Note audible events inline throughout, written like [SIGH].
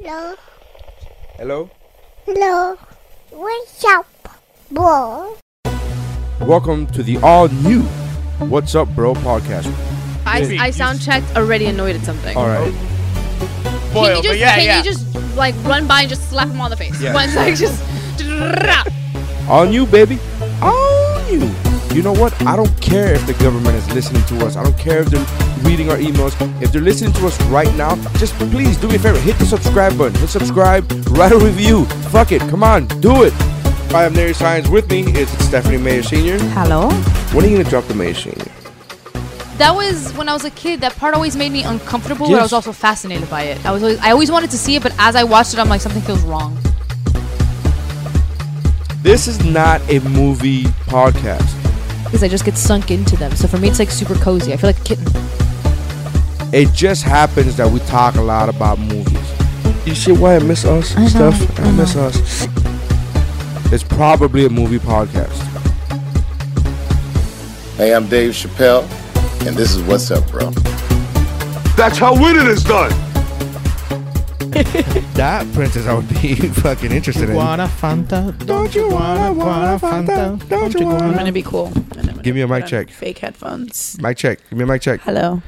hello, Hello. hello. What's up, bro? Welcome to the all new What's Up Bro podcast. I, I sound checked already annoyed at something. All right. Can Boil, you just but yeah, can yeah. you just like run by and just slap him on the face? Yeah. One sec, just All new, baby. All new. You know what? I don't care if the government is listening to us. I don't care if they're reading our emails. If they're listening to us right now, just please do me a favor. Hit the subscribe button. Hit subscribe. Write a review. Fuck it. Come on. Do it. I am Nary Science. With me is Stephanie Mayer Sr. Hello. When are you going to drop the Mayer Sr.? That was when I was a kid. That part always made me uncomfortable, but I Yes. was also fascinated by it. I was always, I always wanted to see it, but as I watched it, I'm like something feels wrong. This is not a movie podcast. Because I just get sunk into them. So for me, it's like super cozy. I feel like a kitten. It just happens that we talk a lot about movies. You see why I miss us and stuff? I miss us. It's probably a movie podcast. Hey, I'm Dave Chappelle, and this is What's Up, Bro. That's how winning is done. [LAUGHS] That princess, I would be [LAUGHS] fucking interested in. Wanna Fanta? Don't you wanna, wanna Fanta? Don't you I'm wanna? gonna be cool. And I'm gonna Give me a put mic on check. Fake headphones. Mic check. Give me a mic check. Hello.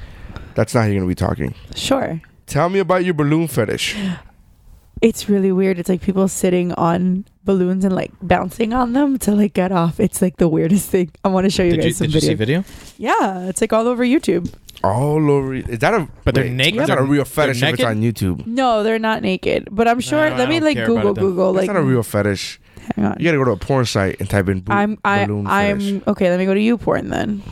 That's not how you're gonna be talking. Sure. Tell me about your balloon fetish. It's really weird. It's like people sitting on balloons and like bouncing on them to like get off. It's like the weirdest thing. I want to show you Did, guys you, some did you see video. video? Yeah, it's like all over YouTube. All over. Is that a? But they're wait, naked? That's not a real They're fetish if it's naked? on YouTube. No, they're not naked, but I'm sure. No, I let me don't like care about Google it then. Google That's like. not a real fetish. hang on. You gotta go to a porn site and type in bo- I'm I balloon fetish. I'm okay. Let me go to YouPorn then.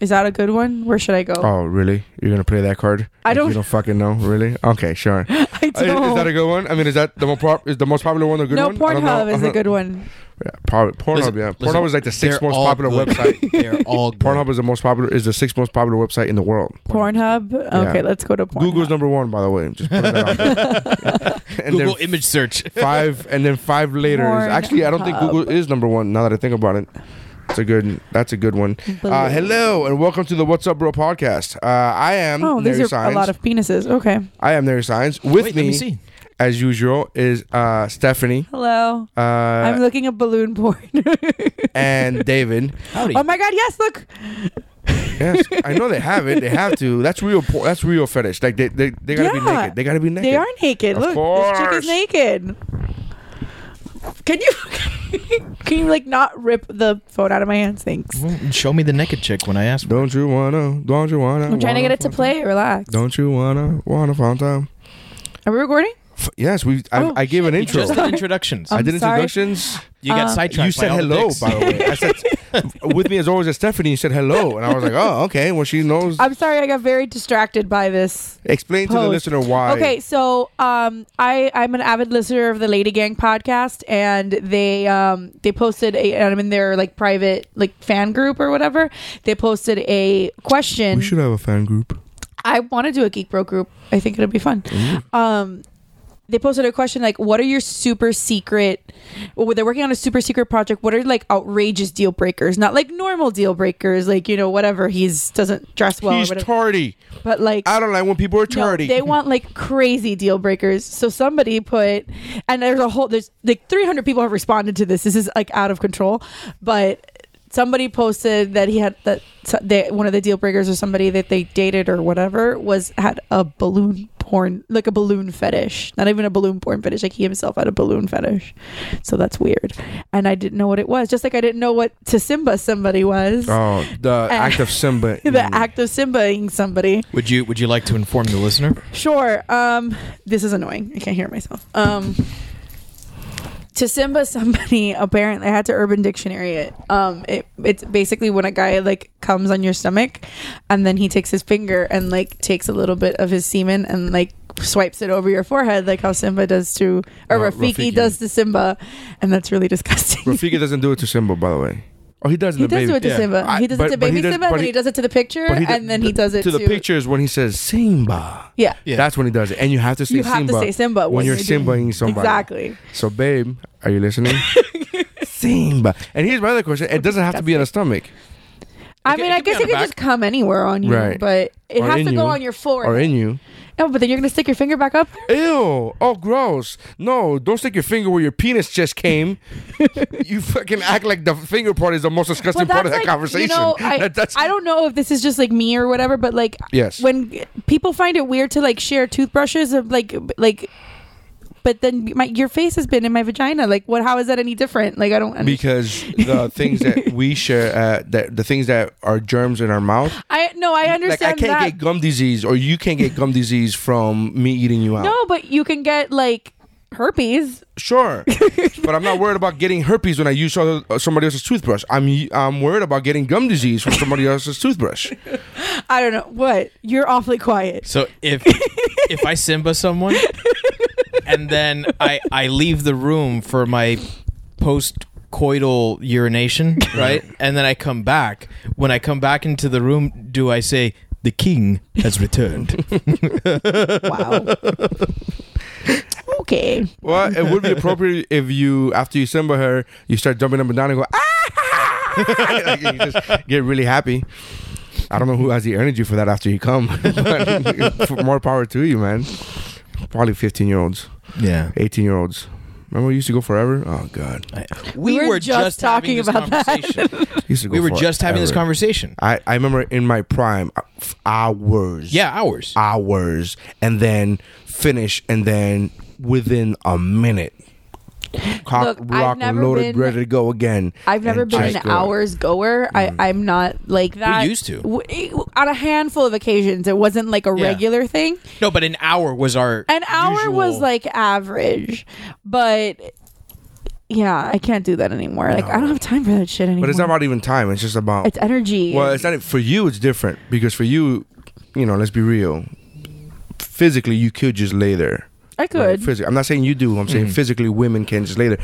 Is that a good one? Where should I go? Oh really? You're gonna play that card? I Like, don't- You don't fucking know, really? Okay, [LAUGHS] sure. I Uh, don't. Is that a good one? I mean, is that the most prop- is the most popular one? A good no, one? I don't Pornhub know. Uh-huh. is a good one. Yeah, probably Pornhub. Listen- yeah, listen, Pornhub is like the sixth they're most all popular good. [LAUGHS] website. They're [LAUGHS] all good. Pornhub is the most popular. Is the sixth most popular website in the world. Pornhub. Okay, Yeah. let's go to Pornhub. Google's number one, by the way. Just put that [LAUGHS] out there. [LAUGHS] and Google then image search. five, and then five later. is- actually, I don't think Pornhub. Google is number one. Now that I think about it. That's a good. That's a good one. Uh, Balloon. hello and welcome to the What's Up Bro podcast. Uh, I am Oh, these Nary are Science. a lot of penises. Okay. I am Nary Science. With Wait, me, let me see. as usual, is uh, Stephanie Hello. uh, I'm looking at balloon porn. [LAUGHS] and David. Howdy. oh my god, yes, look. Yes, I know they have it. They have to. That's real. por- That's real fetish. Like they, they, they gotta be Yeah. naked. They gotta be naked. They are naked. Of look. This chick course. is naked. Can you [LAUGHS] Can you like not rip the phone out of my hands? Thanks. Well, Show me the naked chick when I asked. Don't you wanna? Don't you wanna? I'm trying to get it to play. Relax. Don't you wanna? Wanna Fanta? Are we recording? F- yes, we. I, Oh, I gave an You intro. Just the introductions. I I'm did sorry. introductions. you got uh, sidetracked. you said by all hello, dicks. by the way. I said, with me as always is Stephanie. You said hello, and I was like, oh, okay. Well, she knows. I'm sorry I got very distracted by this. Explain to the Post. listener why. Okay, so um, I I'm an avid listener of the Lady Gang podcast, and they um they posted a and I'm in their like private like fan group or whatever. They posted a question. we should have a fan group. I want to do a geek bro group. I think it'll be fun. Mm-hmm. Um, they posted a question like, "What are your super secret?" Well, they're working on a super secret project. What are like outrageous deal breakers? Not like normal deal breakers, like you know whatever he's doesn't dress well, He's or whatever, tardy. but like I don't like when people are no, tardy. they want like crazy deal breakers. So somebody put, and there's a whole, there's like 300 people have responded to this. This is like out of control, but somebody posted that he had that so- they, one of the deal breakers or somebody that they dated or whatever was had a balloon porn, like a balloon fetish. Not even a balloon porn fetish. Like he himself had a balloon fetish. So that's weird. And I didn't know what it was. Just like I didn't know what to Simba somebody was. oh, the act of Simba. [LAUGHS] the act of Simbaing somebody. [LAUGHS] Would you Would you like to inform the listener? Sure. Um, this is annoying. I can't hear myself. Um, to Simba, somebody [LAUGHS] apparently I had to Urban Dictionary it. Um, it it's basically when a guy like comes on your stomach, and then he takes his finger and like takes a little bit of his semen and like swipes it over your forehead, like how Simba does to or No, Rafiki, Rafiki. does to Simba, and that's really disgusting. Rafiki doesn't do it to Simba, by the way. Oh, he does in [LAUGHS] He the does baby. do it to yeah. Simba. I- he does but- it to but he baby does- Simba, but and then he- he does it to the picture, But do- and then he th- does it to the pictures when he says Simba. Yeah. Yeah. That's when he does it, and you have to say You Simba. have to say Simba when you're you're doing- Simbaing somebody. Exactly. So, babe, are [LAUGHS] you listening? Simba. And here's my other question: It doesn't have to be in a stomach. I It mean, ca- it I could be guess on it the could just back. come anywhere on you, Right. but it Or has in to you. go on your forehead. or in you. no, but then you're gonna stick your finger back up. Ew! Oh, gross! No, don't stick your finger where your penis just [LAUGHS] came. you fucking act like the finger part is the most disgusting part of that conversation. You [LAUGHS] know, I, That- that's I don't know if this is just like me or whatever, but like Yes. when people find it weird to like share toothbrushes of like like but then my your face has been in my vagina. Like what how is that any different? Like I don't [LAUGHS] understand. because the things that we share, uh, that the things that are germs in our mouth. I no, I Like I understand can't that. get gum disease, or you can't get gum disease from me eating you out. no, but you can get like herpes. [LAUGHS] Sure, but I'm not worried about getting herpes when I use other- uh, somebody else's toothbrush. I'm I'm worried about getting gum disease from somebody [LAUGHS] else's toothbrush. I don't know. What? You're awfully [LAUGHS] quiet. So if if I Simba someone and then I I leave the room for my post coital urination, right? And then I come back. When I come back into the room, do I say the king has returned? Wow. okay. Well, it would [LAUGHS] be appropriate if you, after you Simba her, you start jumping up and down and go, ah! [LAUGHS] Like, you just get really happy. I don't know who has the energy for that after you come. [LAUGHS] but more power to you, man. Probably 15 year olds, Yeah. 18 year olds. Remember, we used to go forever? Oh, God. I- We were just having talking this about that. [LAUGHS] conversation. Used to go we were just having this forever. conversation. I, I remember in my prime, uh, f- hours. Yeah, hours. Hours. And then finish. And then within a minute. Cock, Look, I've rock, never loaded, been- ready to go again. I've never And been an just go. hours goer. I, I'm not like that. Mm. used to. W- on a handful of occasions, it wasn't like a Yeah. regular thing. No, but an hour was our An hour was usual- like average, but yeah, I can't do that anymore. Like I don't have time for that shit anymore. But it's not about even time. It's just about. It's energy. well, it's not for you. It's different because for you, you know, let's be real. Physically, you could just lay there. I Like, could. physi- I'm not saying you do. I'm saying Mm-hmm. physically, women can just lay there.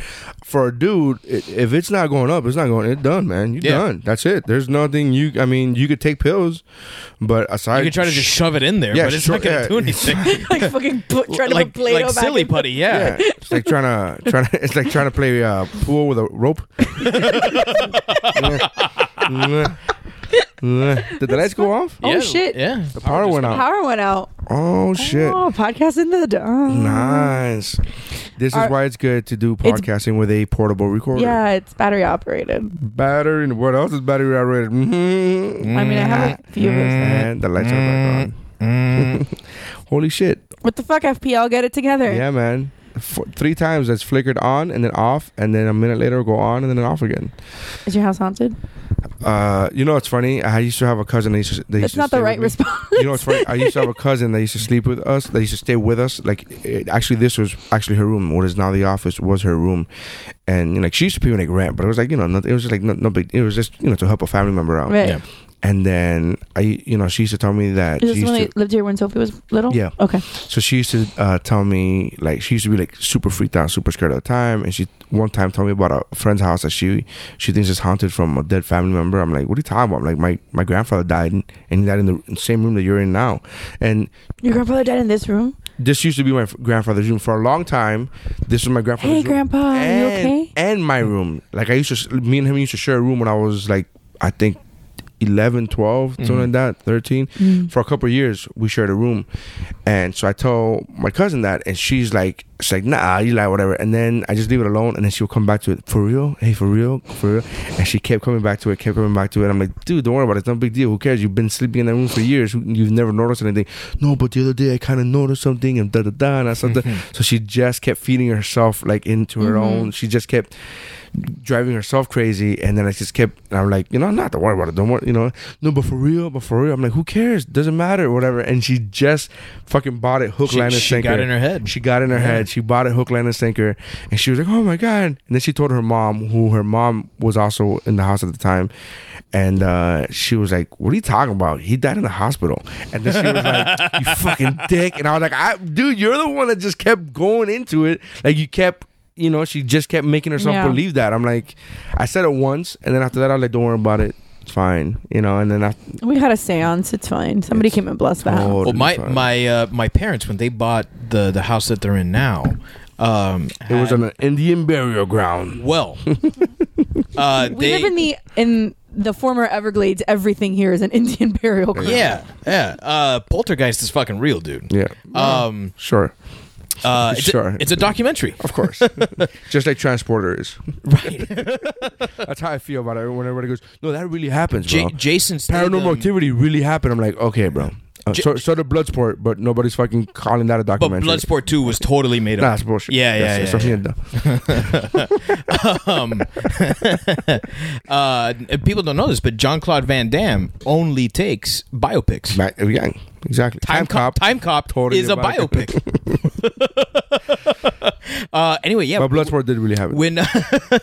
For a dude, i- if it's not going up, it's not going. It's done, man. You Yeah. done. That's it. There's nothing you. I mean, you could take pills, but aside, you could try to just shove it in there, Yeah, but it's sure, not going to yeah. do anything. [LAUGHS] [LAUGHS] like fucking put, trying to like, put Play-Doh like back silly in- putty, yeah. Yeah, it's like trying to trying to. [LAUGHS] It's like trying to play uh, pool with a [LAUGHS] rope. Did the lights go off? Oh Yeah, shit! Yeah, The power went out. [LAUGHS] Power went out. Oh shit! Oh, podcast in the dawn. Nice. This Our- is why it's good to do It's- podcasting with a portable recorder. Yeah, it's battery operated. Battery. and What else is battery operated? hmm I mean, I have a few of those. And the lights are back [LAUGHS] Mm, on. Holy shit! What the fuck, FPL? Get it together. Yeah, man. Four, three times that's flickered on and then off, and then a minute later it'll go on and then off again. Is your house haunted? Uh, you know what's funny? I used to have a cousin that used to. That used That's to not stay the with right me. response. You know what's funny? I used to have [LAUGHS] a cousin that used to sleep with us. That used to stay with us. Like, it, actually, this was actually her room. What is now the office was her room, and you know, like she used to pay me like rent, but it was like you know, not, it was just like no, no big. It was just you know to help a family member out. Right. Yeah. And then I, you know, she used to tell me that she Is this used when to, they lived here when Sophie was little? Yeah. Okay. so she used to uh, tell me like she used to be like super freaked out, super scared all the time. And she one time told me about a friend's house that she she thinks is haunted from a dead family member. I'm like, what are you talking about? I'm like my my grandfather died and he died in the same room that you're in now. And Your grandfather died in this room. this used to be my f- grandfather's room for a long time. This was my grandfather's Hey, room. Grandpa, are you and, okay? And my room. Like I used to, s- me and him used to share a room when I was like, I think 11, 12, something like that, 13. For a couple of years, we shared a room. And so I told my cousin that, and she's like, she's like, nah, you like whatever. And then I just leave it alone, and then she'll come back to it. For real? Hey, for real? For real? And she kept coming back to it, kept coming back to it. I'm like, dude, don't worry about it. It's no big deal. Who cares? You've been sleeping in that room for years. Who- You've never noticed anything. No, but the other day I kind of noticed something, and da da da, and I something. so she just kept feeding herself like into her own. She just kept driving herself crazy. And then I just kept, and I'm like, you know, not to worry about it. Don't worry, you know, no, but for real, but for real. I'm like, who cares? Doesn't matter, or whatever. And she just fucking bought it hook, She- line, and she sinker. got in her head. She got in her head. She bought it hook, line, and sinker. And she was like, oh my God. And then she told her mom, who her mom was also in the house at the time. And uh, she was like, what are you talking about? He died in the hospital. And then she was like, you fucking dick. And I was like, I, dude, you're the one that just kept going into it. Like, you kept. You know, she just kept making herself Yeah. believe believe that. I'm like, I said it once, and then after that, I was like, don't worry about it. It's fine, you know. And then I We had a seance. It's fine. Somebody It's came and blessed the house. totally Well, my fine. my uh, my parents when they bought the the house that they're in now, um, it was [LAUGHS] had- on an Indian burial ground. well. uh, We they- live in the in the former Everglades, everything here is an [LAUGHS] Indian burial ground. Yeah, yeah. Uh, Poltergeist is fucking real, dude. Yeah. Um, Sure. uh, it's, Sure. a, it's a documentary. Of [LAUGHS] course. Just like Transporter is. Right. [LAUGHS] That's how I feel about it. When everybody goes, no, that really happens, bro. J- Jason Statham. Paranormal activity really happened. I'm like, okay, bro. Uh, J- so, so did Bloodsport, but nobody's fucking calling that a But documentary. Bloodsport 2 was totally made up. Nah, that's bullshit. Yeah, yeah, That's- yeah, that's yeah. what he did. um, [LAUGHS] uh, people don't know this, but John Claude Van Damme only takes biopics. Right, yeah, Exactly. Time, Cop, Time Cop Totally is a a biopic. biopic. [LAUGHS] uh, anyway, yeah. But Bloodsport did really happen. when [LAUGHS]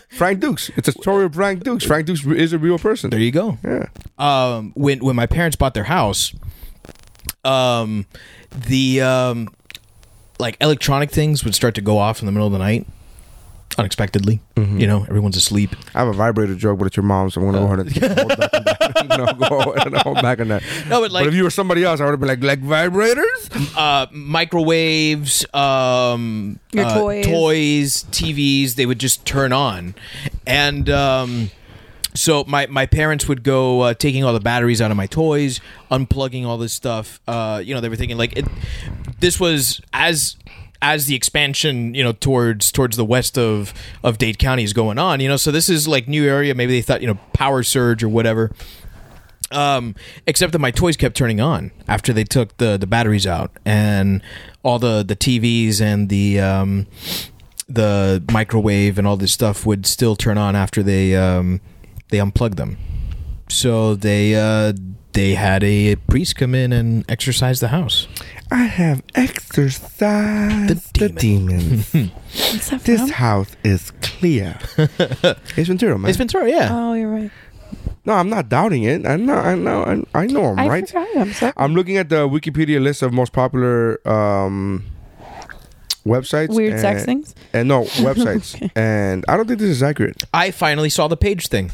Frank Dukes. It's a story of Frank Dukes. Frank Dukes is a real person. there you go. Um, when when my parents bought their house, um, the um, like electronic things would start to go off in the middle of the night, unexpectedly. You know, everyone's asleep. I have a vibrator joke, but it's your mom, so I'm gonna go ahead and hold back on [LAUGHS] that. [LAUGHS] no, go ahead and hold back on that. Oh. No, but like- if you were somebody else, I would have been like, like vibrators. uh, microwaves, um, Your uh, toys. toys, TVs. They would just turn on, and um, so my my parents would go uh, taking all the batteries out of my toys, unplugging all this stuff. Uh, you know, they were thinking like it, this was as as the expansion you know towards towards the west of of Dade County is going on. You know, so this is like new area. Maybe they thought you know power surge or whatever. Um, except that my toys kept turning on after they took the the batteries out and all the the TVs and the um, the microwave and all this stuff would still turn on after they um, they unplugged them. So they uh, they had a priest come in and exercise the house. I have exercised The demons. What's [LAUGHS] that this from? house is [LAUGHS] clear. it's Ventura, man. It's been through, yeah. Oh, you're right. no, I'm not doubting it. I know, I know, I, I know. I'm I right. Uh, forgot. I'm sorry. I'm looking at the Wikipedia list of most popular um, websites. Weird and, sex things. And [LAUGHS] no websites. And I don't think this is accurate. I finally saw the page thing,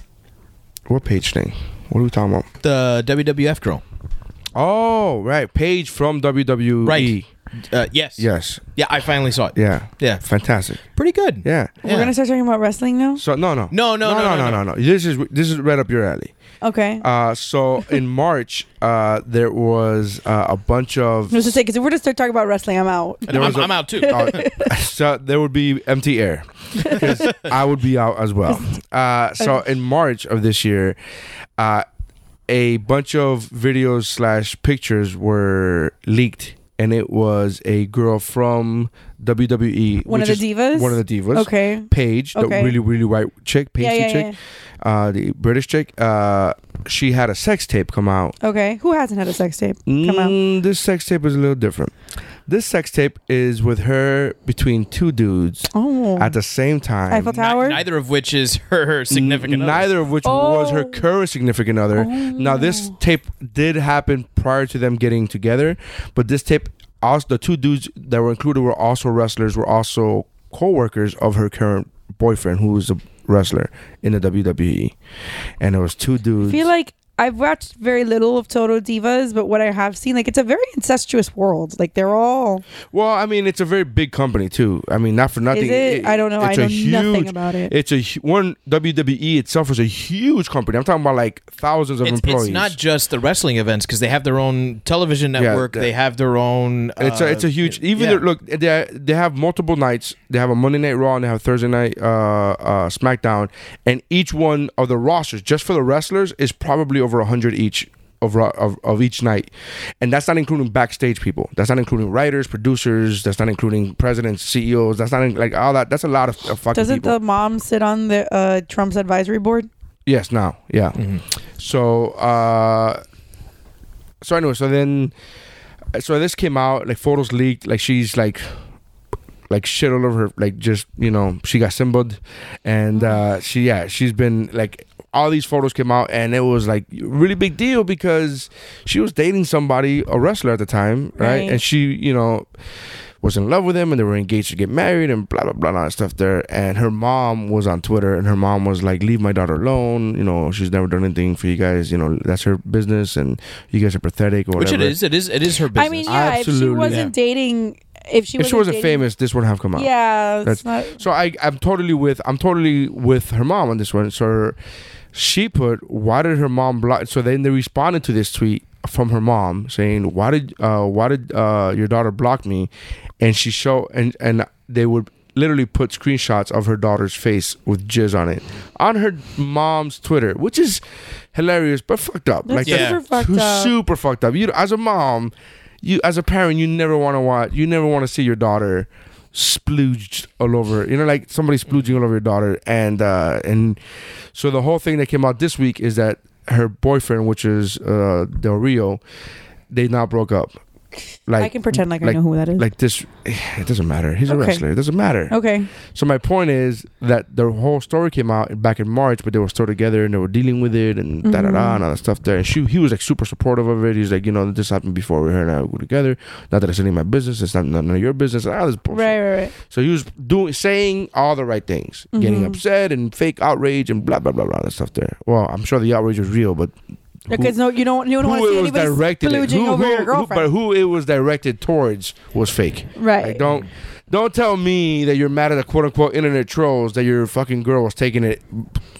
What page thing? What are we talking about? the WWF girl. Oh, right, page from WWE. Right. Uh, yes. Yes. Yeah, I finally saw it. Yeah. Yeah. Fantastic. Pretty good. Yeah. We're gonna start talking about wrestling now. So no, no, No, no, no, no, no, no, no, no. This is this is right up your alley. Okay. Uh, so [LAUGHS] in March, uh, there was uh, a bunch of [LAUGHS] I was just saying, because if we're to start talking about wrestling, I'm out. And I'm, was a- I'm out too. [LAUGHS] Uh, so there would be empty air [LAUGHS] 'Cause I would be out as well. Uh, so in March of this year, uh, a bunch of videos slash pictures were leaked, and it was a girl from WWE, One which of the is divas? one of the divas. Okay. Paige, Okay. the really really white chick, pasty yeah, chick, Uh, the British chick. Uh, she had a sex tape come out Okay. Who hasn't had a sex tape come out? Mm, This sex tape is a little different. This sex tape is with her between two dudes Oh. at the same time. Eiffel Ni- Tower. neither of which is her, her significant other. Neither of which was her Oh. current significant other. Now this tape did happen prior to them getting together, but this tape also the two dudes that were included were also wrestlers, were also co-workers of her current boyfriend who was a wrestler in the WWE. And it was two dudes. I feel like I've watched very little of Total Divas, but what I have seen, like, it's a very incestuous world. Like, they're all. Well, I mean, it's a very big company too. I mean, not for nothing. Is it? I don't know. I it's know a huge, nothing about it. It's a hu- one WWE itself is a huge company. I'm talking about like thousands of It's, it's employees. not just the wrestling events because they have their own television network. that- they have their own. It's uh, a it's a huge. Even yeah. their- look, they they have multiple nights. They have a Monday Night Raw and they have Thursday Night uh, uh, SmackDown, and each one of the rosters, just for the wrestlers, is probably over hundred each. Of, ro- of, of each night and that's not including backstage people that's not including writers producers that's not including presidents ceos that's not in, like all that that's a lot of, of fucking Doesn't people. the mom sit on the uh, Trump's advisory board? Yes, now, yeah. Mm-hmm. So, uh, so anyway, so then, so this came out like photos leaked, like she's like, like shit all over her, like just you know she got simbled, and uh, she yeah she's been like all these photos came out and it was like really big deal because she was dating somebody a wrestler at the time right? Right. and she you know was in love with him and they were engaged to get married and blah blah blah and all that stuff there. And her mom was on Twitter and her mom was like, "Leave my daughter alone. You know, she's never done anything for you guys. You know, that's her business, and you guys are pathetic or which whatever." it is. It is. It is her business. I mean, yeah, if she Absolutely. wasn't dating, if she If wasn't, she wasn't dating- famous, this wouldn't have come out. yeah, that's That's- not. So I, I'm totally with I'm totally with her mom on this one. So her, She put, "Why did her mom block?" So then they responded to this tweet from her mom saying, "Why did uh, why did uh, your daughter block me?" And she show and and they would literally put screenshots of her daughter's face with jizz on it on her mom's Twitter, which is hilarious but fucked up. That's Yeah. super fucked Who's up. super fucked up. You as a mom, you as a parent, you never want to watch. You never want to see your daughter splooged all over. You know, like somebody splooging all over your daughter, and uh, and so the whole thing that came out this week is that her boyfriend, which is uh, Del Rio, they now broke up. Like I can pretend like, like- I know who that is. like this, it doesn't matter. He's a Okay. wrestler. It doesn't matter. okay. So my point is that the whole story came out back in March, but they were still together and they were dealing with it and da da Mm-hmm. da and all that stuff there. And she, he was like super supportive of it. He's like, you know, this happened before. We Her and I were together. Not that it's any of my business. It's not none of your business. And all this bullshit. Right, right, right. So he was doing, saying all the right things, getting Mhm. upset and fake outrage and blah blah blah blah all that stuff there. Well, I'm sure the outrage was real, but Because no, you don't, you don't want who to see it was anybody directed, at- splooging who, over who- your who- girlfriend. but who it was directed towards was fake. right. Like, don't don't tell me that you're mad at the quote unquote internet trolls that your fucking girl was taking it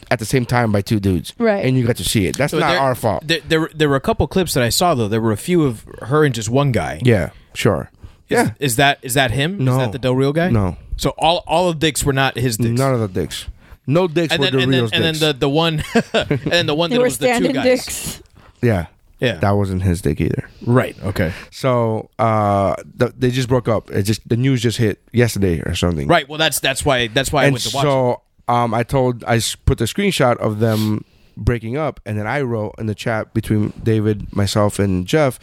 at the same time by two dudes. Right. And you got to see it. That's So not there- our fault. There, there, were- there were a couple clips that I saw though. There were a few of her and just one guy. yeah, sure. Is, yeah. Is that is that him? No. Is that the Del Rio guy? No. So all all of dicks were not his dicks. None of the dicks. No dicks and were then the and then, real dicks. and then the the one [LAUGHS] and then the one they that were was the two standing guys. dicks. yeah. Yeah. That wasn't his dick either. Right. Okay. So uh, th- they just broke up. It just the news just hit yesterday or something. Right. Well, that's that's why that's why I and went to watch. it. so um, I told I s- put the screenshot of them breaking up, and then I wrote in the chat between David, myself, and Jeff,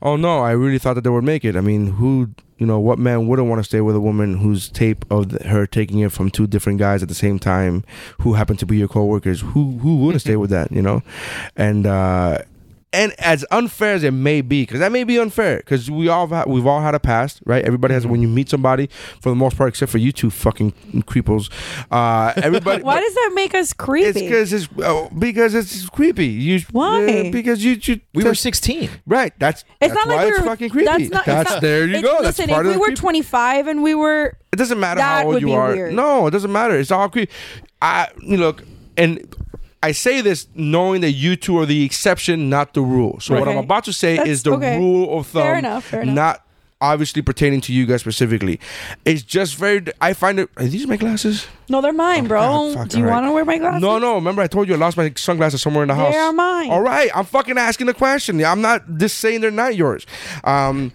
"Oh no, I really thought that they would make it. I mean, who?" You know what man wouldn't want to stay with a woman whose tape of th- her taking it from two different guys at the same time, who happen to be your coworkers? Who who wouldn't stay with that? You know, and uh, and as unfair as it may be, because that may be unfair, because we all have, we've all had a past, right? Everybody has. When you meet somebody, for the most part, except for you two fucking creepos, [LAUGHS] uh, everybody. Why does that make us it's creepy? because it's oh, because it's creepy. You Why? uh, because you you we were sixteen. right. That's It's that's not why like we it's were, fucking creepy. That's, not, it's not- there you it- go. that's Listen, part if of we the were creep- 25 and we were It doesn't matter That how old would you be are. weird. No, it doesn't matter. It's all creepy. I you look, and I say this knowing that you two are the exception, not the rule. So what Okay. I'm about to say That's- is the okay. rule of thumb, Fair enough, fair enough. not obviously pertaining to you guys specifically. It's just very. I find it. Are these my glasses? no, they're mine, bro. God, fuck, Do you all Oh, right. want to wear my glasses? No, no. Remember, I told you I lost my sunglasses somewhere in the house. are mine. All right, I'm fucking asking the question. I'm not just saying they're not yours. Um,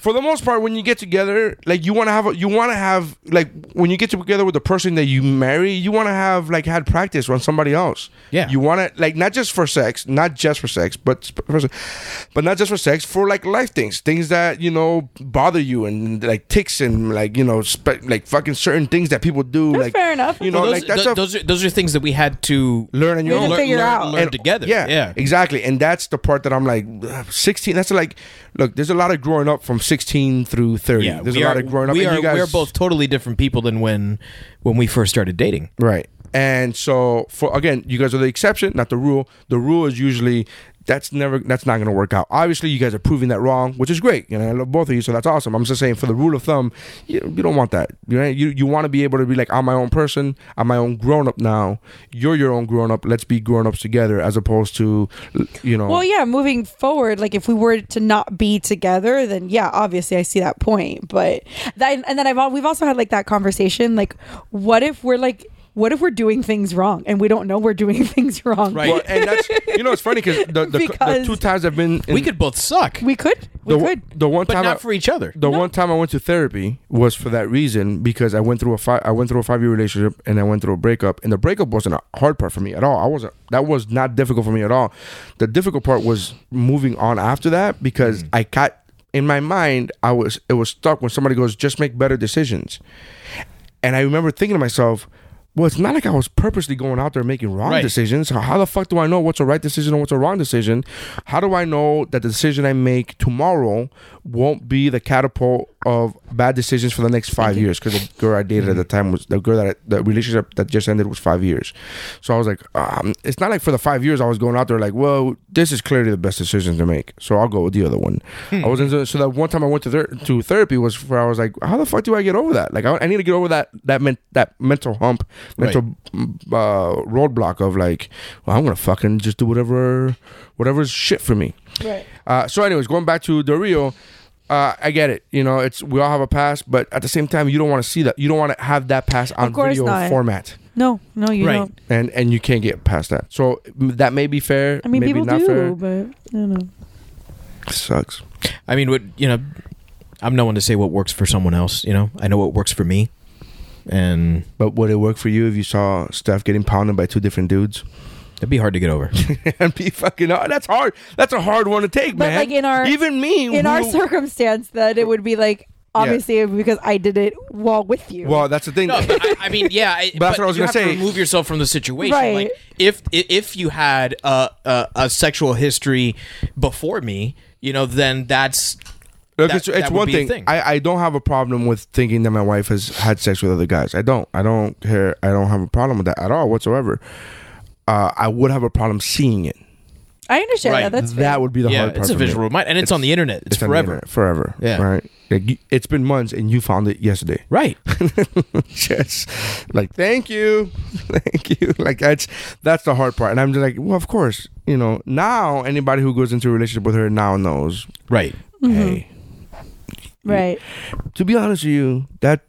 for the most part, when you get together, like you want to have, a, you want to have, like when you get together with the person that you marry, you want to have like had practice on somebody else. Yeah. you want to like not just for sex, not just for sex, but sp- for, se- but not just for sex, for like life things, things that you know bother you and like ticks and like you know spe- like fucking certain things that people do. That's like fair enough. You know, those, Oh, like that's th- a those are those are things that we had to learn on your We own. didn't figure learn, out. learn And- together. Yeah, yeah. exactly. And that's the part that I'm like, ugh, 16. That's like, look, there's a lot of growing up from 16 through 30. Yeah, there's a we lot are- of growing up. We and are you guys, we are both totally different people than when when we first started dating. right. And so, for again, you guys are the exception, not the rule. The rule is usually that's never that's not going to work out. Obviously, you guys are proving that wrong, which is great. You know, I love both of you, so that's awesome. I'm just saying, for the rule of thumb, you, you don't want that. You know, you you want to be able to be like, I'm my own person. I'm my own grown up now. You're your own grown up. Let's be grown ups together, as opposed to, you know. Well, yeah, moving forward, like if we were to not be together, then yeah, obviously I see that point. But then, and then I've all, we've also had like that conversation, like what if we're like, what if we're doing things wrong and we don't know we're doing [LAUGHS] things wrong? Right. Well, and that's you know it's funny cause the, the, the Because- two times I've been in- we could both suck, We could, we the, could. the one but time not I- for each other. the one time I went to therapy was for that reason because I went through a five I went through a five year relationship and I went through a breakup and the breakup wasn't a hard part for me at all. I wasn't that was not difficult for me at all. The difficult part was moving on after that because Mm. I got in my mind I was it was stuck when somebody goes just make better decisions, and I remember thinking to myself. Well, it's not like I was purposely going out there making wrong Right. decisions. How- How the fuck do I know what's a right decision and what's a wrong decision? How do I know that the decision I make tomorrow won't be the catapult of bad decisions for the next five years? Because the girl I dated at the time was the girl that I, the relationship that just ended was five years. So I was like, um, it's not like for the five years I was going out there like, well, this is clearly the best decision to make. So I'll go with the other one. I was into so that one time I went to ther- to therapy was where I was like, how the fuck do I get over that? Like I, I need to get over that that men- that mental hump, mental uh, roadblock of like, well, I'm gonna fucking just do whatever whatever's shit for me. Right. Uh, so, anyways, going back to Del Rio, uh, I get it. You know, it's we all have a past, but at the same time, you don't want to see that. You don't want to have that past on course video not. format, No, no, you Right. don't. and and you can't get past that. So m- that may be fair. I mean, maybe people not do, fair. but you know. Sucks. I mean, what you know, I'm no one to say what works for someone else. You know, I know what works for me, and But would it work for you if you saw Steph getting pounded by two different dudes [LAUGHS] it'd be hard to get over. and be fucking? Oh, that's hard. That's a hard one to take, But man. like in our even me in our who- circumstance, that it would be like obviously because I did it while with you. Well, that's the thing. No, but I, I mean, yeah. [LAUGHS] I, But that's what I was you gonna have to say. remove yourself from the situation. Right. Like, if i- if you had a, a a sexual history before me, you know, then that's Look, That- it's, it's that would one be a thing. thing. I, I don't have a problem with thinking that my wife has had sex with other guys. I don't. I don't care. I don't have a problem with that at all whatsoever. Uh, I would have a problem seeing it. I understand Right. that. That's that fair. would be the yeah, hard part. it's a for me. visual reminder, and it's, on the internet. It's, on the forever. internet, forever. Yeah. Right. Like, you- it's been months, and you found it yesterday. [LAUGHS] Right. yes. Like, thank you, [LAUGHS] thank you. Like that's that's the hard part. And I'm just like, well, of course. You know, now anybody who goes into a relationship with her now knows. Right. Hey, right. to be honest with you, that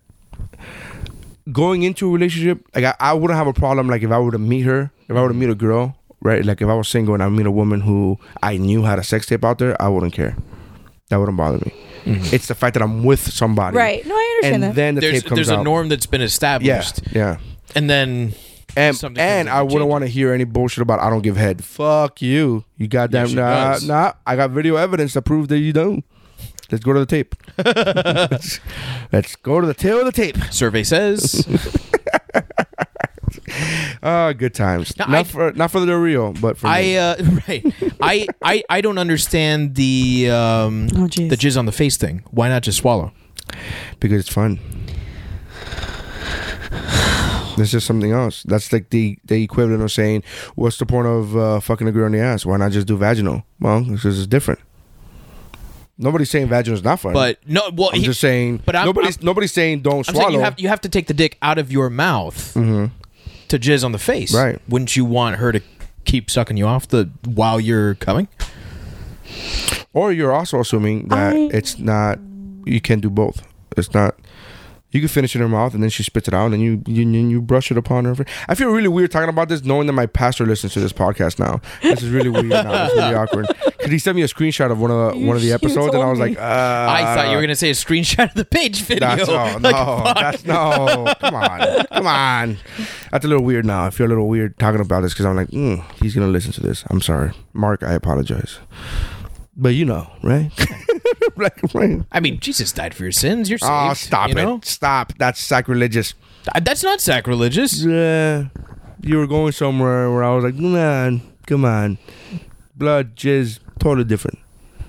going into a relationship, like I, I wouldn't have a problem like if I were to meet her, if I were to meet a girl, right? Like if I was single and I meet a woman who I knew had a sex tape out there, I wouldn't care. That wouldn't bother me. It's the fact that I'm with somebody, Right. No, I And understand that. then the Mm-hmm. There's tape comes there's out. a norm that's been yeah, established, yeah. and [LAUGHS] then And, Something comes and in I and wouldn't changes. want to hear any bullshit about I don't give head. Fuck you. You goddamn Yes, she nah, does. nah. I got video evidence to prove that you don't. Let's go to the tape. let's, let's go to the tail of the tape. survey says Ah, good times. No, not I- for not for the real, but [LAUGHS] for I me. uh, [LAUGHS] right. I, I I don't understand the um Oh, jeez. the jizz on the face thing. Why not just swallow? uh, because it's fun. This is something else. That's like the the equivalent of saying, "What's the point of uh, fucking a girl in the ass? Why not just do vaginal?" Well, because it's different. Nobody's saying vaginal is not fun, But no, well, I'm he- just saying. but I'm- nobody's I'm- nobody's saying don't I'm swallow. Mm-hmm. saying you have you have to take the dick out of your mouth to jizz on the face. Right. Wouldn't you want her to keep sucking you off the while you're coming? or you're also assuming that I- it's not. You can do both. It's not. You can finish it in her mouth, and then she spits it out, and you you, you you brush it upon her. I feel really weird talking about this, knowing that my pastor listens to this podcast now. This is really weird. now. It's [LAUGHS] really awkward. Because he sent me a screenshot of one of the, You- one of the [LAUGHS] you episodes, and I told was me. like, uh, I I thought you were gonna say a screenshot of the page video. That's [LAUGHS] no, [LAUGHS] Like, no, that's no. Come on, come on. That's a little weird now. I feel a little weird talking about this because I'm like, mm, he's gonna listen to this. I'm sorry, Mark. I apologize, but you know, right? [LAUGHS] like, right. I mean, Jesus died for your sins. You're saved. Oh, stop you it! know? Stop. That's sacrilegious. Th- That's not sacrilegious. Yeah, you were going somewhere where I was like, man, come on, blood, jizz, totally different,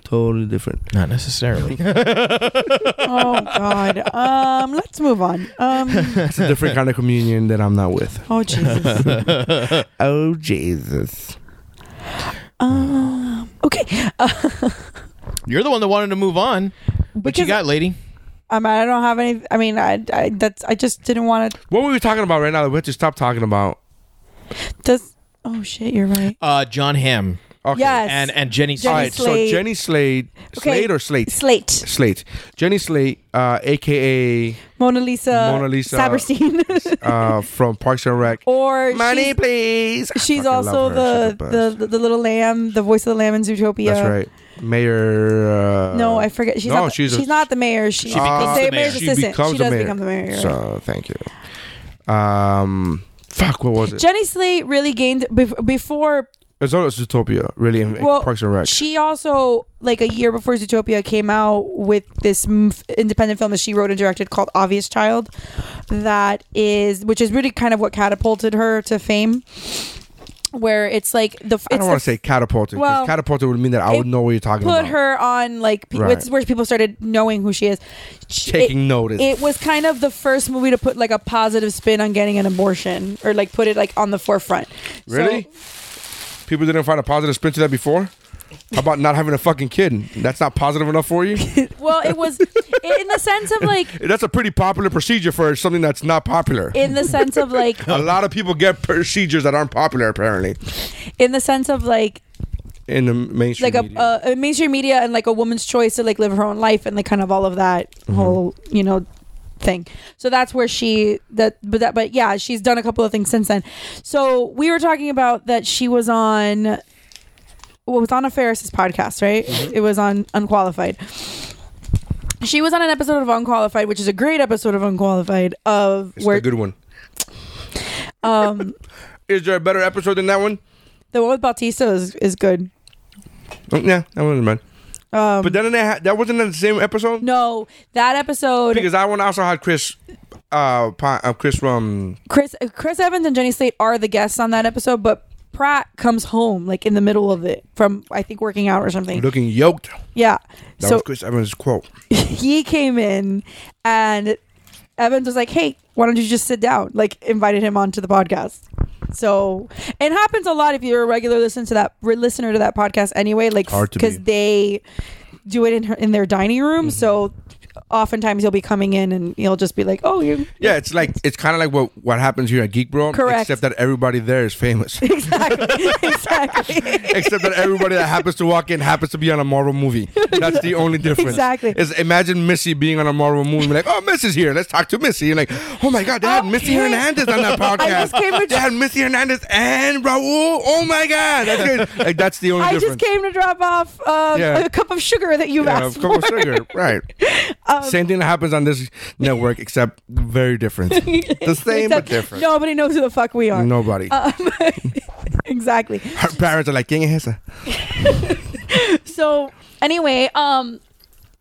totally different. Not [LAUGHS] necessarily. [LAUGHS] oh God. Um. Let's move on. Um. [LAUGHS] It's a different kind of communion that I'm not with. Oh Jesus. Oh Jesus. Um. Okay. Uh, [LAUGHS] you're the one that wanted to move on. What you because got, lady? um, I don't have any. I mean, I, I that's I just didn't want to. What were we talking about right now that we have to stop talking about? Does oh shit, you're right. Uh, John Hamm Okay. Yes. and and Jenny. Jenny All right, Slate. so Jenny Slade, Okay. Slade or Slate? Slate. Slate. Jenny Slate, uh, aka Mona Lisa. Mona Lisa. Saberstein. [LAUGHS] uh, from Parks and Rec. or Money, she's- please. I She's fucking also love her. the She's the, the little lamb, the voice of the lamb in Zootopia. best. That's right. Mayor. Uh, No, I forget. She's no, not. The, she's she's, a- not the mayor. She, becomes the the mayor. mayor's She assistant. She, becomes the does mayor. become the mayor. you're right. So thank you. Um, fuck. What was it? Jenny Slate really gained bef- before. It's all Zootopia, really. In Well, Parks and Rec. She also like a year before Zootopia came out with this m- f- independent film that she wrote and directed called Obvious Child. That is, which is really kind of what catapulted her to fame. Where it's like the f- I it's don't want the to say catapulted. 'cause Well, catapulted would mean that I it would know what you're talking put about. her on like pe- Right. it's where people started knowing who she is She- Taking it- notice. it was kind of the first movie to put like a positive spin on getting an abortion or like put it like on the forefront So- really? People didn't find a positive spin to that before. How about not having a fucking kid? That's not positive enough for you. [LAUGHS] Well, it was in the sense of like That's a pretty popular procedure for something that's not popular. in the sense of like a lot of people get procedures that aren't popular, apparently, in the sense of like in the mainstream. like a, uh, media. a, a mainstream media and like a woman's choice to like live her own life and like kind of all of that Mm-hmm. whole you know thing so that's where she that but that but yeah she's done a couple of things since then so we were talking about that she was on well, it was on a ferris's podcast right Mm-hmm. it was on unqualified she was on an episode of unqualified which is a great episode of unqualified of it's where a good one. um Is there a better episode than that one? the one with bautista is, is good Oh, yeah, that wasn't bad. um But then they ha- that wasn't in the same episode no that episode because that one also had Chris, uh, Pi- uh Chris from Chris Chris Evans and Jenny Slate are the guests on that episode, but Pratt comes home like in the middle of it from I think working out or something. looking yoked. Yeah. That so was Chris Evans' quote. he came in and Evans was like, "Hey, why don't you just sit down?" Like invited him onto the podcast. So it happens a lot if you're a regular listener to that re- listener to that podcast anyway, like Hard to because be. Mm-hmm. they do it in her, in their dining room. So oftentimes he'll be coming in and he'll just be like, "Oh, you Yeah, it's like it's kind of like what what happens here at Geek Bro, Correct. except that everybody there is [LAUGHS] famous. [LAUGHS] exactly exactly." Except that everybody that happens to walk in happens to be on a Marvel movie. That's the only difference. Exactly. Is imagine Missy being on a Marvel movie, like, oh, Missy's here. Let's talk to Missy. And like, oh my God, they had Oh, Missy here- Hernandez on [LAUGHS] that podcast. just came to- they had Missy Hernandez and Raul. Oh my God, that's good. like that's the only I difference. just came to drop off um, Yeah. a cup of sugar that you've yeah, asked of course, for. sugar, [LAUGHS] right? Um, same thing that happens on this network, except very [LAUGHS] different. the same but Except uh, different. Nobody knows who the fuck we are. Nobody. [LAUGHS] Exactly. Her parents are like, "King is esa?" So anyway, um,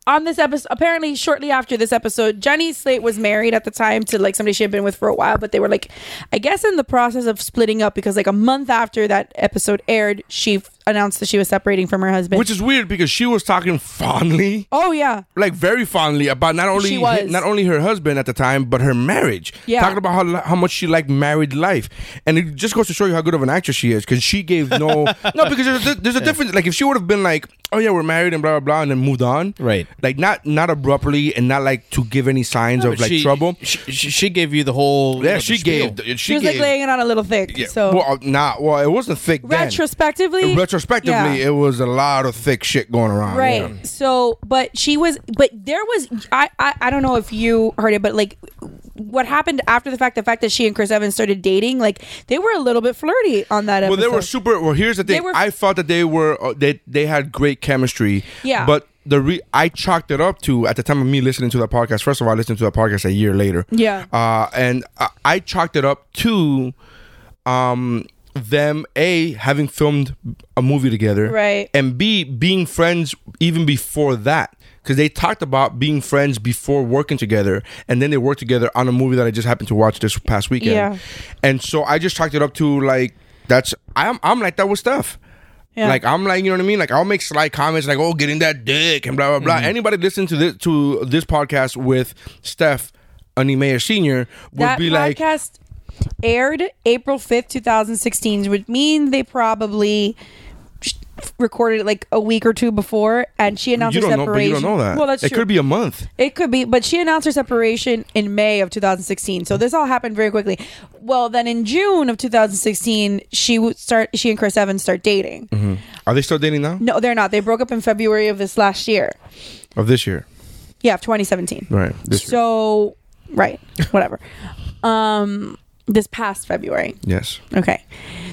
on this episode, apparently shortly after this episode, Jenny Slate was married at the time to like somebody she had been with for a while, but they were like, I guess in the process of splitting up because like a month after that episode aired, she f- announced that she was separating from her husband. Which is weird because she was talking fondly oh yeah, like very fondly about not only She was. not only her husband at the time but her marriage. Yeah. talking about how how much she liked married life, and it just goes to show you how good of an actress she is because she gave [LAUGHS] no no because there's a, there's a difference. Like if she would have been like, oh yeah, we're married and blah blah blah, and then moved on, Right. Like not not abruptly and not like to give any signs of But like she- trouble. She, she, she gave you the whole. you yeah, know, she the spiel. gave she she was gave. like laying it on a little thick. yeah, So well, not well. It wasn't thick. then. retrospectively, yeah. Retrospectively, it was a lot of thick shit going around. right Oh, yeah. so but she was but there was I, I i don't know if you heard it but like what happened after the fact the fact that she and chris evans started dating like they were a little bit flirty on that Well, episode they were super. Well, here's the They thing. were- I thought that they were uh, they they had great chemistry. Yeah. But the re- I chalked it up to at the time of me listening to that podcast. First of all, I listened to that podcast a year later. Yeah. Uh, and I, I chalked it up to, um, them a having filmed a movie together, Right. and b being friends even before that. Because they talked about being friends before working together, and then they worked together on a movie that I just happened to watch this past weekend. Yeah. And so I just chalked it up to like that's I'm I'm like that with stuff. Yeah. Like I'm like you know what I mean. Like I'll make slight comments like oh getting that dick and blah blah Mm-hmm. blah. Anybody listening to this to this podcast with Steph Animea Senior would that be like podcast aired april 5th 2016 which mean they probably sh- recorded it like a week or two before and she announced you her don't know, but you separation don't know that. well that's it true could be a month. It could be, but she announced her separation in May of 2016. So this all happened very quickly. Well, then in June of 2016, she would start. She and Chris Evans start dating. Are they still dating now? No, they're not. They broke up in February of this last year. Of this year, Yeah, of 2017. right? This year. So, right, [LAUGHS] whatever. um, this past February. Yes, Okay,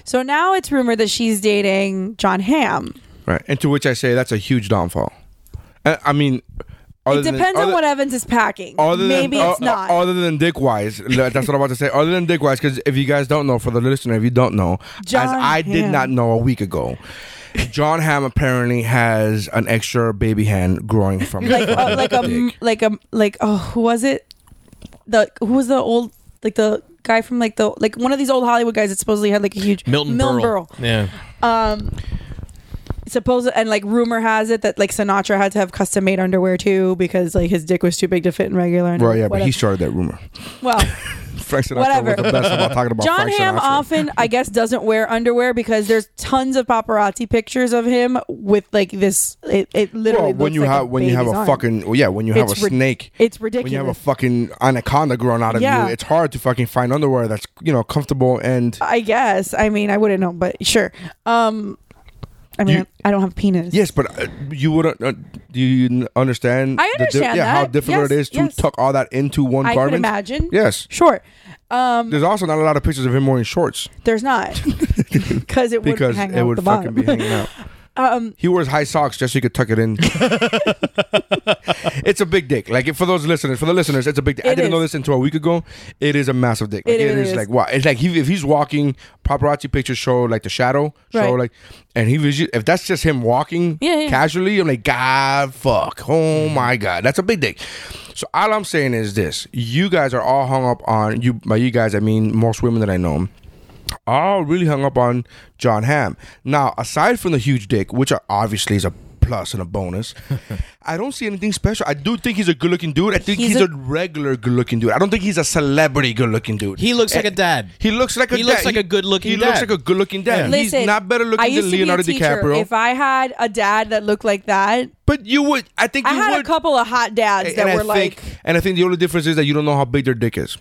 so now it's rumored that she's dating John Hamm. right. And to which I say that's a huge downfall. I, I mean, other It depends other- on what Evans is packing. Other Maybe than, it's o- not. o- Other than dick wise, that's what I'm about to say. Other than dick wise, because if you guys don't know, for the listener, if you don't know, John as I did Hamm. not know a week ago, John Ham apparently has an extra baby hand growing from like his [LAUGHS] uh, like a dick. like a like oh who was it the who was the old like the guy from like the like one of these old Hollywood guys that supposedly had like a huge Milton, Milton Berle. Yeah. Um, suppose and like rumor has it that like Sinatra had to have custom made underwear too because like his dick was too big to fit in regular. Well, yeah, but [LAUGHS] whatever. he started that rumor. well. Frank Sinatra Whatever. was the best about talking about John Frank Hamm Sinatra. often, I guess, doesn't wear underwear because there's tons of paparazzi pictures of him with like this. It, it literally Well, when looks you like have when you have a baby's arm. fucking well, yeah, when you have It's a rid- snake, it's When you have a ridiculous. fucking anaconda growing out of Yeah. Uh, you, it's hard to fucking find underwear that's you know comfortable and I guess. I mean, I wouldn't know, but sure. Um, I mean, You- I don't have a penis. yes, but uh, you wouldn't. Uh, do you n- understand? I the understand yeah, how that. difficult Yes, it is to yes. tuck all that into one I garment. can imagine. Yes, Sure. Um, there's also not a lot of pictures of him wearing shorts [LAUGHS] there's not because it would because hang it out would the fucking bottom. be hanging [LAUGHS] out. Um, he wears high socks just so he could tuck it in. it's a big dick. Like for those listeners, for the listeners, it's a big dick. I It didn't know is. this until a week ago. It is a massive dick. Like, It it is, is. like wow. It's like he, if he's walking, paparazzi pictures show like the shadow show Right. like, and he visu- if that's just him walking Yeah, Mm-hmm. yeah. casually, I'm like God fuck. Oh my god, that's a big dick. So all I'm saying is this: you guys are all hung up on you. By you guys, I mean most women that I know all really hung up on John Hamm. Now, aside from the huge dick, which are- obviously is a plus and a bonus, [LAUGHS] I don't see anything special. I do think he's a good looking dude. I think he's, He's a, a- regular good looking dude. I don't think he's a celebrity good looking dude. He looks like Eh, a dad. He looks like a He looks dad. like a good-looking He looks dad. like a good looking dad. Yeah. He's not better I looking than used to be a Leonardo teacher. DiCaprio. If I had a dad that looked like that, but you would, I think I you had would. a couple of hot dads and that I were like think, and I think the only difference is that you don't know how big their dick is.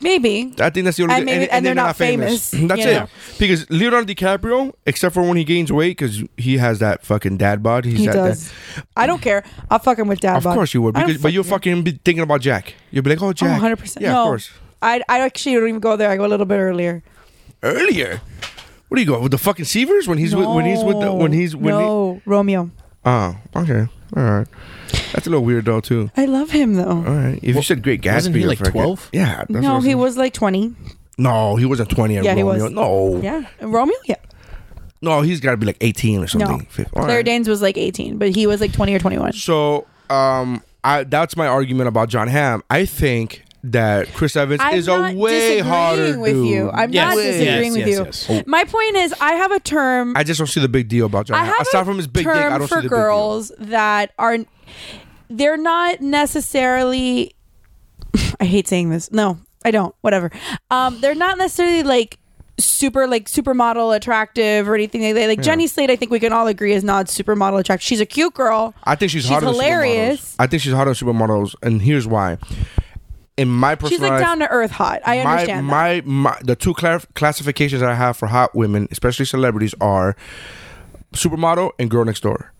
maybe. I think that's the only And maybe- and they're not famous, Mm, That's you know? it. Because Leonardo DiCaprio, except for when he gains weight, because he has that fucking dad bod. He's He that, does. that- I don't care. I'll fuck him with dad. Of bod. course you would, I don't because, but you'll fucking fucking be thinking about Jack. You'll be like, oh Jack, Oh, 100%. Yeah, no. of course. I, I actually don't even go there. I go a little bit earlier. Earlier, what do you go with the fucking Seavers when he's with, when he's with the, when he's when he, no Romeo. oh okay all right. That's a little weird though too. I love him though. All right, if you said Great Gatsby, wasn't he, I'd like, forget. 12? Yeah, that's what no, I'm he saying. was like twenty. No, he wasn't twenty. At Yeah, he Romeo. was. No, Yeah, And Romeo. Yeah, no, he's got to be like eighteen or something. no. Fif- all Claire right. Danes was like eighteen, but he was like twenty or twenty-one. So, um, I that's my argument about John Hamm. I think that Chris Evans I'm is not a way disagreeing harder with dude. you. I'm Yes, not yes, disagreeing with yes, you. yes, My point is, I have a term. Oh. I just don't see the big deal about John I Hamm. have Aside a from his big dick, term I don't see for the big deal. girls that are they're not necessarily. I hate saying this. No, I don't. Whatever. Um, they're not necessarily like super like supermodel attractive or anything like that. Like Jenny Slate, I think we can all agree is not supermodel attractive. She's a cute girl. I think she's, She's hotter hilarious. Than supermodels. I think she's hotter than supermodels, and here's why. In my personal She's like life, down to earth hot. I my, understand. that. my my the two clar- classifications that I have for hot women, especially celebrities, are supermodel and girl next door.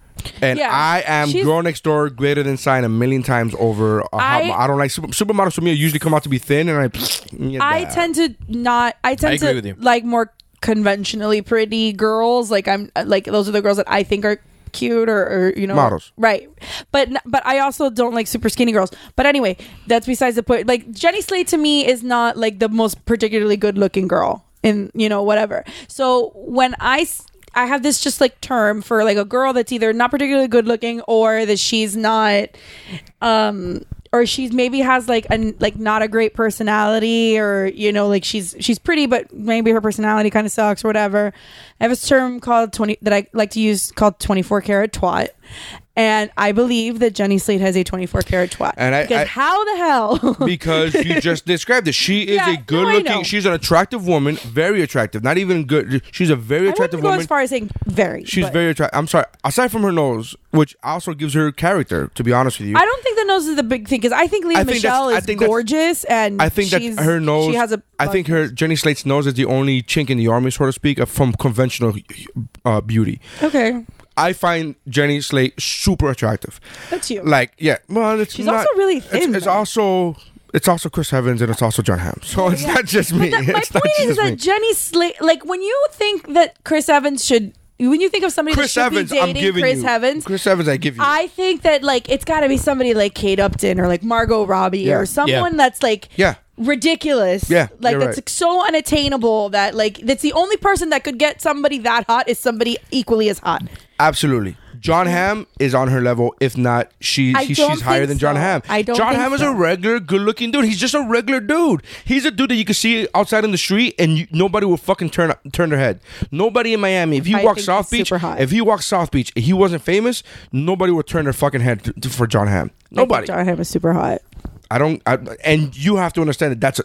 And Yeah, I am she's- girl next door greater than sign a million times over. A hot I- mo- I don't like super, supermodels for me. Usually come out to be thin, and I. [SNIFFS] yeah, I nah. tend to not. I tend I agree to with you. like more conventionally pretty girls. Like I'm uh, like those are the girls that I think are cute or, or you know Models. right? But n- but I also don't like super skinny girls. But anyway, that's besides the point. Like Jenny Slate to me is not like the most particularly good looking girl in you know whatever. So when I. s- I have this just like term for like a girl that's either not particularly good looking or that she's not um or she's maybe has like an like not a great personality or you know like she's she's pretty but maybe her personality kind of sucks or whatever i have a term called 20 that i like to use called 24 karat twat and i believe that jenny slate has a 24 karat twat And I- because I- how the hell [LAUGHS] because you just described it. She is Yeah, a good no, I looking. know. She's an attractive woman, very attractive. Not even good. She's a very i attractive wouldn't go woman. as far as saying very She's but- very attractive. I'm sorry. Aside from her nose, which also gives her character, to be honest with you. I don't think the nose is the big thing because I think Leah I think that's- Michelle I is think that's- gorgeous and I think that she's- her nose. She has a. I think her Jenny Slate's nose is the only chink in the army, so to speak, uh, from conventional uh, beauty. Okay, I find Jenny Slate super attractive. that's you. Like, yeah, well, it's She's not- also really it's- thin, It's, though. also it's also Chris Evans and it's also John Hamm. So it's not just me. [LAUGHS] But the- my it's not point is just that me. Jenny Slate, like when you think that Chris Evans should, when you think of somebody Chris that should Evans, be dating I'm giving Chris you. Evans, Chris Evans, I give you. I think that like it's got to be somebody like Kate Upton or like Margot Robbie Yeah. or someone Yeah. that's like Yeah. ridiculous. Yeah, like you're that's right. like, so unattainable that like that's the only person that could get somebody that hot is somebody equally as hot. Absolutely. John Hamm is on her level, if not she, I he- don't she's higher think than John so. Hamm. I don't John think Hamm is a so. regular, good-looking dude. He's just a regular dude. He's a dude that you can see outside in the street, and you, nobody will fucking turn turn their head. Nobody in Miami, if he I walked think South he's Beach, super hot. if he walked South Beach, and he wasn't famous, nobody would turn their fucking head to, to- for John Hamm. I think Nobody. John Hamm is super hot. I don't. I, and you have to understand that that's a,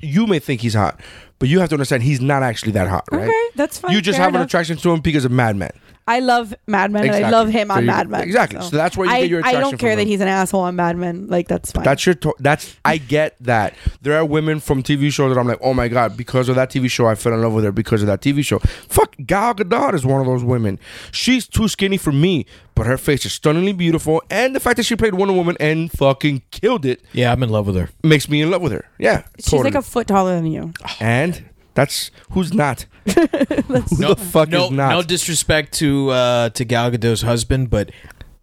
you may think he's hot, but you have to understand he's not actually that hot, right? Okay, that's fine, You just fair have an enough. attraction to him because of Mad Men. I love Mad Men and I Exactly. love him So on you- Mad Men. exactly. So that's where you I, get your I attraction don't care from that him. he's an asshole on Mad Men. Like that's fine. That's your. To- that's I get that. There are women from TV shows that I'm like, oh my god, because of that TV show, I fell in love with her because of that TV show. Fuck, Gal Gadot is one of those women. She's too skinny for me, but her face is stunningly beautiful, and the fact that she played Wonder Woman and fucking killed it Yeah, I'm in love with her. makes me in love with her. Yeah, She's like a foot taller than you. and that's who's not. Who the fuck no, is not? no disrespect to uh, to Gal Gadot's husband, but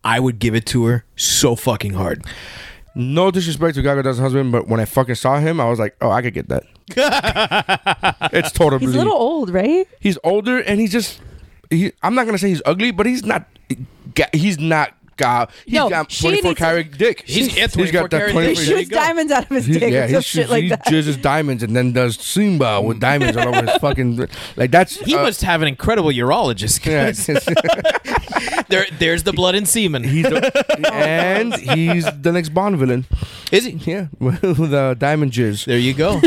I would give it to her so fucking [LAUGHS] hard. No disrespect to Gal Gadot's husband, but when I fucking saw him, I was like, oh, I could get that. [LAUGHS] it's totally. He's a little old, right? He's older, and he's just. He, I'm not gonna say he's ugly, but he's not. ga- He's not. God, he's No, got she 24 needs- carat dick. He's- yeah, 24 carat Oh, He dick. There you shoots go. diamonds out of his He- dick. yeah, Yeah, he, some shoots- shit like he that. jizzes diamonds and then does Simba with diamonds all over his fucking like that's He uh, must have an incredible urologist. [LAUGHS] yeah. [LAUGHS] there, there's the blood and semen. He's the- and he's the next Bond villain. Is he? Yeah, [LAUGHS] with the diamond jizz. [LAUGHS] There [LAUGHS] you go.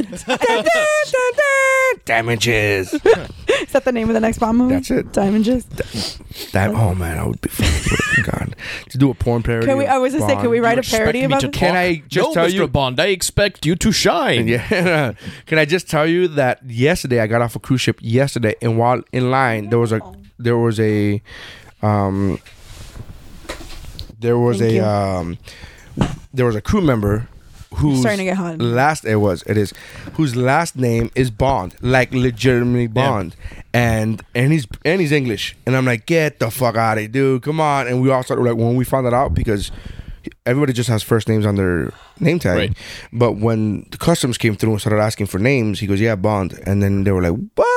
Diamond jizz. [LAUGHS] Is that the name of the next bomb movie? That's it. Diamond Juice. That oh man, I would be fucking God to do a porn parody. Can we? of I was gonna say, can Bond. we write a Expect parody me about to this? talk? Can I just no, tell Mr. you- Bond, I expect you to [LAUGHS] shine. Yeah. [LAUGHS] Can I just tell you that yesterday I got off a cruise ship yesterday, and while in line there was a there was a um there was Thank a you. um there was a crew member who's starting to get hot. last it was it is whose last name is Bond like legitimately Bond and and he's and he's English and I'm like get the fuck out of here dude come on and we all started like when we found that out because everybody just has first names on their name tag Right. but when the customs came through and started asking for names he goes yeah Bond and then they were like what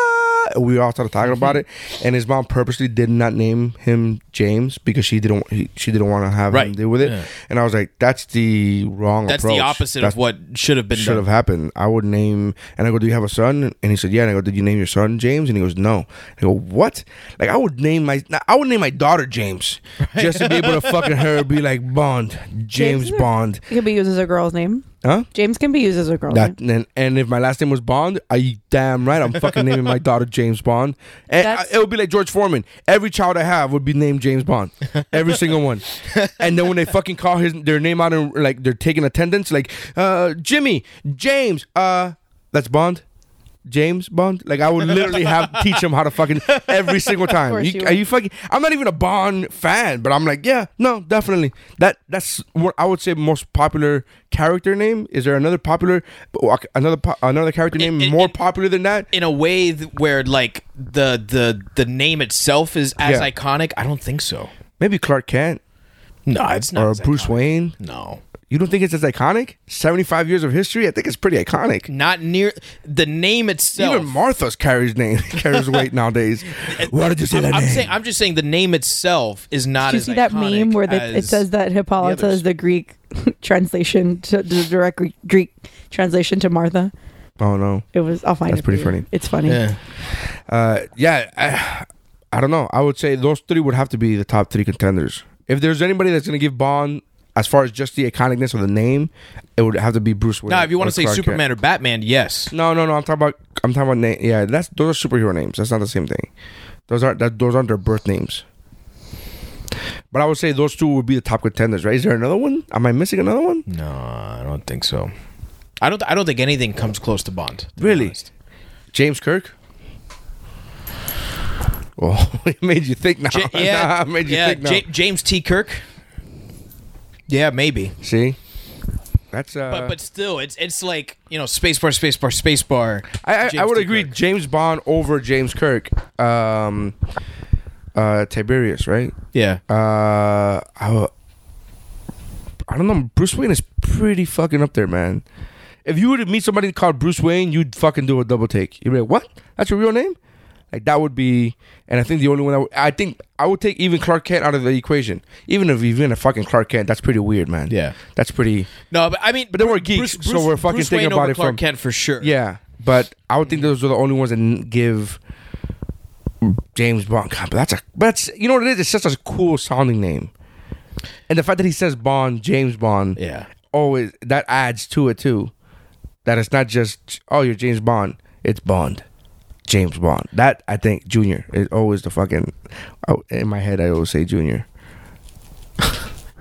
And we all started talking about it Mm-hmm. and his mom purposely did not name him James because she didn't he, she didn't want to have him Right. deal with it Yeah. and I was like that's the wrong That's approach. the opposite That's of what should have been should done. have happened. I would name, and I go, "Do you have a son?" And he said, "Yeah." And I go, "Did you name your son James?" And he goes, "No." I go, "What?" Like I would name my, I would name my daughter James, just to be able to fucking her be like Bond, James is a- Bond, It can be used as a girl's name. huh? James can be used as a girl's That name. and and if my last name was Bond, I damn right I'm fucking naming my daughter James Bond, and I, That's- it would be like George Foreman. Every child I have would be named James Bond, every single one. And then when they fucking call his their name out and like they're taking attendance, like uh, Jimmy James, uh, that's Bond. James Bond, like I would literally have [LAUGHS] teach him how to fucking every single time. course You- you are would. you fucking? I'm not even a Bond fan, but I'm like, yeah, no, definitely. That that's what I would say most popular character name. Is there another popular, oh, another po- another character name it- more it- popular than that? in a way th- where like the the the name itself is as Yeah. iconic. I don't think so. Maybe Clark Kent No, it's not. or as Bruce iconic. Wayne. No, You don't think it's as iconic? Seventy five years of history. I think it's pretty iconic. not near the name itself. Even Martha's carries name [LAUGHS] carries weight [LAUGHS] nowadays. Why did you say I'm, that I'm name? saying I'm just saying the name itself is not. Did you as see that iconic meme where that it as- says that Hippolyta others. is the Greek [LAUGHS] translation to the direct Greek, Greek translation to Martha? oh no. It was. I'll find That's it for pretty you. funny. It's funny. Yeah. Uh, yeah, I, I don't know. I would say those three would have to be the top three contenders. If there's anybody that's going to give Bond, as far as just the iconicness of the name, it would have to be Bruce Wayne. Now, if you want or to say Clark Kent. Superman or Batman, yes. No, no, no. I'm talking about. I'm talking about. Na- yeah, that's those are superhero names. That's not the same thing. Those aren't. That, those aren't their birth names. But I would say those two would be the top contenders, right? Is there another one? Am I missing another one? No, I don't think so. I don't. I don't think anything comes close to Bond. to be Really? [LAUGHS] honest. James Kirk. Oh, [LAUGHS] it made you think now. J- [LAUGHS] yeah. Nah, it made you yeah. think now. J- James T. Kirk. Yeah, maybe. See, that's uh. But but still, it's it's like you know, space bar, space bar, space bar. I, I, I James would T. agree Kirk. James Bond over James Kirk. Um, uh, Tiberius, right? Yeah. Uh, I, w- I don't know. Bruce Wayne is pretty fucking up there, man. If you were to meet somebody called Bruce Wayne, you'd fucking do a double take. You'd be like, "What? That's your real name?" Like that would be. And I think the only one I, would, I think I would take even Clark Kent out of the equation. Even if even a fucking Clark Kent, that's pretty weird, man. Yeah. that's pretty. No, but I mean, But then we're geeks, so we're fucking Bruce thinking Wayne about over it Clark from- Kent for sure. Yeah, but I would think those are the only ones that n- give James Bond. God, but that's a but that's you know what it is. It's such a cool sounding name, and the fact that he says Bond, James Bond, yeah. always that adds to it too. that it's not just oh you're James Bond, it's Bond, James Bond. That I think Junior is always the fucking oh, in my head. I always say Junior.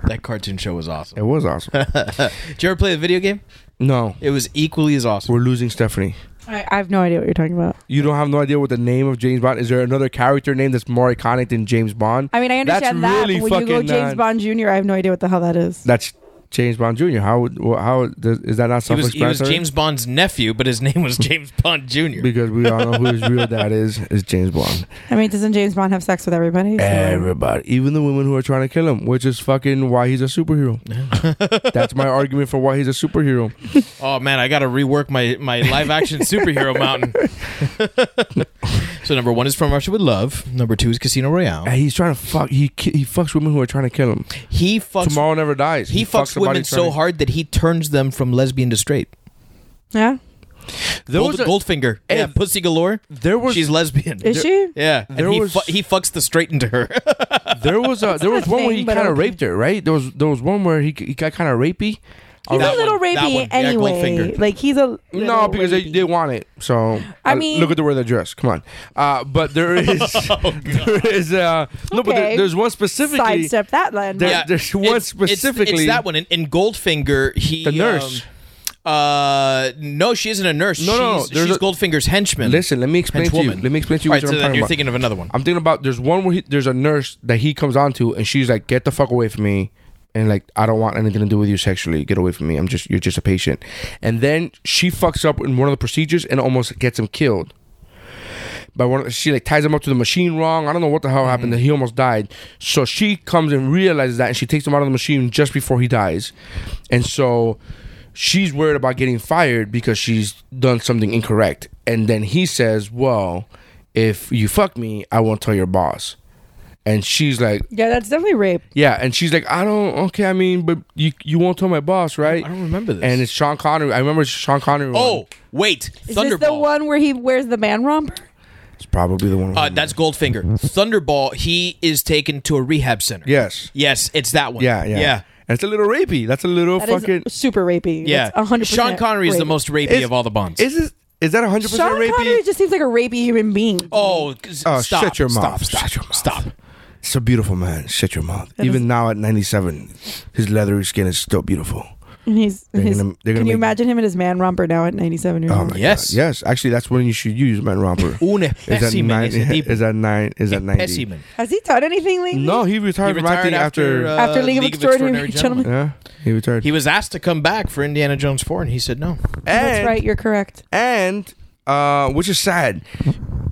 That cartoon show was It awesome. was awesome. Did you ever play the video game? no, It was equally as awesome. we're losing Stephanie. I, I have no idea what you're talking about. You don't have no idea what the name of James Bond is. There another character name that's more iconic than James Bond? I mean, I That's understand that. really but when you go fucking, James uh, Bond Jr., I have no idea what the hell that is. That's James Bond Jr. How would- wh- how does, is that not He was, he was self-explanatory? James Bond's nephew, but his [LAUGHS] name was James Bond Jr. because we all know who his real dad is. Is James [LAUGHS] Bond. I mean, doesn't James Bond have sex with everybody? So- Everybody, even the women who are trying to kill him, which is fucking why he's a superhero. [LAUGHS] That's my argument for why he's a superhero. Oh man, I gotta rework my my live action [LAUGHS] superhero mountain. so number one is From Russia with Love. Number two is Casino Royale. And he's trying to fuck. He ki- he fucks women who are trying to kill him. He fucks Tomorrow never dies. he, fucks, somebody women trying so to- hard that he turns them from lesbian to straight. Yeah. There Gold, was a- Goldfinger, Hey, yeah, Pussy Galore. There was She's lesbian. Is she? yeah, there and he, was- fu- he fucks the straight into her. there was a, there was not a one where he thing, but kind of okay. raped her. Right? There was there was one where he he got kind of rapey. He's That a little one, that rapey one. Yeah, anyway. Goldfinger. like he's a No, little because they rapey. did want it. So I uh, mean- Oh, look at the way they're dressed. Come on, uh, but [LAUGHS] there is there is uh, no, but there, Okay. there's one specifically. sidestep that land. There- there's one it's- It's, specifically- it's that one in, in Goldfinger. He The nurse. um, uh, no, she isn't a nurse. No, no, no, she's, there's she's a- Goldfinger's henchman. Listen, let me explain to you. Henchwoman. Let me explain to you All what right, I'm so then talking you're about. thinking of another one. I'm thinking about there's one where he, there's a nurse that he comes onto and she's like, "Get the fuck away from me," and like, "I don't want anything to do with you sexually. Get away from me. I'm just you're just a patient." And then she fucks up in one of the procedures and almost gets him killed. By one, she like ties him up to the machine wrong. I don't know what the hell happened. Mm-hmm. He almost died. So she comes and realizes that, and she takes him out of the machine just before he dies. And so she's worried about getting fired because she's done something incorrect. And then he says, "Well, if you fuck me, I won't tell your boss." And she's like, yeah, that's definitely rape. "Yeah." And she's like, "I don't. Okay, I mean, but you you won't tell my boss, right?" I don't remember this. And it's Sean Connery. I remember Sean Connery. one. oh wait, Is Thunderball. this the one where he wears the man romper? it's probably the one. Uh, that's Goldfinger. Thunderball. He is taken to a rehab center. yes. Yes, it's that one. Yeah, yeah, yeah. And it's a little rapey. That's a little That is fucking. super rapey. Yeah, That's 100%. Sean Connery is the rape. most rapey Is- of all the Bonds. Is it? Is that hundred percent Sean rapey? Connery just seems like a rapey human being. oh, g- Oh, stop! shut your Stop! mouth. Stop! Shut your mouth. Stop! It's a beautiful man. Shut your mouth. Even now at ninety-seven, his leathery skin is still beautiful. And he's, They're he's- gonna- they're gonna can you make- imagine him in his man romper now at 97 years Oh old? my Yes. God. Yes. Actually, that's when you should use man romper. Un Is that specimen nine? ese tipo. Is that nine? Is that Un ninety? specimen. Has he taught anything lately? No, he retired, He from acting retired after. after uh, After League of Extraordinary Gentlemen. yeah, he retired. He was asked to come back for Indiana Jones four, and he said no. That's right. You're correct. And uh, which is sad.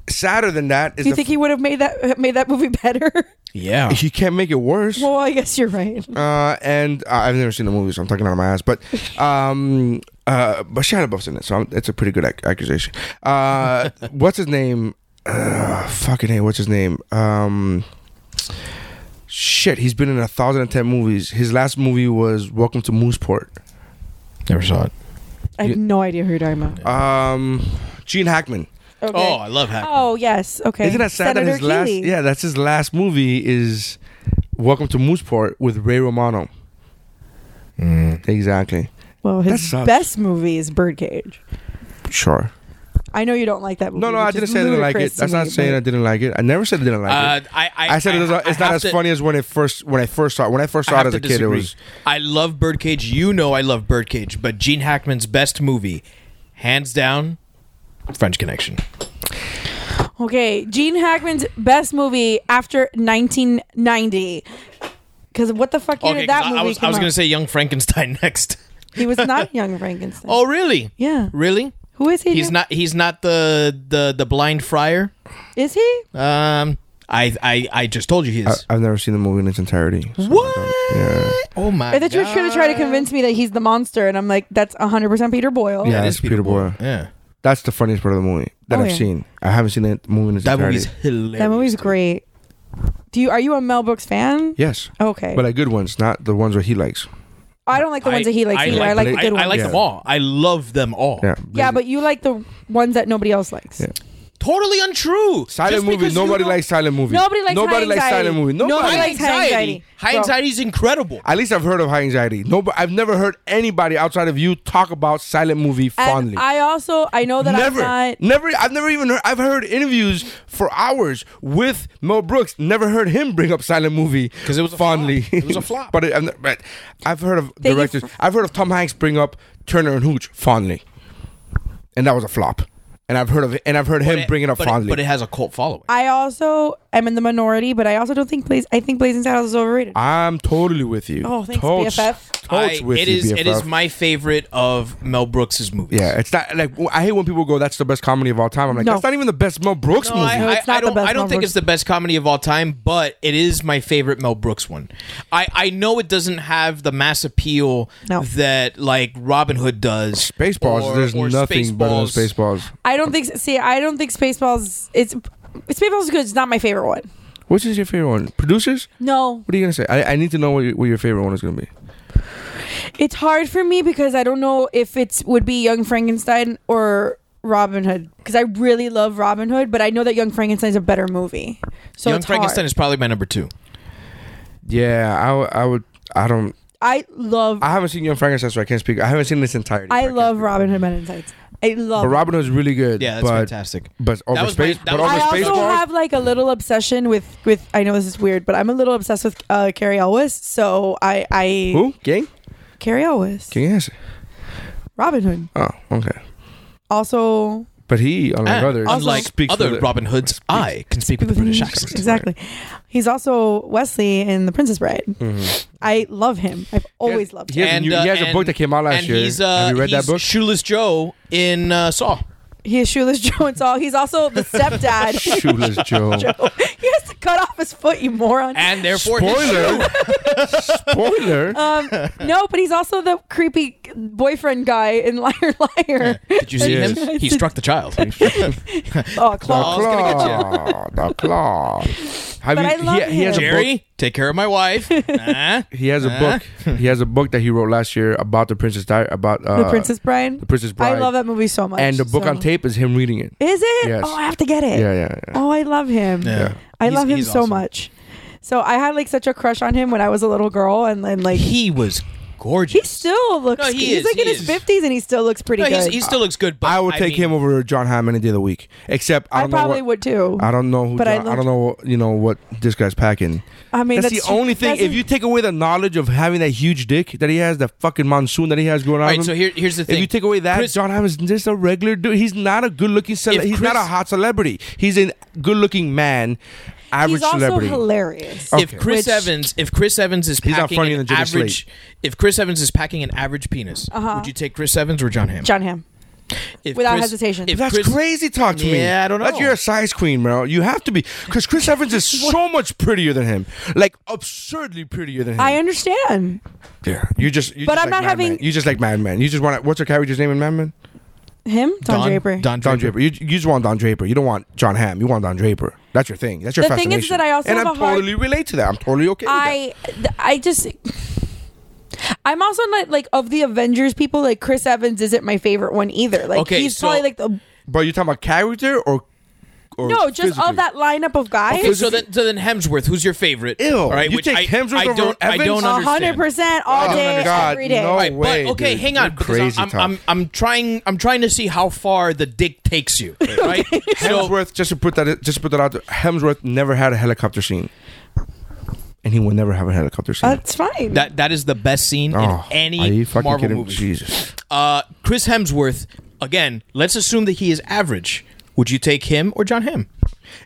Sadder than that is Do you the think he would have made that [LAUGHS] made that movie better? Yeah, f- he can't make it worse. well, I guess you're right. uh, and uh, I've never seen the movie, so I'm talking out of my ass. [LAUGHS] But um, uh, but Shia LaBeouf's in it, so I'm, it's a pretty good ac- accusation. [LAUGHS] Uh, what's his name? Uh, fucking hey, what's his name? Um, shit, he's been in a thousand and ten movies. His last movie was Welcome to Mooseport. never saw it. I have no idea who you're talking about. Um, Gene Hackman. Okay. Oh, I love Hackman. Oh, yes. Okay. Isn't that sad Senator that his last? Keeley. Yeah, that's his last movie is Welcome to Mooseport with Ray Romano. Exactly. Well, That his sucks. best movie is Birdcage. Sure. I know you don't like that movie. No, no, I which didn't is say I didn't like it. ludicrous to That's not me, saying I but- didn't like it. I never said I didn't like Uh, it. I, I, I, said it was, it's not have as to- funny as when it first when I first saw it. When I first I saw have it as to a kid, it disagree. was I love Birdcage. You know I love Birdcage, but Gene Hackman's best movie, hands down, French Connection. Okay, Gene Hackman's best movie after 1990. Because what the fuck year Okay, did that 'cause movie I, I was come I was out? gonna say Young Frankenstein [LAUGHS] next. he [LAUGHS] was not Young Frankenstein. Oh really? yeah. Really? Who is he? He's now? not. He's not the the the blind friar. Is he? Um, I I I just told you he I, is. I've never seen the movie in its entirety. so I don't- what? Uh, Yeah. Oh my! I thought you were trying to try to God. convince me that he's the monster, and I'm like, that's 100% Peter Boyle. Yeah. That it's Peter Boyle. Yeah, That's the funniest part of the movie that Oh, I've yeah. seen. I haven't seen the movie in its that entirety. movie's hilarious. That movie's great. Do you are you a Mel Brooks fan? yes, Okay. but like good ones, not the ones that he likes. I don't like the ones that he likes either. I like the good I, ones. like Yeah. them all. I love them all. Yeah. yeah, but you like the ones that nobody else likes. Yeah. totally untrue. Silent Just movie. because you Nobody don't- likes silent movie. Nobody likes Nobody high likes anxiety. silent movie. Nobody Nobody. high likes high anxiety. anxiety. High Bro. anxiety is incredible. At least I've heard of high anxiety. No, but I've never heard anybody outside of you talk about silent movie And fondly. I also I know that never, I'm not. never. I've never even heard. I've heard interviews for hours with Mel Brooks. Never heard him bring up silent movie 'Cause it was a fondly. flop. [LAUGHS] It was a flop. but, it, I'm not- but I've heard of Thank you directors. for- I've heard of Tom Hanks bring up Turner and Hooch fondly, and that was a flop. And I've heard of it, and I've heard him bring it up but fondly. but it has a cult following. I also am in the minority, but I also don't think Blaze. I think Blazing Saddles is overrated. I'm totally with you. Oh, thanks, Totes- BFF. Totes I- with it you, is- It BFF. is my favorite of Mel Brooks' movies. Yeah, it's not like I hate when people go, "That's the best comedy of all time." I'm like, No. that's not even the best Mel Brooks No, movie. I, No, Oh, it's I- I not the don't, best I don't Mel think Brooks. it's the best comedy of all time, but it is my favorite Mel Brooks one. I, I know it doesn't have the mass appeal No. that like Robin Hood does. Spaceballs, or- there's or nothing better than Spaceballs. I don't think. See, I don't think Spaceballs. It's Spaceballs is good. It's not my favorite one. Which is your favorite one? Producers? No, What are you gonna say? I, I need to know what your, what your favorite one is gonna be. it's hard for me because I don't know if it's would be Young Frankenstein or Robin Hood because I really love Robin Hood, but I know that Young Frankenstein is a better movie. So Young it's Frankenstein hard. is probably my number two. Yeah, I, w- I would. I don't. I love. I haven't seen Young Frankenstein, so I can't speak. I haven't seen this entirety. so I can't love speak. Robin Hood Men in Tights. I love. But Robin Hood's really good. Yeah, that's but, fantastic. But over was my- space, that but was over I my also favorite. Spaceballs. have like a little obsession with with. I know this is weird, but I'm a little obsessed with uh, Carrie Elwes. So I I Who? Gang? Carrie Elwes, King Answer. Robin Hood. Oh, okay. Also, But he, unlike And others, Uh, unlike Ah, speaks other with a- Robin Hoods, I can speak with a [LAUGHS] British accent. Exactly. He's also Wesley in The Princess Bride. I love him. I've always loved he him. has a new- he has a book that came out last uh, and year. He's, uh, Have you read that he's book? Shoeless Joe in uh, Saw. He is Shoeless Joe and Saul. He's also the stepdad. [LAUGHS] [LAUGHS] [LAUGHS] Shoeless Joe. he has to cut off his foot, you [LAUGHS] moron. And therefore, his shoe. Spoiler. Spoiler. um, no, but he's also the creepy boyfriend guy in Liar Liar. Did you see [LAUGHS] Yes. him? He struck the child. Oh, The Claw. gonna get claw. The claw. Have But I love he, he has a book. Jerry, take care of my wife. Uh-huh. Nah. He has a Huh? book. He has a book that he wrote last year about the Princess Di- about uh, The Princess Bride. the Princess Bride. I love that movie so much. And the book so- on tape is him reading it. Is it? Yes. Oh, I have to get it. Yeah, yeah, yeah. Oh, I love him. Yeah. I He's- love him he's so awesome. much. So I had like such a crush on him when I was a little girl, and then like He was gorgeous. He still looks. No, he he's is, like he in is. his fifties, and he still looks pretty No, good. he's, he still looks good. But I would take mean, him over John Hamm any day of the week. Except I I don't know probably what, would too. I don't know who. But I John, I, loved- don't know you know what this guy's packing. I mean, that's, the only thing. If you take away the knowledge of having that huge dick that he has, the fucking monsoon that he has going on. All right, him, so here, here's the thing. If you take away that, Chris- John Hamm is just a regular dude. He's not a good looking If celebrity. He's not a Chris- hot celebrity. He's a good looking man, average he's also celebrity. Oh. hilarious. Okay. if Chris Which- Evans, if Chris Evans is not packing funnier an than Jenny average, Slate. if Chris Evans is packing an average penis, would you take Chris Evans or John Hamm? John Hamm. If Without Chris- hesitation. If That's Chris, crazy talk to me. Yeah, I don't know. That's you're a size queen, bro. You have to be because Chris Evans is [LAUGHS] so much prettier than him, like absurdly prettier than him. I understand. yeah, you just. You But just I'm like not Mad having- Men. You just like Mad Men. You just want. What's her character's name in Mad Men? Him, Don, Draper. Don Don Draper. You, you just want Don Draper. You don't want John Hamm. You want Don Draper. That's your thing. That's your The thing fascination. is that I also and have I a hard- totally relate to that. I'm totally okay. with I, th- I just. I'm also not like of the Avengers people. Like Chris Evans isn't my favorite one either. Like Okay, he's so- probably like the that. But you talking about character or? or no, just Oh, physically? of that lineup of guys. Okay, so then, so then Hemsworth, who's your favorite? Ew. All right, You which take I, Hemsworth I over don't, I Evans? don't A hundred understand. percent Oh all my day, God, every day. no. All right, way, but okay, dude. hang You're on. because crazy I'm, talk. I'm, I'm trying. I'm trying to see how far the dick takes [LAUGHS] you. Right. So- Hemsworth, just to put that, just to put that out there, Hemsworth never had a helicopter scene, and he will never have a helicopter scene. That's fine. That that is the best scene Oh, in are any you fucking Marvel kidding me? movie. Jesus. Uh, Chris Hemsworth again. Let's assume that he is average. Would you take him or John Hamm?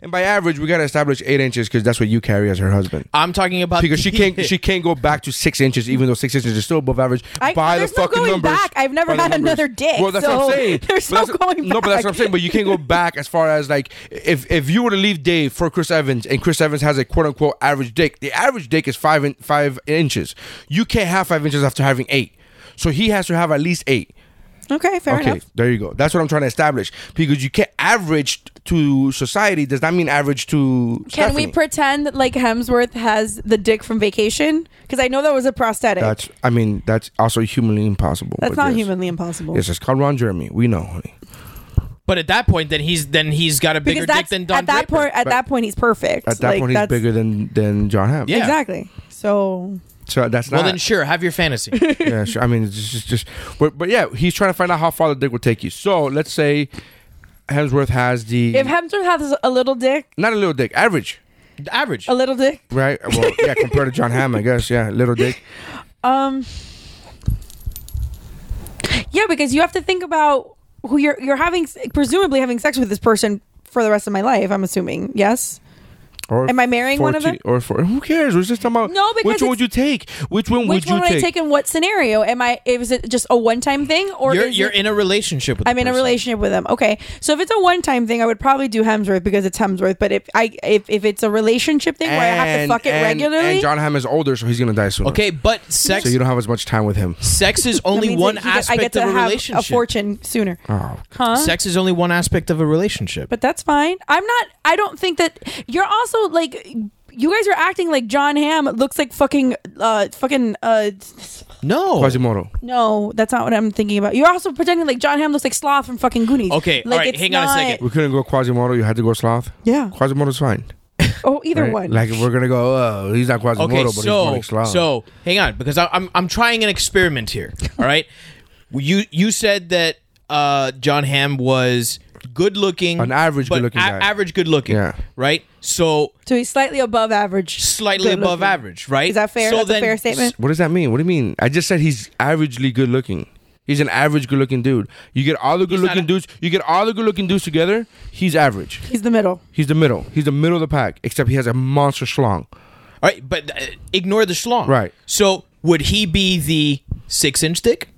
And by average, we gotta establish eight inches because that's what you carry as her husband. I'm talking Uh, about Because [LAUGHS] she can't, she can't go back to six inches, even though six inches is still above average. I- by there's the no fucking going numbers, back. I've never by the had numbers. another dick, Well, that's what I'm so saying. [LAUGHS] there's But no that's- going No, but that's what I'm back. saying. But you can't go back as far as like if if you were to leave Dave for Chris Evans, and Chris Evans has a quote unquote average dick. The average dick is five in, five inches. You can't have five inches after having eight. So he has to have at least eight okay, fair okay, enough. there you go. That's what I'm trying to establish because you can't average to society does not mean average to. Can we Stephanie. pretend that like Hemsworth has the dick from vacation? Because I know that was a prosthetic. That's, That's. I mean, that's also humanly impossible. but not yes. humanly impossible. Yes, it's called Ron Jeremy. We know, honey. But at that point, then he's then he's got a bigger because dick that's than Don at that Draper. point. At that point, he's perfect. At that Like, point, he's that's- bigger than than John Hamm. Yeah. Exactly. So So that's not. Well, then sure, have your fantasy. yeah, sure. I mean, it's just, just, just but, but yeah, he's trying to find out how far the dick will take you. So let's say Hemsworth has the if Hemsworth has a little dick, not a little dick, average, Average. a little dick, right? Well, yeah, compared to John Hamm, I guess. Yeah, little dick. Um. Yeah, because you have to think about who you're you're having presumably having sex with this person for the rest of my life. I'm assuming yes. Or Am I marrying one of them? 14 Or for who cares? We're just talking about No, which because one it's- would you take? Which one would Which one you would I take? take in what scenario? Am I is it just a one time thing or you're is you're it, in a relationship with. the I'm in a person. relationship with them. Okay, so if it's a one time thing, I would probably do Hemsworth because it's Hemsworth. But if I if, if it's a relationship thing where I have to fuck it and- regularly, And John Hamm is older, so he's gonna die soon. Okay, but sex so you don't have as much time with him. sex is [LAUGHS] that only means one that he get- I aspect get to of a have relationship. a fortune sooner. Oh, Huh? Sex is only one aspect of a relationship. but that's fine. I'm not. I don't think that you're also like. You guys are acting like John Hamm looks like fucking, uh, fucking, uh, no. Quasimodo. no, that's not what I'm thinking about. You're also pretending like John Hamm looks like Sloth from fucking Goonies. Okay, like, all right, it's hang on a second. We couldn't go Quasimodo. You had to go Sloth. Yeah. Quasimodo's fine. Oh, either right? one. Like if we're gonna go, oh, he's not Quasimodo, Okay, but he's more so like Sloth. so hang on because I, I'm I'm trying an experiment [LAUGHS] here. All right, you you said that uh, John Hamm was good looking, An average but good-looking guy. average good looking. Yeah. Right. So so he's slightly above average. slightly Good above looking. average. Right. Is that fair? So that's then- a fair statement. What does that mean? What do you mean? I just said he's averagely good looking. He's an average good looking dude. You get all the good not looking a- dudes. You get all the good looking dudes together. He's average. He's the middle. He's the middle. He's the middle of the pack. Except he has a monster schlong. All right, but uh, ignore the schlong. Right. So would he be the six inch dick?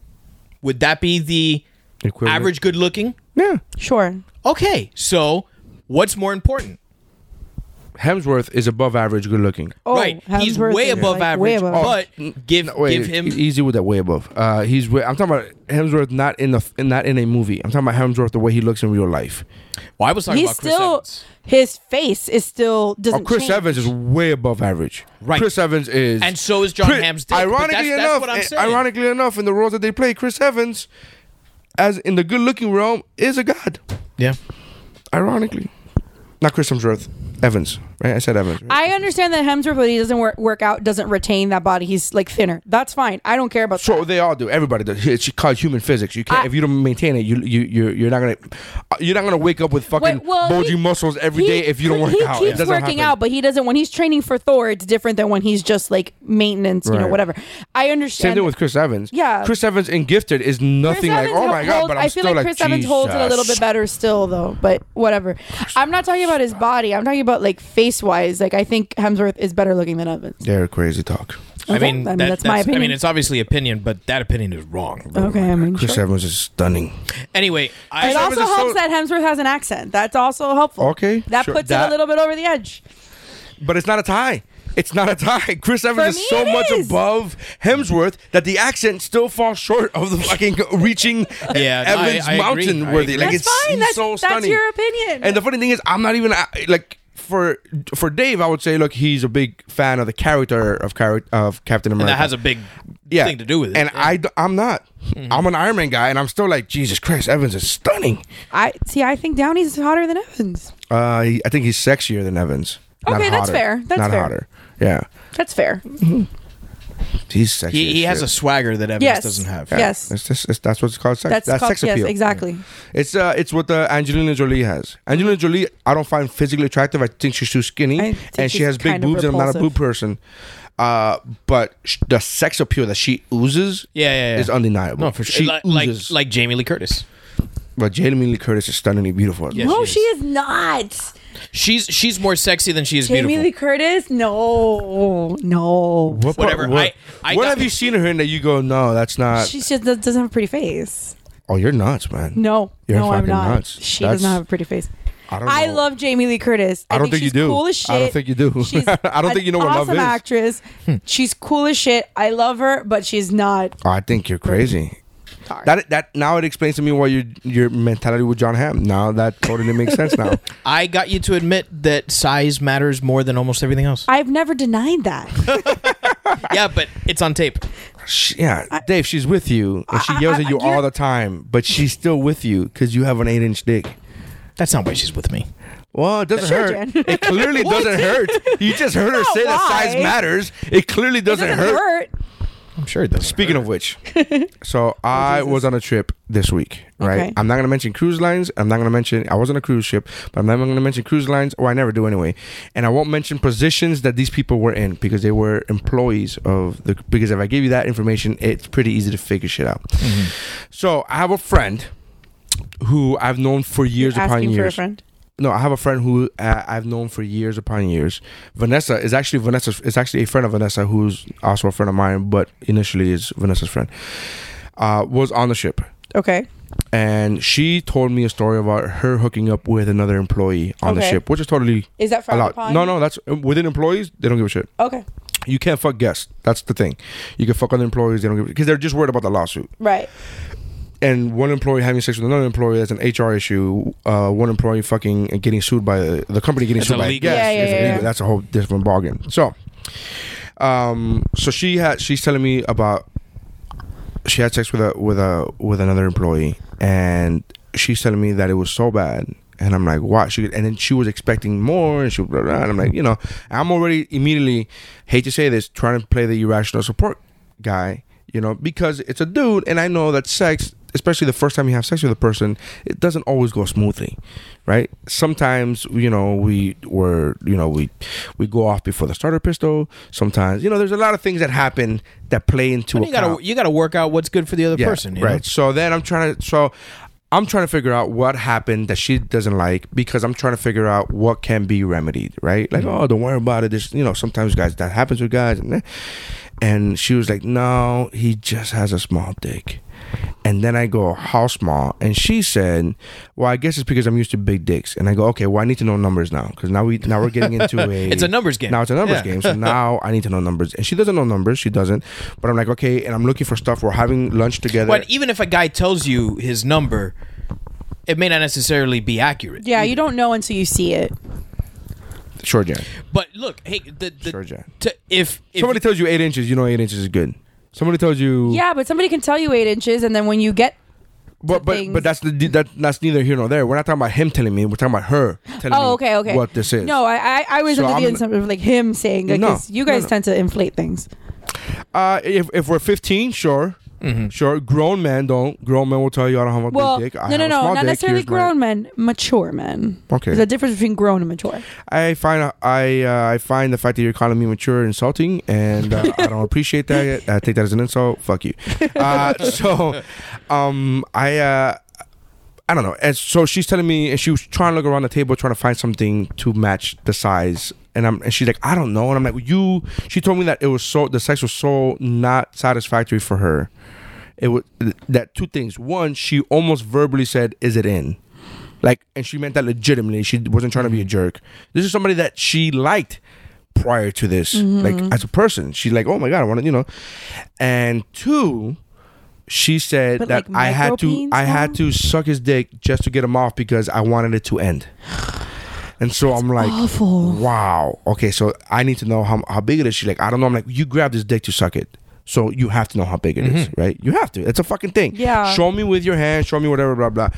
Would that be the Equivalent. average good looking? Yeah. Sure. Okay. So what's more important? Hemsworth is above average good looking. Oh, right. He's Hemsworth way is, above like, average. way above. But give Oh, No, wait, give him e- easy with that way above. Uh, he's way, I'm talking about Hemsworth not in the not in a movie. I'm talking about Hemsworth the way he looks in real life. Well, I was talking he's about Chris still Evans. his face is still Oh, doesn't. Chris change. Evans is way above average. Right. Chris Evans is, And so is John Chris- Hamm's dick, but Ironically that's- that's enough, what I'm eh, saying. ironically enough, in the roles that they play, Chris Evans, as in the good-looking realm, is a god. Yeah. Ironically, not Chris Hemsworth, Evans. Right? I said Evans. right? I understand that Hemsworth, but he doesn't work, work out, doesn't retain that body. He's like thinner. That's fine. I don't care about that. so they all do. Everybody does. It's called human physics. You can't I- if you don't maintain it. You you you're, you're not gonna uh, you're not gonna wake up with fucking Wait, well, bulging he- muscles every day if you don't work he out. He it keeps doesn't working happen. out, but he doesn't. When he's training for Thor, it's different than when he's just like maintenance, you know, Right. whatever. I Same understand. thing with Chris Evans. Yeah. Chris Evans in Gifted is Chris nothing like. Evans Oh my god! holds- But I'm I feel still like Chris Evans holds it a little Jesus. bit better still, though. But whatever. I'm not talking about his body. I'm talking about like face wise. Like I think Hemsworth is better looking than Evans. They're crazy talk. I Okay, mean, I mean, that- that's my I mean, opinion. it's obviously opinion, but that opinion is wrong. Okay, I mean, Chris sure. Evans is stunning. Anyway, I It also Evans is helps so- that Hemsworth has an accent. That's also helpful. Okay, that sure. puts it That- a little bit over the edge. But it's not a tie. It's not a tie. [LAUGHS] Chris For Evans me, is so it much is. above Hemsworth that the accent still falls short of the fucking [LAUGHS] reaching Yeah, I- Evans I agree. mountain I worthy. agree. Like That's it's fine. he's That's- so that's stunning. your opinion. And the funny thing is, I'm not even uh, like for for Dave. I would say, look, he's a big fan of the character of character of Captain America. that has a big thing to do with it. Mm-hmm. And I, d- I'm not. I'm an Iron Man guy, and I'm still like, Jesus Christ, Evans is stunning. I see. I think Downey's hotter than Evans. Uh, he, I think he's sexier than Evans. Not Okay, that's hotter. fair. That's not fair. hotter. Yeah, That's fair. he's sexy. he, he as has shit. a swagger that Evans Yes. doesn't have. Yeah. Yes. It's just, it's, that's what's called sex. That's, That's, called, sex appeal. Yes, exactly. It's uh, it's what uh, Angelina Jolie has. Angelina Jolie, I don't find physically attractive. I think she's too skinny, Mm-hmm. I think and she she's has big kind of boobs, and I'm not a repulsive. boob person. Uh, but sh- the sex appeal that she oozes, Yeah, yeah, yeah. is undeniable. No, for sure. She like, like oozes. like Jamie Lee Curtis. but Jamie Lee Curtis is stunningly beautiful. as Yes, well. No, she she is not. She's she's more sexy than she is Jamie beautiful. Lee Curtis? No, no. What, part- Whatever. What, I- I what got- have you seen her in that you go, no, that's not. She just does- doesn't have a pretty face. oh, you're nuts, man. No, You're no, I'm fucking not. nuts. She That's- does not have a pretty face. I don't. Know. I love Jamie Lee Curtis. I don't think you she's do. Cool as shit. I don't think you do. She's [LAUGHS] I don't think an you know what love awesome is. Hmm. Actress. she's cool as shit. I love her, but she's not. Oh, I think you're crazy. Sorry. That that now it explains to me why your your mentality with John Hamm. Now that totally makes sense. [LAUGHS] Now I got you to admit that size matters more than almost everything [LAUGHS] else. I've never [LAUGHS] denied that. yeah, but it's on tape. She- yeah, Dave, she's with you, and she yells I- at you I- you're- all the time, but she's still with you because you have an eight inch dick. That's not why she's with me. Well, it doesn't Sure, hurt. Jen. It [LAUGHS] clearly doesn't hurt. You just heard her Not say that size why. matters. It clearly doesn't, doesn't hurt. hurt. I'm sure it does. Speaking of [LAUGHS] which, so I was on a trip this week, right? Oh, Okay. I'm not gonna mention cruise lines. I'm not gonna mention I was on a cruise ship, but I'm not gonna mention cruise lines, or I never do anyway. And I won't mention positions that these people were in because they were employees of the. Because if I give you that information, it's pretty easy to figure shit out. Mm-hmm. So I have a friend who I've known for years upon Asking years. for a friend. No, I have a friend who uh, I've known for years upon years. Vanessa is actually Vanessa is actually a friend of Vanessa who's also a friend of mine, but initially is Vanessa's friend. Uh, was on the ship, Okay. and she told me a story about her hooking up with another employee on the Okay. ship, which is totally Is that frowned allowed. upon? No, no, that's within employees. They don't give a shit. Okay. You can't fuck guests. That's the thing. You can fuck other employees. They don't give because they're just worried about the lawsuit Right. and one employee having sex with another employee that's an HR issue. Uh, one employee fucking getting sued by the, the company getting It's sued illegal. by Yeah, yeah, It's yeah, illegal. yeah. That's a whole different bargain. So, um, so she had she's telling me about she had sex with a with a with another employee, and she's telling me that it was so bad. And I'm like, why? She and then she was expecting more, and she blah, blah, and I'm like, you know, I'm already immediately hate to say this, trying to play the irrational support guy, you know, because it's a dude, and I know that sex, especially the first time you have sex with a person, it doesn't always go smoothly, right? Sometimes, you know, we were, you know, we we go off before the starter pistol. Sometimes, you know, there's a lot of things that happen that play into you gotta account. you gotta work out what's good for the other Yeah, person. you know? right. So then I'm trying to so I'm trying to figure out what happened that she doesn't like because I'm trying to figure out what can be remedied, right? Like, Mm-hmm. oh, don't worry about it. This, you know, sometimes guys that happens with guys, and, eh. and she was like, no, he just has a small dick. And then I go, how small? And she said, well, I guess it's because I'm used to big dicks. And I go, okay, well, I need to know numbers now because now we now we're getting [LAUGHS] into a It's a numbers game. Now it's a numbers Yeah. game. So now I need to know numbers. And she doesn't know numbers. She doesn't. But I'm like, okay. And I'm looking for stuff. We're having lunch together. But e- even if a guy tells you his number, it may not necessarily be accurate. Yeah, you don't know until you see it. Sure, Jan. But look, hey, the, the Sure, Jan. to- if, if Somebody tells you eight inches, you know eight inches is good. Somebody tells you Yeah, but somebody can tell you eight inches, and then when you get but but things- but that's the that that's neither here nor there. We're not talking about him telling me. We're talking about her telling me. oh okay okay What this is? No, I I, I was So under the I'm- assumption of like him saying like No, 'cause you no, guys no. tend to inflate things. Uh, if if we're fifteen, sure, sure. Grown men don't. Grown men will tell you I don't have a Well, big dick. I no no have a small no, not dick. necessarily Here's my- grown men, mature men. Okay. There's a difference between grown and mature. I find I uh, I find the fact that you're calling me mature insulting, and uh, I don't appreciate that. I take that as an insult. Fuck you. Uh, so, um, I. Uh, I don't know. And so she's telling me, and she was trying to look around the table, trying to find something to match the size. And I'm, and she's like, I don't know. And I'm like, you. She told me that it was so the sex was so not satisfactory for her. It was that two things. One, she almost verbally said, "Is it in?" Like, and she meant that legitimately. She wasn't trying to Mm-hmm. be a jerk. This is somebody that she liked prior to this, Mm-hmm. like as a person. She's like, oh my god, I want to, you know. And two, she said But, that like, I had to, micropenis I had now? to suck his dick just to get him off because I wanted it to end. And so I'm like, awful. wow. Okay, so I need to know how, how big it is. She's like, I don't know. I'm like, you grabbed his dick to suck it. So you have to know how big it is, right? You have to. It's a fucking thing. Mm-hmm. Yeah. Show me with your hand. Show me whatever. Blah blah.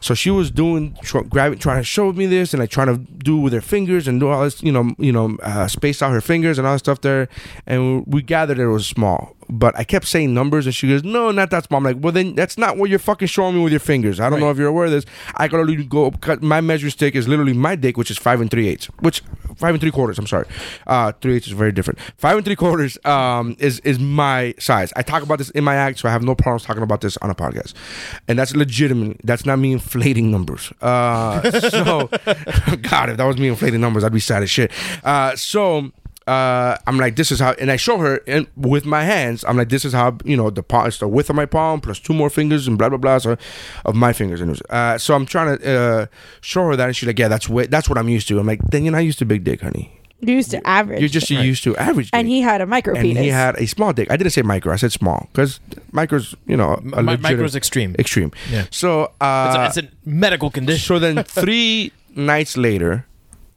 So she was doing, tr- grabbing, trying to show me this, and like trying to do with her fingers and do all this, you know, you know, uh, space out her fingers and all that stuff there. And we gathered it was small, but I kept saying numbers, and she goes, "No, not that small." I'm like, "Well, then that's not what you're fucking showing me with your fingers." I don't know if you're aware of this. I could literally go cut my measuring stick is literally my dick, which is five and three eighths, which five and three quarters. I'm sorry, uh, three eighths is very different. Five and three quarters um, is is my size. I talk about this in my act, so I have no problems talking about this on a podcast, and that's legitimate. That's not me inflating numbers. Uh, [LAUGHS] so, God, if that was me inflating numbers, I'd be sad as shit. Uh, so. Uh, I'm like, this is how, and I show her, and with my hands, I'm like, this is how, you know, the palm, it's the width of my palm plus two more fingers and blah blah blah, so of my fingers. And it was- uh, so I'm trying to uh, show her that, and she's like, yeah, that's what that's what I'm used to. I'm like, then you're not used to big dick, honey. You used to average. You're just used to average. and dick." he had a micro and penis. he had a small dick. I didn't say micro. I said small because micro's you know a mi- legitimate- micro's extreme. Extreme. Yeah. So it's, a, uh, it's a medical condition. so [LAUGHS] then three nights later,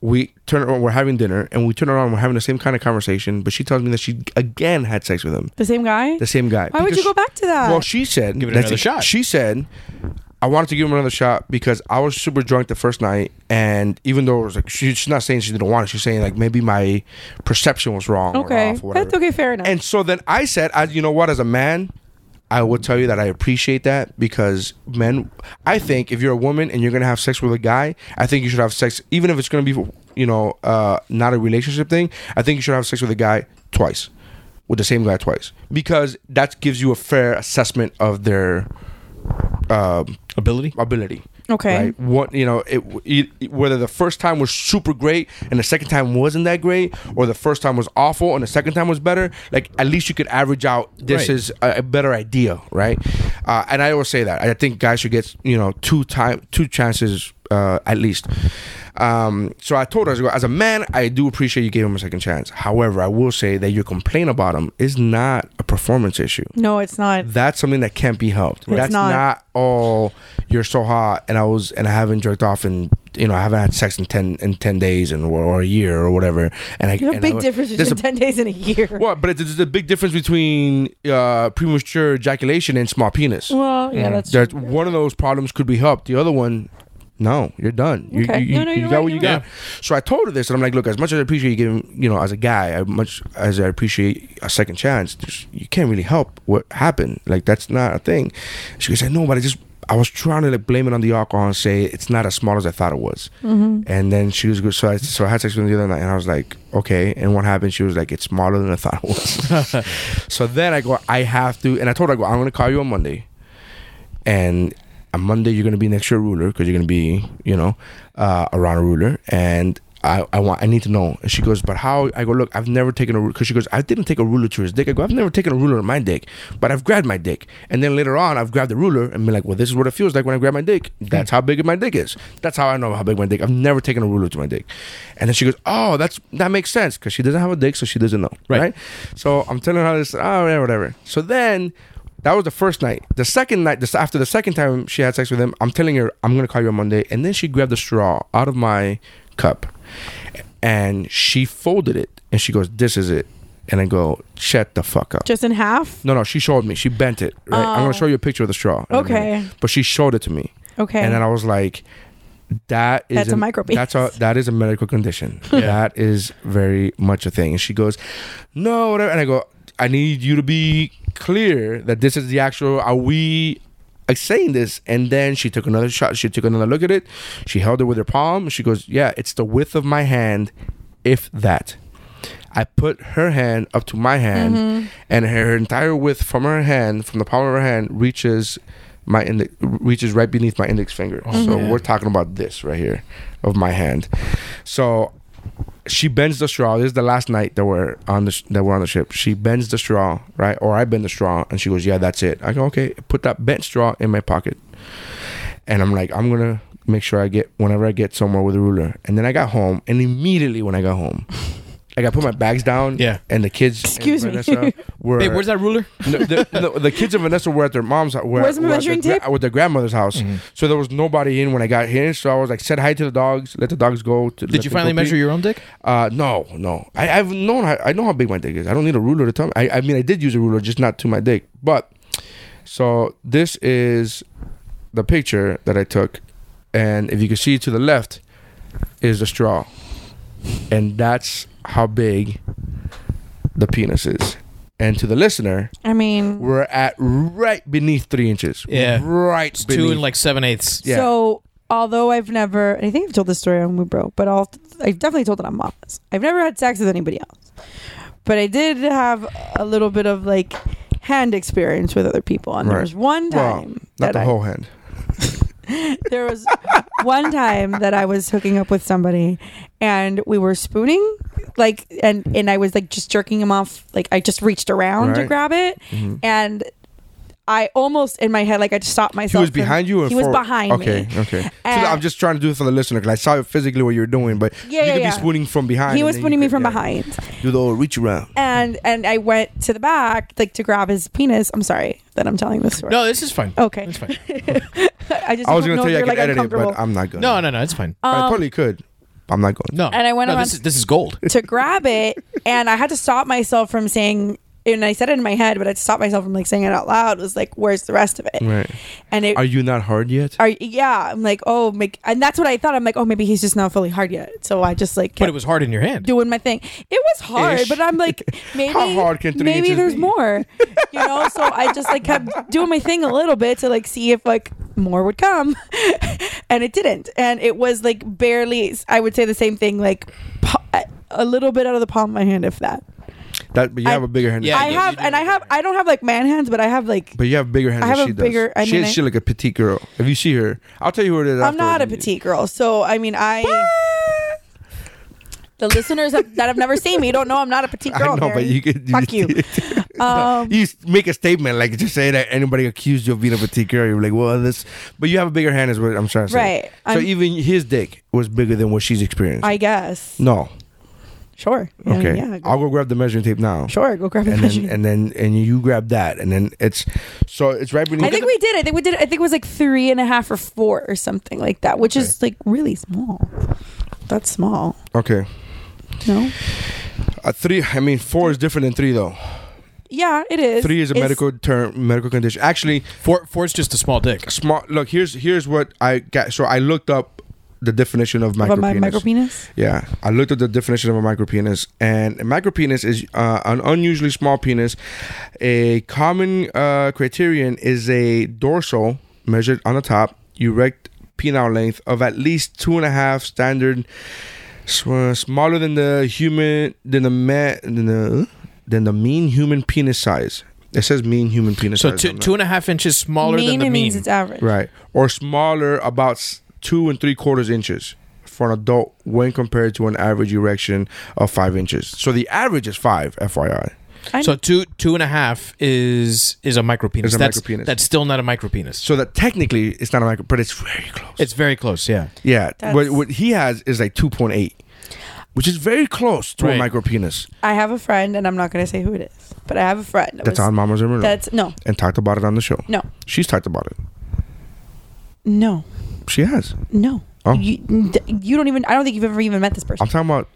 we turn around. We're having dinner, and we turn around. We're having the same kind of conversation, but she tells me that she again had sex with him, the same guy. the same guy. Why would Because you go back to that? Well, she said, Give it that's another shot. She said, I wanted to give him another shot because I was super drunk the first night, and even though it was like she, she's not saying she didn't want it, she's saying like maybe my perception was wrong. or Okay, off or whatever. that's okay. Fair enough. And so then I said, I, you know what, as a man, I will tell you that I appreciate that because men, I think if you're a woman and you're going to have sex with a guy, I think you should have sex, even if it's going to be, you know, uh, not a relationship thing, I think you should have sex with a guy twice, with the same guy twice, because that gives you a fair assessment of their um, Ability? ability. Okay. Right? What you know, it, it whether the first time was super great and the second time wasn't that great, or the first time was awful and the second time was better. Like at least you could average out. This Right. is a, a better idea, right? Uh, and I always say that I think guys should get you know two time two chances uh, at least. Um, so I told her as well, as a man, I do appreciate you gave him a second chance. However, I will say that your complaint about him is not a performance issue no, it's not. that's something that can't be helped. That's not. not all. You're so hot, and I was, and I haven't jerked off, and you know, I haven't had sex in ten in ten days, and or, or a year, or whatever. And I There's a and big I- difference there's between a- ten days and a year. Well, but it's, it's a big difference between uh, premature ejaculation and small penis. Well, yeah, that's There's one of those problems could be helped. The other one, no, you're done. You, Okay. you, you, No, no, you you're got right, what you you're got. So I told her this, and I'm like, look, as much as I appreciate you giving, you know, as a guy, as much as I appreciate a second chance, just, you can't really help what happened. Like that's not a thing. She goes, no, but I just. I was trying to like blame it on the alcohol and say it's not as small as I thought it was, Mm-hmm. and then she was good. So I so I had sex with her the other night, and I was like, okay. And what happened? She was like, it's smaller than I thought it was. so then I go, I have to, and I told her, I go, I'm gonna call you on Monday and on Monday you're gonna be next to your ruler because you're gonna be, you know, uh, around a ruler, and I, I want I need to know. And she goes, but how? I go, look, I've never taken a ruler because she goes, I didn't take a ruler to his dick. I go, I've never taken a ruler to my dick, but I've grabbed my dick, and then later on I've grabbed the ruler and been like, well, this is what it feels like when I grab my dick. That's how big my dick is. That's how I know how big my dick. I've never taken a ruler to my dick, and then she goes, oh, that's that makes sense because she doesn't have a dick, so she doesn't know, right? Right. So I'm telling her this, oh, yeah, whatever. So then that was the first night. The second night, this after the second time she had sex with him, I'm telling her I'm gonna call you on Monday, and then she grabbed the straw out of my cup, and she folded it, and she goes, "This is it," and I go, "Shut the fuck up." just in half. no, no, she showed me. She bent it. Right. I'm gonna show you a picture of the straw. in a Okay. minute. But she showed it to me. Okay. And then I was like, that is That's a an- micro penis. That's a that is a medical condition. That is very much a thing. And she goes, no, whatever. And I go, I need you to be clear that this is the actual. Are we? like, Saying this, and then she took another shot. She took another look at it. She held it with her palm. She goes, "Yeah, it's the width of my hand, if that." I put her hand up to my hand, and her entire width from her hand, from the palm of her hand, reaches my indi- reaches right beneath my index finger. so we're talking about this right here of my hand. So she bends the straw. This is the last night that we're on the sh- that we're on the ship. She bends the straw, right? Or I bend the straw, and she goes, "Yeah, that's it." I go, "Okay, put that bent straw in my pocket." and I'm like, I'm gonna make sure I get whenever I get somewhere with a ruler. And then I got home, and immediately when I got home, like I put my bags down. Yeah. And the kids, and Excuse me. [LAUGHS] Vanessa were Babe, where's that ruler? no, the, no, the kids and Vanessa were at their mom's. Were, Where's my were at measuring their, gra- tape? With their grandmother's house, Mm-hmm. so there was nobody in when I got here. So I was like, said hi to the dogs, let the dogs go. To, Did you finally measure your own dick? Uh, no, no. I, I've known. How, I know how big my dick is. I don't need a ruler to tell me. I, I mean, I did use a ruler, just not to my dick. But so this is the picture that I took, and if you can see to the left is the straw, and that's how big the penis is. And to the listener, I mean, we're at right beneath three inches. Yeah. right It's beneath. two and like seven eighths. yeah. so although I've never, I think I've told this story on We Bro, but I'll, I've definitely told it on Mamas. I've never had sex with anybody else, but I did have a little bit of like hand experience with other people, and Right. there was one well, time not that the I, whole hand. there was one time that I was hooking up with somebody and we were spooning like and and I was like just jerking him off like I just reached around Right. to Mm-hmm. grab it and I almost in my head like I just stopped He myself. was from- behind you, or he was forward? behind okay, me. Okay, So And- I'm just trying to do it for the listener because I saw physically what you were doing, but Yeah, you yeah, could yeah. be spooning from behind. He and was then you spooning me could- from yeah. behind. Do the old reach around. And and I went to the back like to grab his penis. I'm sorry that I'm telling this story. No, this is fine. Okay. It's fine. [LAUGHS] I just I was gonna don't know tell you I if you're, could like, edit it, but uncomfortable. Um, I'm not going. No, no, no. It's fine. I totally could. I'm not going. No. and I went no, around- This is, this is gold. to grab it and I had to stop myself from saying and I said it in my head, but I stopped myself from like saying it out loud. Was like, where's the rest of it? Right. And it Are you not hard yet? are yeah i'm like oh make and that's what i thought i'm like oh maybe he's just not fully hard yet so i just like But kept it was hard in your hand. doing my thing it was hard Ish. [LAUGHS] but i'm like maybe How hard can three maybe inches there's be? more you know so i just like kept doing my thing a little bit to like see if like more would come [LAUGHS] and it didn't and it was like barely i would say the same thing like pa- a little bit out of the palm of my hand if that That, but you I- have a bigger hand. Yeah, than i she you- does. have and i have i don't have like man hands but i have like But you have bigger hands I than have she a bigger- I does. She mean, I- is she like a petite girl. If you see her, I'll tell you who it is. I'm not a afterwards. petite girl, so I mean, I. The listeners have, that have never seen me don't know I'm not a petite [LAUGHS] girl. I know, but Mary. you could [LAUGHS] Fuck you. Um, you s- make a statement like just say that anybody accused you of being a petite girl. You're like, well, this, but you have a bigger hand is what I'm trying to say. Right. So I'm- even his dick was bigger than what she's experienced. I guess. no. Sure. Yeah, Okay. Yeah. Go, I'll go grab the measuring tape now. sure. [LAUGHS] Go grab a And measuring. then and then and you grab that and then it's so it's right beneath. I think we did. I think we did. I think it was like three and a half or four or something like that, which is like really small. That's small. okay. No. A three. I mean, four is different than three though. Yeah, it is. Three is a It's- medical term, medical condition. Actually, Four, four's just a small dick. small. Look, here's here's what I got. So I looked up the definition of About micro my penis. micro penis. Yeah, I looked at the definition of a micropenis, and a micropenis is uh, an unusually small penis. A common uh, criterion is a dorsal measured on the top, erect penile length of at least two and a half standard, s- uh, smaller than the human than the man than the than the mean human penis size. It says mean human penis So size. two, on two and a half inches smaller mean, than the it mean. means it's average. that. right, or smaller about s- two and three quarters inches for an adult when compared to an average erection of five inches. So the average is five, FYI. so two two and a half is is a micro penis. Is a that's, micropenis. that's still not a micro penis. So that technically it's not a micro, but it's very close. it's very close. Yeah. yeah, what, That's- what he has is like two point eight, which is very close to a Right. micro penis. I have a friend, and I'm not going to say who it is, but I have a friend. that That's was- on Mama Zimmerman. That's no, and talked about it on the show. no, She's talked about it. no. She has. No. Oh. You, you don't even. I don't think you've ever even met this person. I'm talking about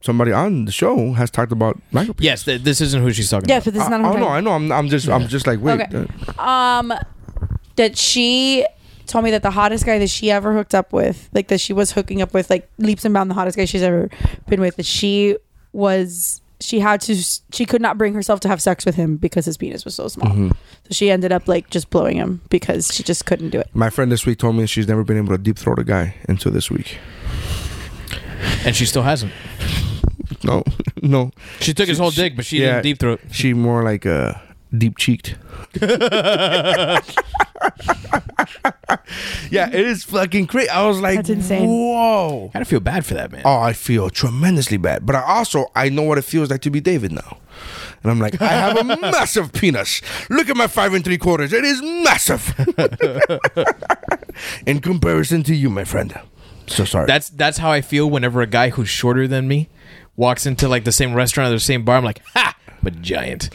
somebody on the show has talked about micro. Yes. Th- this isn't who she's talking yeah, about. but this is not. I, who oh I'm no, I talking know. I'm, I'm just, I'm just like wait. Okay. uh, about. Um, that she told me that the hottest guy that she ever hooked up with, like that she was hooking up with, like leaps and bounds the hottest guy she's ever been with. That she was. She had to. She could not bring herself to have sex with him because his penis was so Uh, small. Mm-hmm. So she ended up like just blowing him because she just couldn't do it. my friend this week told me she's never been able to deep throat a guy until this week. and she still hasn't. No, [LAUGHS] no, She took his whole dick, but she yeah. didn't deep throat. she more like uh, deep [LAUGHS] cheeked. yeah, it is fucking crazy. I was like, That's insane. Whoa. I don't feel bad for that man. Oh, I feel tremendously bad, but I also I know what it feels like to be David now, and I'm like, I have [LAUGHS] a massive penis. Look at my five and three quarters; it is [LAUGHS] massive [LAUGHS] in comparison to you, my friend. So sorry. That's that's how I feel whenever a guy who's shorter than me walks into like the same restaurant or the same bar. I'm like, ha, I'm a giant.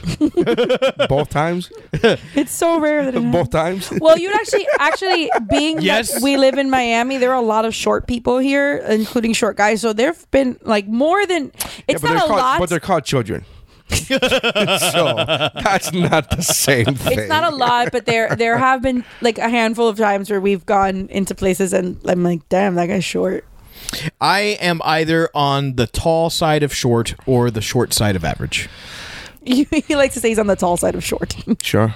both times. It's so rare that it happens. both times. Mm-hmm. Well, you'd actually, actually, being Yes. that we live in Miami, there are a lot of short people here, including short guys. So there've been like more than Yeah, it's but not they're a called, lot. But they're called children. [LAUGHS] so that's not the same thing. it's not a lot, but there there have been like a handful of times where we've gone into places and I'm like, damn, that guy's short. [LAUGHS] I am either on the tall side of short or the short side of average. he likes to say he's on the tall side of short. Sure.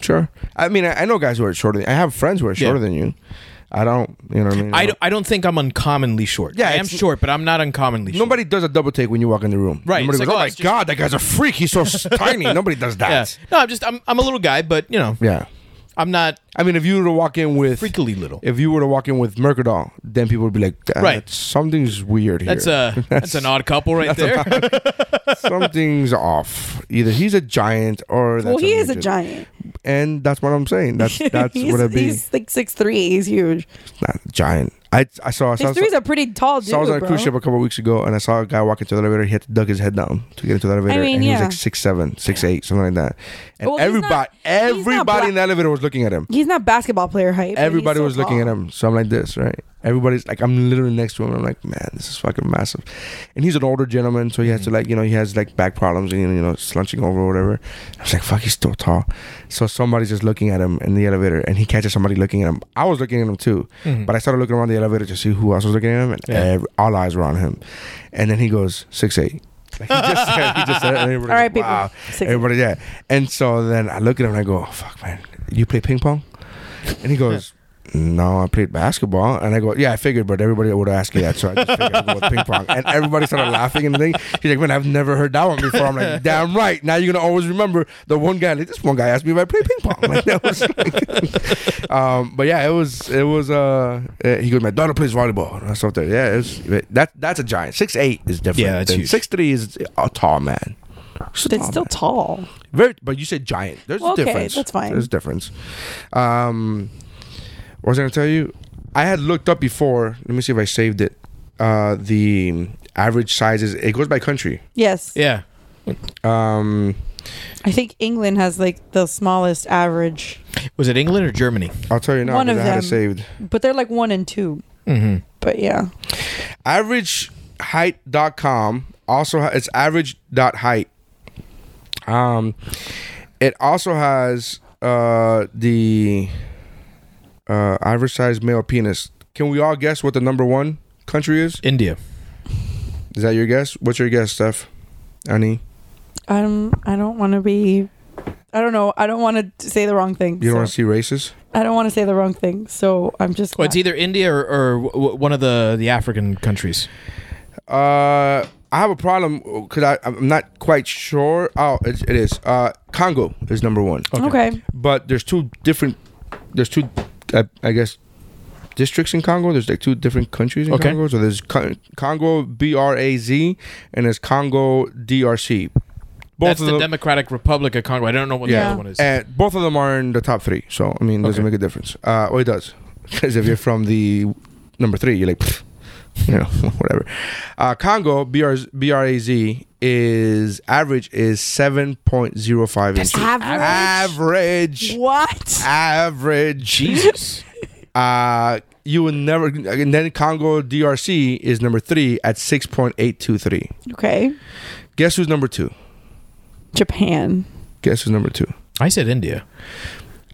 Sure. I mean, I, I know guys who are shorter. Than, I have friends who are shorter Yeah. than you. I don't. You know what I mean? I, don't, I don't think I'm uncommonly short. Yeah, I am it's- short, but I'm not uncommonly short. Nobody does a double take when you walk in the room. Right, Nobody it's goes, like, "Oh oh, my it's just- god, that guy's a freak. He's [LAUGHS] so s- tiny." Nobody does Yeah. that. No, I'm just I'm, I'm a little guy, but you know, Yeah. I'm not I mean, if you were to walk in with freakily little. if you were to walk in with Mercadal, then people would be like, "Ah, Right. Something's weird here. That's uh, [LAUGHS] a that's an odd couple right there. something's [LAUGHS] off. Either he's a giant or that's [LAUGHS] well, he is a midget. giant. [LAUGHS] and that's what I'm saying. That's that's he's, what it be. He's like six three. He's huge. Not giant. I I saw. I saw, These three's a pretty tall dude, so I was on a bro. cruise ship a couple of weeks ago, and I saw a guy walk into the elevator. He had to duck his head down to get into the elevator, mean, and he was yeah. like six seven, six eight, something like that. And Well, he's everybody, not- he's not everybody in the elevator was looking at him. He's not basketball player height. but he's Everybody so was looking tall. at him. So I'm like this, right? Everybody's like, I'm literally next to him. I'm like, man, this is fucking massive. And he's an older gentleman, so he Mm. has to like, you know, he has like back problems and you know, slouching over or whatever. I was like, fuck, he's still tall. So somebody's just looking at him in the elevator, and he catches somebody looking at him. I was looking at him too, Mm-hmm. but I started looking around the elevator to see who else was looking at him, and every, all eyes were on him. And then he goes six eight. Like [LAUGHS] he just said, he just said, it, and everybody All was right, like, people. wow. Six eight. everybody, yeah. And so then I look at him and I go, oh, fuck, man, you play ping pong? And he goes, No, I played basketball. And I go, Yeah, I figured, but everybody would ask you that. So I just figured I'd go with ping pong. And everybody started laughing and the thing. He's like, Man, I've never heard that one before. I'm like, Damn right. Now you're going to always remember the one guy, like, this one guy asked me if I play ping pong. Like, that was um, but yeah, it was, it was, uh, uh, he goes, My daughter plays volleyball. And I was up there. Yeah, it was, that, that's a giant. Six eight is different. Yeah, that's than- huge. Six three is a tall man. It's a That's tall still man. tall. Very, but you said giant. There's Well, a okay, difference. that's fine. There's a difference. Um, what was I gonna tell you? I had looked up before. Let me see if I saved it. Uh, the average sizes. It goes by country. Yes. Yeah. Um, I think England has like the smallest average, Was it England or Germany? I'll tell you now. One 'cause of I had it them. saved. but they're like one and 2 Mm-hmm. Mhm. But yeah, averageheight.com also ha- it's average.height um it also has uh the uh average size male penis can we all guess what the number one country is India. is that your guess what's your guess steph Annie, I'm. I don't want to be. I don't know. I don't want to say the wrong thing. you don't so- want to see races? I don't want to say the wrong thing. So I'm just. Well, it's not- either India or, or w- w- one of the, the African countries. Uh, I have a problem because I I'm not quite sure. Oh, it, it is. Uh, Congo is number one. okay. but there's two different there's two uh, i guess districts in congo there's like two different countries in Okay. congo so there's Con- congo braz and there's congo drc both That's of the them Democratic Republic of Congo. I don't know what the yeah, other one is. and both of them are in the top three so i mean it doesn't Okay. make a difference uh well it does [LAUGHS] because if you're from the number three you're like "Pfft," [LAUGHS] you know whatever uh congo BR- braz is average is 7.05 inches average? average What? average. Jesus. [LAUGHS] Uh, you will never. And then Congo DRC is number three at six point eight two three. Okay. Guess who's number two? Japan. Guess who's number two? I said India.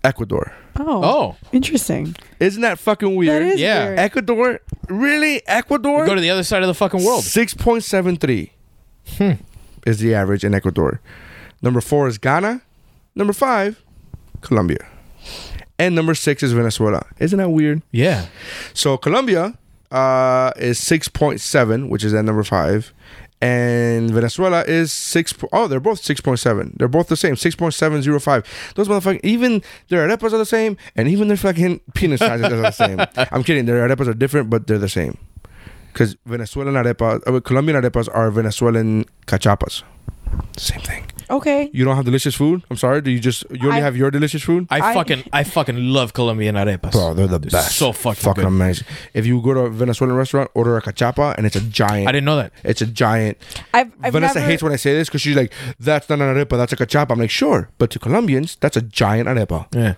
Ecuador. Oh. Oh, Interesting. Isn't that fucking weird? That is Yeah. weird. Ecuador. Really, Ecuador. Oh. go to the other side of the fucking world. Hmm. Six point seven three is the average in Ecuador. Number four is Ghana. Number five, Colombia. And number six is Venezuela. Isn't that weird? Yeah. So Colombia uh, is six point seven, which is at number five, and Venezuela is six. po- Oh, they're both six point seven. They're both the same, six point seven zero five. Those motherfucking even their arepas are the same, and even their fucking penis sizes are the same. I'm kidding. Their arepas are different, but they're the same. Because Venezuelan arepas, uh, Colombian arepas are Venezuelan cachapas. Same thing. Okay. You don't have delicious food. I'm sorry. Do you just you only I- have your delicious food? I, I- fucking I fucking love Colombian arepas. Bro, they're the best. So fucking, fucking good. amazing. If you go to a Venezuelan restaurant, order a cachapa, and it's a giant. I didn't know that. It's a giant. I've, I've Vanessa never, hates when I say this because she's like, "That's not an arepa, that's a cachapa." I'm like, "Sure," but to Colombians, that's a giant arepa. Yeah.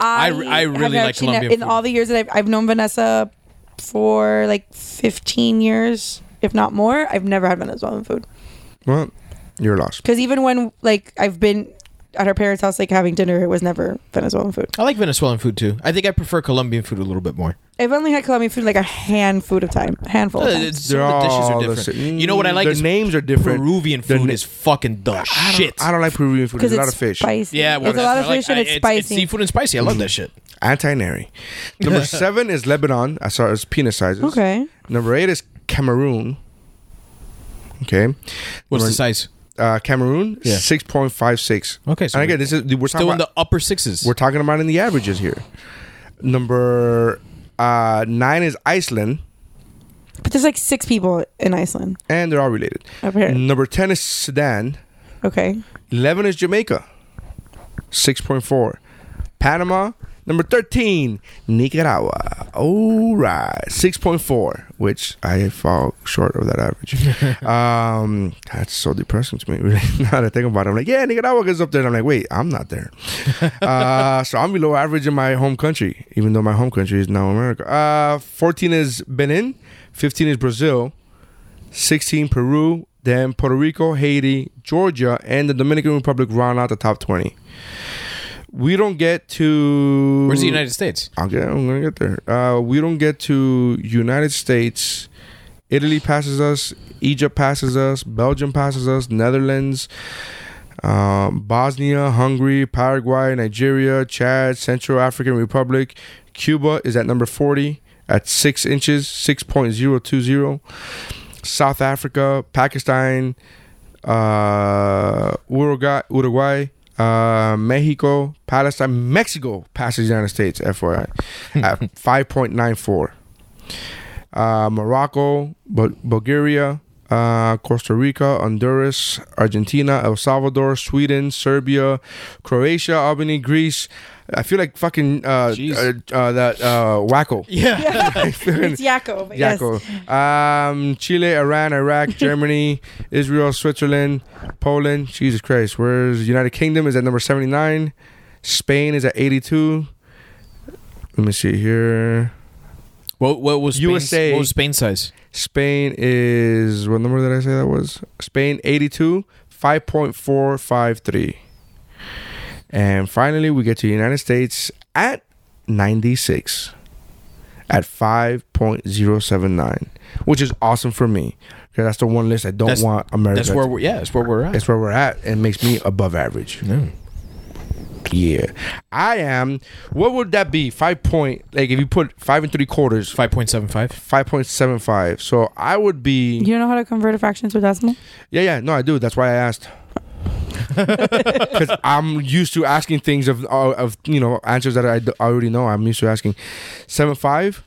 I, I re- I have really like actually Colombian ne- in food. all the years that I've, I've known Vanessa for like 15 years, if not more. I've never had Venezuelan food Well, you're lost. because even when like I've been at her parents' house, like having dinner, it was never Venezuelan food. I like Venezuelan food too. I think I prefer Colombian food a little bit more. I've only had Colombian food like a handful of time, handful. Of Uh, times. it's- some of the dishes all are Oh, the different. same. You know what I like Their is names are different. Peruvian Their food na- is fucking the I shit. don't, I don't like Peruvian food. There's a lot of fish. spicy. yeah, well, it's a that's lot of what I fish like. and I- it's, spicy. It's seafood and spicy. I love Mm. that shit. Anti-nary. [LAUGHS] Number seven is Lebanon. I saw it's penis sizes. Okay. Number eight is Cameroon. Okay. What's Number- the size? uh, Cameroon, Yeah. six point five six. Okay, so and again, this is we're talking Still in about the upper sixes. we're talking about in the averages here. Number uh, nine is Iceland, But there's like six people in Iceland. and they're all related. Up here. Number ten is Sudan. Okay. Eleven is Jamaica, six point four. Panama Number 13, Nicaragua. All right. 6.4, which I fall short of that [LAUGHS] average. um, that's so depressing to me, [LAUGHS] really. now that I think about it, I'm like, yeah, Nicaragua gets up there. And I'm like, wait, I'm not there. [LAUGHS] uh, so I'm below average in my home country, even though my home country is now America. Uh, 14 is Benin, 15 is Brazil, 16 Peru, then Puerto Rico, Haiti, Georgia, and the Dominican Republic round out the top 20. We don't get to Where's the United [LAUGHS] States? I'll get, I'm gonna get there. Uh, we don't get to United States. Italy passes us. Egypt passes us. Belgium passes us. Netherlands, um, Bosnia, Hungary, Paraguay, Nigeria, Chad, Central African Republic. Cuba is at number forty at six inches, six point zero two zero. South Africa, Pakistan, uh, Uruguay, Uruguay uh, Mexico, Palestine, Mexico passes the United States, FYI, at 5.94. Uh, Morocco, Bu- Bulgaria, uh, Costa Rica, Honduras, Argentina, El Salvador, Sweden, Serbia, Croatia, Albany, Greece. I feel like fucking uh, uh, Jeez. uh, that uh, wacko. Yeah. it's Yakko. but yes. Jaco. Um, Chile, Iran, Iraq, Germany, Israel, Switzerland, Poland. Jesus Christ. Where's United Kingdom is at number 79. Spain is at 82. Let me see here. [LAUGHS] What, what was Spain's- USA. What was Spain's size? Spain is what number did I say that was? Spain 82, 5.453. And finally, we get to the United States at 96 at 5.079, which is awesome for me because that's the one list I don't That's- want America. That's where we're. Yeah, that's where we're at. That's where we're at and makes me above average. Yeah. Yeah. I am. What would that be? Five point, like if you put five and three quarters, Five point seven five. 5.75. So I would be. You don't know how to convert a fraction to a decimal? Yeah, yeah, no, I do. That's why I asked. Because I'm used to asking things of uh, of you know answers that I d- already know. I'm used to asking seven five.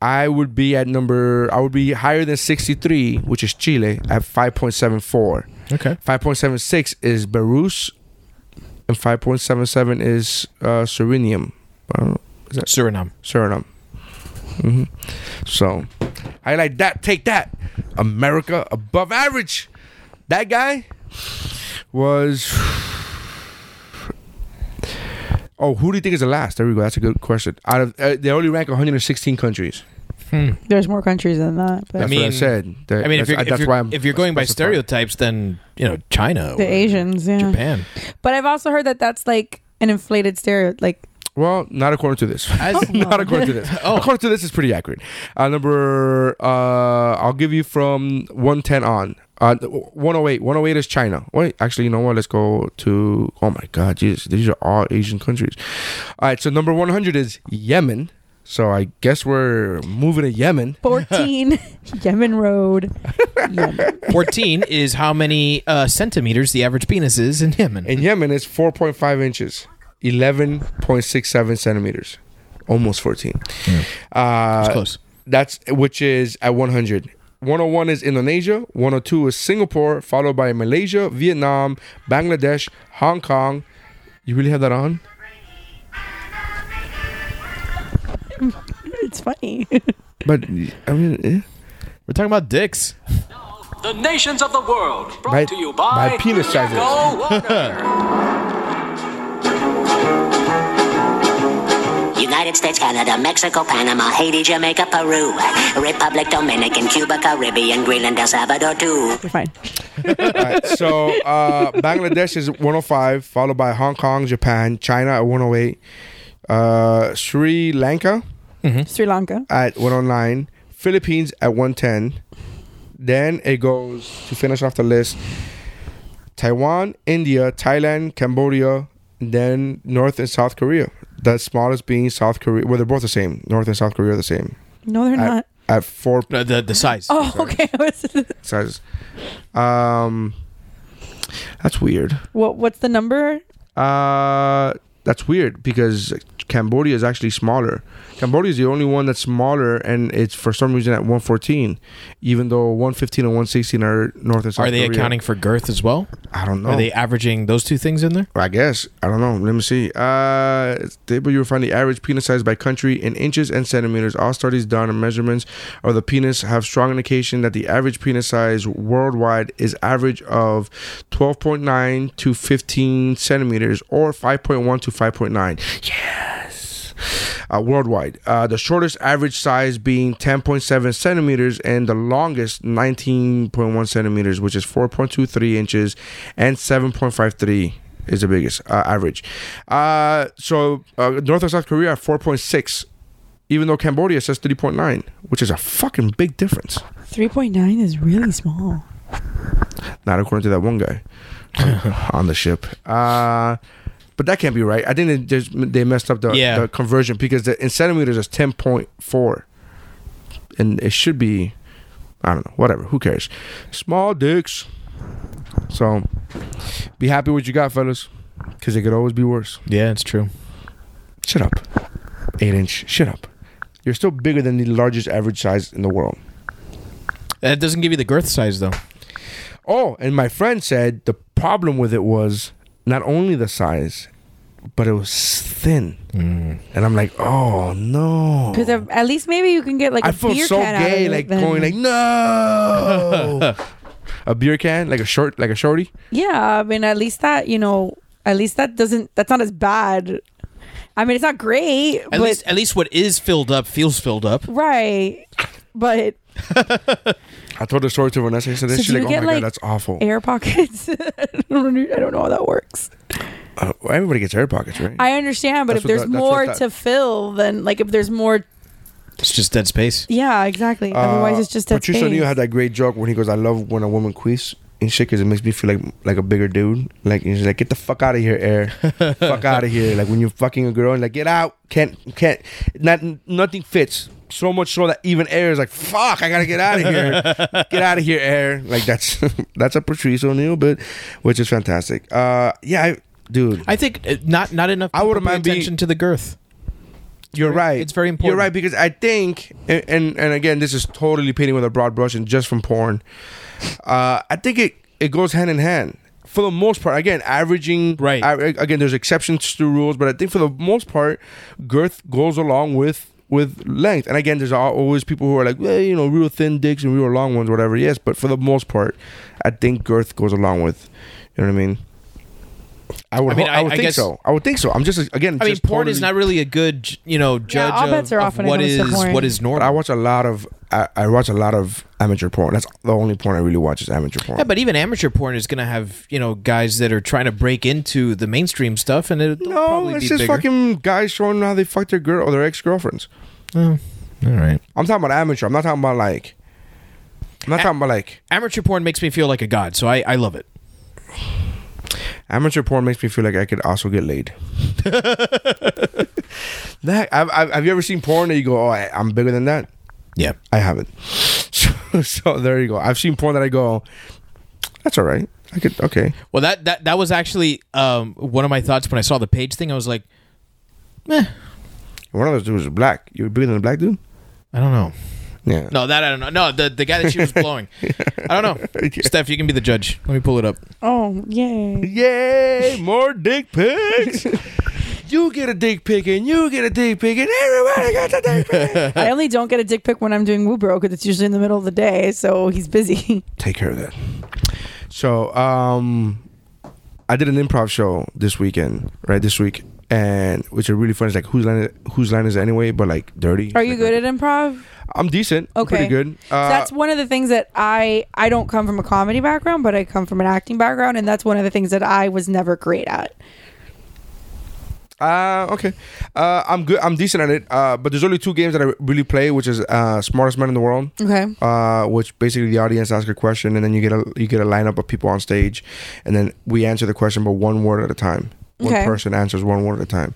I would be at number. I would be higher than sixty three, which is Chile at five point seven four. Okay. Five point seven six is Belarus, and five point seven seven is uh, Serenium. I don't know. Is that Suriname. Suriname. Mhm. So, I like that. Take that, America above average. That guy was. Oh, who do you think is the last? There we go. That's a good question. Out of uh, they only rank 116 countries. There's more countries than that. But That's what I mean- said. That- I mean, that's- if you're, uh, if, that's you're, why I'm if you're going by specifying. stereotypes, then you know China, the or Asians, yeah. Japan. But I've also heard that that's like an inflated stereo. Like, Well, not according to this. [LAUGHS] As- not according to this. According to this is pretty accurate. Uh, number, uh, I'll give you from 110 on. Uh, 108. 108 is China. Wait, actually, you know what? Let's go to. Oh my God, Jesus. These are all Asian countries. All right, so number 100 is Yemen. So I guess we're moving to Yemen. [LAUGHS] 14 Yemen Road. Yemen. Fourteen [LAUGHS] is how many uh, centimeters the average penis is in Yemen. In Yemen, it's 4.5 inches, 11.67 centimeters, almost 14. Uh, It's close. That's which is at 100. 101 is Indonesia, 102 is Singapore, followed by Malaysia, Vietnam, Bangladesh, Hong Kong. You really have that on? It's funny. [LAUGHS] But I mean, eh. We're talking about dicks. The nations of the world brought By- to you by, by penis sizes. Go Water. United States, Canada, Mexico, Panama, Haiti, Jamaica, Peru, Republic Dominican, Cuba, Caribbean, Greenland, El Salvador, too. You're fine. Alright, so uh, Bangladesh is 105, followed by Hong Kong, Japan, China at 108, uh, Sri Lanka Sri Lanka. at 109, Philippines at 110. Then it goes to finish off the list Taiwan, India, Thailand, Cambodia, then North and South Korea. The smallest being South Korea. Well, they're both the same. North and South Korea are the same No, they're at, [LAUGHS] not. at four No, the the size. Oh, okay. [LAUGHS] sizes. Um, that's weird. what, what's the number? Uh, that's weird because Cambodia is actually smaller. Cambodia is the only one that's smaller, and it's for some reason at 114, even though 115 and 116 are north and south. Are they Korea. accounting for girth as well? I don't know. Are they averaging those two things in there? I guess I don't know. Let me see. Uh, it's table you will find the average penis size by country in inches and centimeters. All studies done and measurements of the penis have strong indication that the average penis size worldwide is average of 12.9 to 15 centimeters, or 5.1 to 5.9. Uh, worldwide, uh, the shortest average size being 10.7 centimeters and the longest 19.1 centimeters, which is 4.23 inches and 7.53 is the biggest uh, average. Uh, so uh, North and South Korea are 4.6, even though Cambodia says 3.9, which is a fucking big difference. Three point nine is really small. Not according to that one guy on the ship. Uh, but that can't be right. I think they, just- they messed up the, Yeah. the conversion because the, in centimeters it's 10.4, and it should be, I don't know, whatever. Who cares? Small dicks. So be happy with what you got, fellas, because it could always be worse. Yeah, it's true. Shut up. Eight inch. Shut up. You're still bigger than the largest average size in the world. That doesn't give you the girth size though. Oh, and my friend said the problem with it was not only the size, but it was thin. And I'm like, oh no. Because at least maybe you can get like a I feel beer so can out of gay, it like then. going like no. [LAUGHS] a beer can, like a short, like a shorty. Yeah, I mean, at least that you know, at least that doesn't. That's not as bad. I mean, it's not great, At but least at least what is filled up feels filled up. right. But I told the story to Vanessa yesterday. So She's do you like, oh my get, god, like, that's awful. air pockets. [LAUGHS] I don't know- I don't know how that works. Uh, everybody gets air pockets, right? I understand, but That's if what there's that- that's what more that- to fill, then like if there's more, It's just dead space. yeah, exactly. Otherwise, it's just Uh, that Patricia space. O'Neal had that great joke when he goes, "I love when a woman queefs and shit because it makes me feel like like a bigger dude." Like and she's like, "Get the fuck out of here, air! fuck out of here!" Like when you're fucking a girl and like, "Get out!" Can't can't not nothing fits. So much so that even air is like, "Fuck! I gotta get out of here! get out of here, air!" Like that's [LAUGHS] that's a Patrice O'Neal bit, which is fantastic. Uh, yeah, I, dude, I think uh, not not enough. I wouldn't people pay mind being- attention to the girth. You're right. it's very You're important. right because I think, and and, and again, this is totally painting with a broad brush and just from porn. Uh, I think it it goes hand in hand for the most part. Again, averaging. Right. I, again, there's exceptions to rules, but I think for the most part, girth goes along with with length. And again, there's al- always people who are like, well, you know, real thin dicks and real long ones, whatever. Yes, but for the most part, I think girth goes along with. You know what I mean? I would. I mean, ho- I, I- would I think guess- so. I would think so. I'm just again. I mean, just porn is totally- not really a good j- you know judge all of, bets are off of when what it comes is to porn. what is But I normal. watch a lot of I, I watch a lot of amateur porn. That's the only porn I really watch is amateur porn. yeah, but even amateur porn is gonna have you know guys that are trying to break into the mainstream stuff, and it'll no, probably it's be just bigger. fucking guys showing how they fuck their girl or their ex girlfriends. All right, I'm talking about amateur. I'm not talking about like. I'm not talking about like amateur porn makes me feel like a god, so I I love it. amateur porn makes me feel like I could also get laid. [LAUGHS] that I've, I've, have you ever seen porn that you go, oh, I, I'm bigger than that? Yeah, I haven't. [LAUGHS] So, so there you go. I've seen porn that I go, that's all right. I could okay. Well, that that that was actually um, one of my thoughts when I saw the page thing. I was like, One of those dudes was black. You were bigger than a black dude? I don't know. Yeah. No, that I don't know. No, the the guy that [LAUGHS] she was blowing. I don't [LAUGHS] know. Steph, you can be the judge. Let me pull it up. Oh, yay! Yay, more dick pics. [LAUGHS] you get a dick pic and you get a dick pic and everybody gets a dick pic. I only don't get a dick pic when I'm doing woo bro because it's usually in the middle of the day, so he's busy. [LAUGHS] [LAUGHS] Take care of that. So, um I did an improv show this weekend, right? This week. And which are really fun. It's like whose line whose line is it anyway, but like dirty. Are you good at improv? I'm decent. I'm Okay. pretty good. Uh, So that's one of the things that I I don't come from a comedy background, but I come from an acting background, and that's one of the things that I was never great at. Uh, okay. Uh, I'm good. I'm decent at it. Uh, but there's only two games that I really play, which is uh, Smartest Man in the World. Okay. Uh, which basically the audience asks a question, and then you get a you get a lineup of people on stage, and then we answer the question, but one word at a time. One Okay. person answers one word at a time,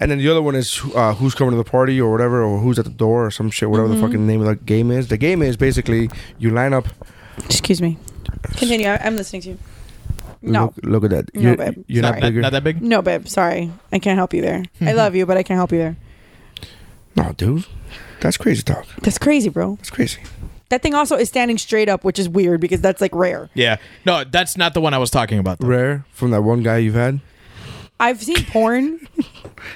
and then the other one is uh, who's coming to the party or whatever, or who's at the door or some shit, whatever Mm-hmm. the fucking name of the game is. The game is basically you line up Excuse me. Continue. I, I'm listening to you. No. Look, look at that. No, you're babe. you're not Sorry. Not, bigger. not that big. No, babe. Sorry, I can't help you there. I love you, but I can't help you there. no, dude. That's crazy talk. That's crazy, bro. That's crazy. That thing also is standing straight up, which is weird because that's like rare. Yeah. No, that's not the one I was talking about. Though. Rare from that one guy you've had. I've seen [LAUGHS] porn.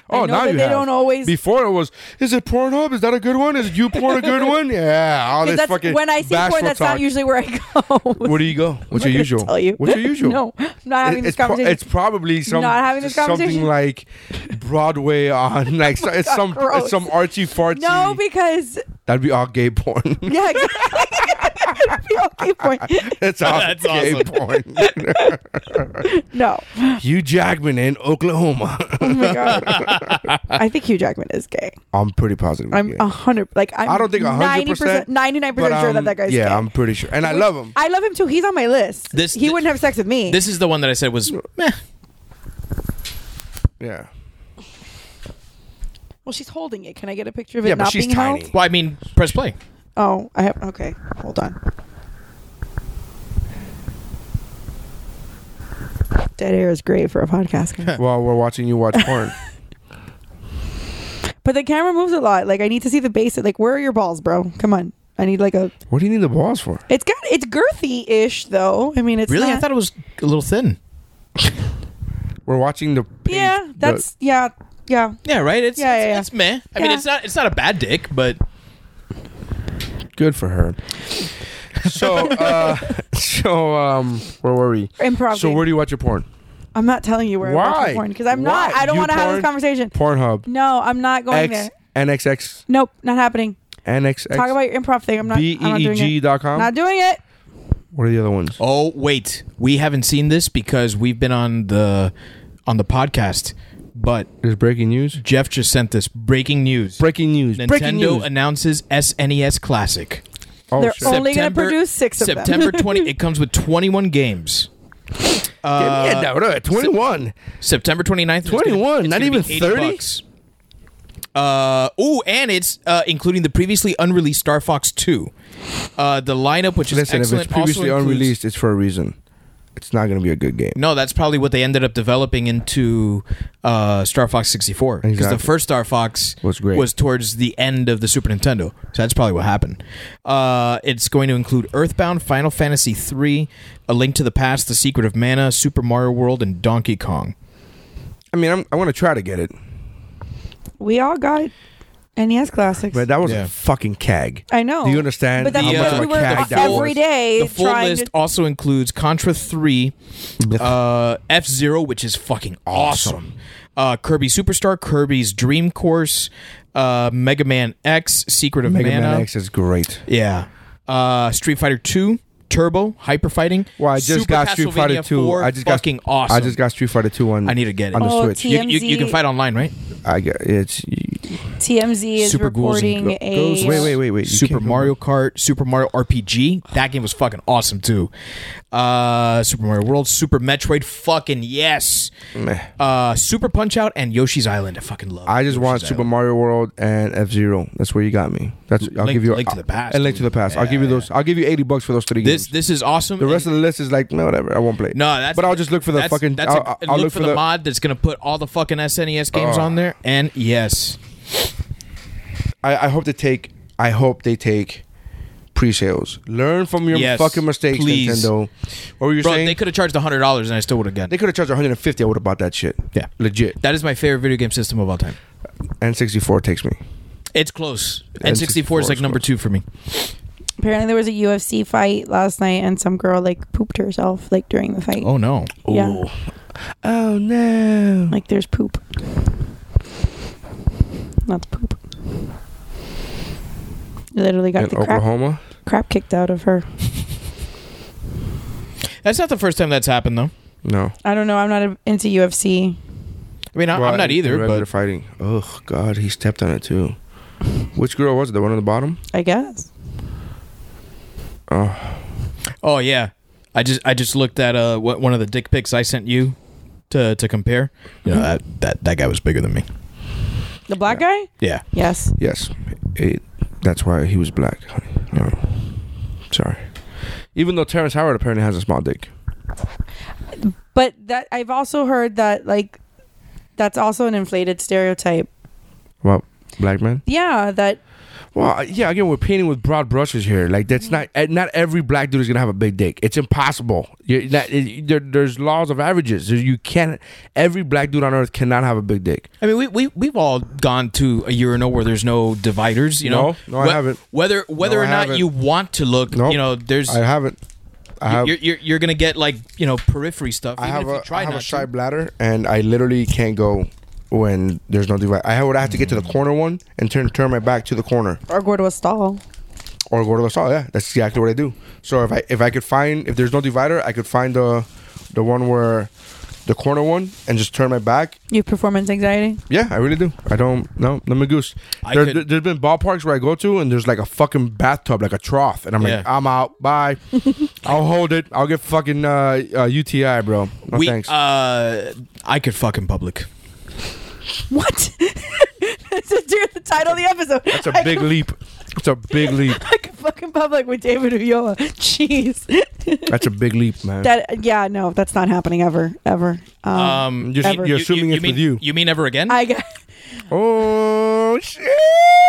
Oh, know now that you they have. don't always- Before it was, is it Pornhub? Is that a good one? Is you porn a good one? Yeah, all 'Cause this that's- fucking when I see bashful porn, that's talk. not usually where I go. [LAUGHS] Where do you go? What's your I'm not gonna usual? Tell you. What's your usual? [LAUGHS] no, I'm not having this it's, pro- conversation. it's probably some Not having this something conversation. like Broadway on [LAUGHS] like so- it's God, some it's gross. some artsy fartsy. no, because that'd be all gay porn. [LAUGHS] yeah, [LAUGHS] exactly. [LAUGHS] okay, porn. That's all That's gay [LAUGHS] porn. No, Hugh Jackman in Oklahoma. [LAUGHS] oh my god. I think Hugh Jackman is gay. I'm pretty positive. he's I'm gay. a hundred. Like I'm I don't think 100%. 99 But percent sure I'm- that that guy's yeah, gay. I'm pretty sure, and I love him. I love him too. He's on my list. This- he thi- wouldn't have sex with me. This is the one that I said was meh. Yeah, well, she's holding it. Can I get a picture of it yeah, but not she's being held? tiny. Well, I mean, press play. Oh, I have. Okay, hold on. Dead air is great for [LAUGHS] a podcast. While we're watching you watch porn. [LAUGHS] but the camera moves a lot. Like I need to see the base. Like where are your balls, bro? Come on. I need like a. What do you need the balls for? It's got. It's girthy ish though. I mean, it's Really? Uh-huh. I Not, thought it was a little thin. We're watching the. page- yeah, the- that's yeah, yeah. Yeah, right. It's Yeah, it's, yeah, yeah. it's meh. I mean, Yeah. it's not it's not a bad dick, but good for her. So, [LAUGHS] uh, so um, where were we? Improv. So where do you watch your porn? I'm not telling you where I watch Why? my porn because I'm Why? not. I don't You want to have porn- this conversation. Pornhub. No, I'm not going X there. NXX Nope, not happening. NXX. Talk about your improv thing. I'm not. I'm not doing BEEG it. dot com? Not doing it. What are the other ones? oh wait, we haven't seen this because we've been on the on the podcast. But There's breaking news. Jeff just sent this breaking news. Breaking news. Nintendo breaking news. announces SNES Classic. oh, They're shit. Only gonna produce six of them. [LAUGHS] September twenty. It comes with twenty one games. Uh, yeah, no, no, 21. September 29th. it's gonna- 21, it's not gonna be even 80 30? bucks. Uh, oh, and it's uh, including the previously unreleased Star Fox 2. Uh, the lineup, which is Listen, if excellent, it's previously also includes- unreleased, it's for a reason. It's not going to be a good game. No, that's probably what they ended up developing into uh, Star Fox 64. Because Exactly. the first Star Fox Was great. towards the end of the Super Nintendo. So that's probably what happened. Uh, it's going to include Earthbound, Final Fantasy III, A Link to the Past, The Secret of Mana, Super Mario World, and Donkey Kong. I mean, I'm, I want to try to get it, We all got NES classics. but that was Yeah. a fucking cag. I know. Do you understand But that's how the, much uh, of what a we were cag that every was? day The full trying list to. also includes Contra 3, uh, F Zero, which is fucking awesome, uh, Kirby Superstar, Kirby's Dream Course, uh, Mega Man X, Secret of Mega Mana. Man X is great. Yeah. Uh, Street Fighter 2, Turbo, Hyper Fighting. Well, I just Super got Street Fighter Castlevania 2. 4, I just fucking got, awesome. I just got Street Fighter 2 on I need to get it. on the Oh, Switch. TM You, you, you can TMZ. fight online, right? I get it's TMZ is Super Ghouls and reporting Go- a. Wait, wait, wait, wait. You Super can't go Mario Kart, Super Mario RPG. That game was fucking awesome too. Uh, Super Mario World, Super Metroid, fucking yes. Uh, Super Punch Out and Yoshi's Island. I fucking love. I just Yoshi's want Super Island. Mario World and F Zero. That's where you got me. That's I'll Link- give you Link to the Past, and Link to the dude. Past. I'll give you those. I'll give you eighty bucks for those three This games. this is awesome. the rest and- of the list is like no, whatever. I won't play. it. No, that's but I'll just look for the that's- fucking. That's a- I'll, I'll- I'll look for the, mod that's gonna put all the fucking SNES games Ugh. on there. And yes, I, I hope they take. I hope they take pre-sales. Learn from your Yes, fucking mistakes, please. Nintendo. What were you bro, saying? they could have charged hundred dollars and I still would have gotten. They It. could have charged 150. I would have bought that shit. Yeah. legit. That is my favorite video game system of all time. N64 takes me. It's close. N sixty N64 four is like is number close. two for me. Apparently, there was a UFC fight last night, and some girl like pooped herself like during the fight. Oh no! Yeah. Ooh. Oh no. Like there's poop. Not the poop. Literally got In the crap, Oklahoma. crap kicked out of her. That's not the first time that's happened though. No. I don't know. I'm not into UFC. I mean, I, Well, I'm not in- in either, regular but fighting. Oh God, he stepped on it [LAUGHS] too. Which girl was it? The one on the bottom? I guess. oh yeah, I just I just looked at uh what, one of the dick pics I sent you to to compare. You know that that that guy was bigger than me. The black guy? Yeah. Yes. Yes, it, that's why he was black, honey. Oh, sorry. Even though Terrence Howard apparently has a small dick. But that I've also heard that like that's also an inflated stereotype. Well, black man. Yeah, that Well, I- yeah. Again, we're painting with broad brushes here. Like that's not eh, not every black dude is gonna have a big dick. It's impossible. You're not- it- there- there's laws of averages. You can't. Every black dude on earth cannot have a big dick. I mean, we we we've all gone to a urinal where there's no dividers. You know, No, no, I Whe- haven't. Whether whether No, I or not haven't. you want to look, No, you know, there's I haven't. I have. you're, you're you're gonna get like you know periphery stuff. I even have if you a, try I have not a to. shy bladder, and I literally can't go when there's no device. I would have to get to the corner one and turn turn my back to the corner, or go to a stall. or go to the stall. Yeah, that's exactly what I do. So if I if I could find if there's no divider, I could find the the one where the corner one and just turn my back. You have performance anxiety. Yeah, I really do. I don't. No, no me goose. I There, could- there, has been ballparks where I go to and there's like a fucking bathtub, like a trough, and I'm like, Yeah. I'm out. [LAUGHS] Bye. I'll hold it. I'll get fucking uh, uh, UTI, bro. No we thanks. uh, I could fuck in public. What? [LAUGHS] That's a, dear- the title of the episode. It's a big leap. It's a big leap. I could fucking public with David Uyola. Jeez. That's a big leap, man. that yeah, no, that's not happening ever, ever. Um, Um, you're, Ever. you're assuming it's mean, with you. mean ever again? I got Oh shit!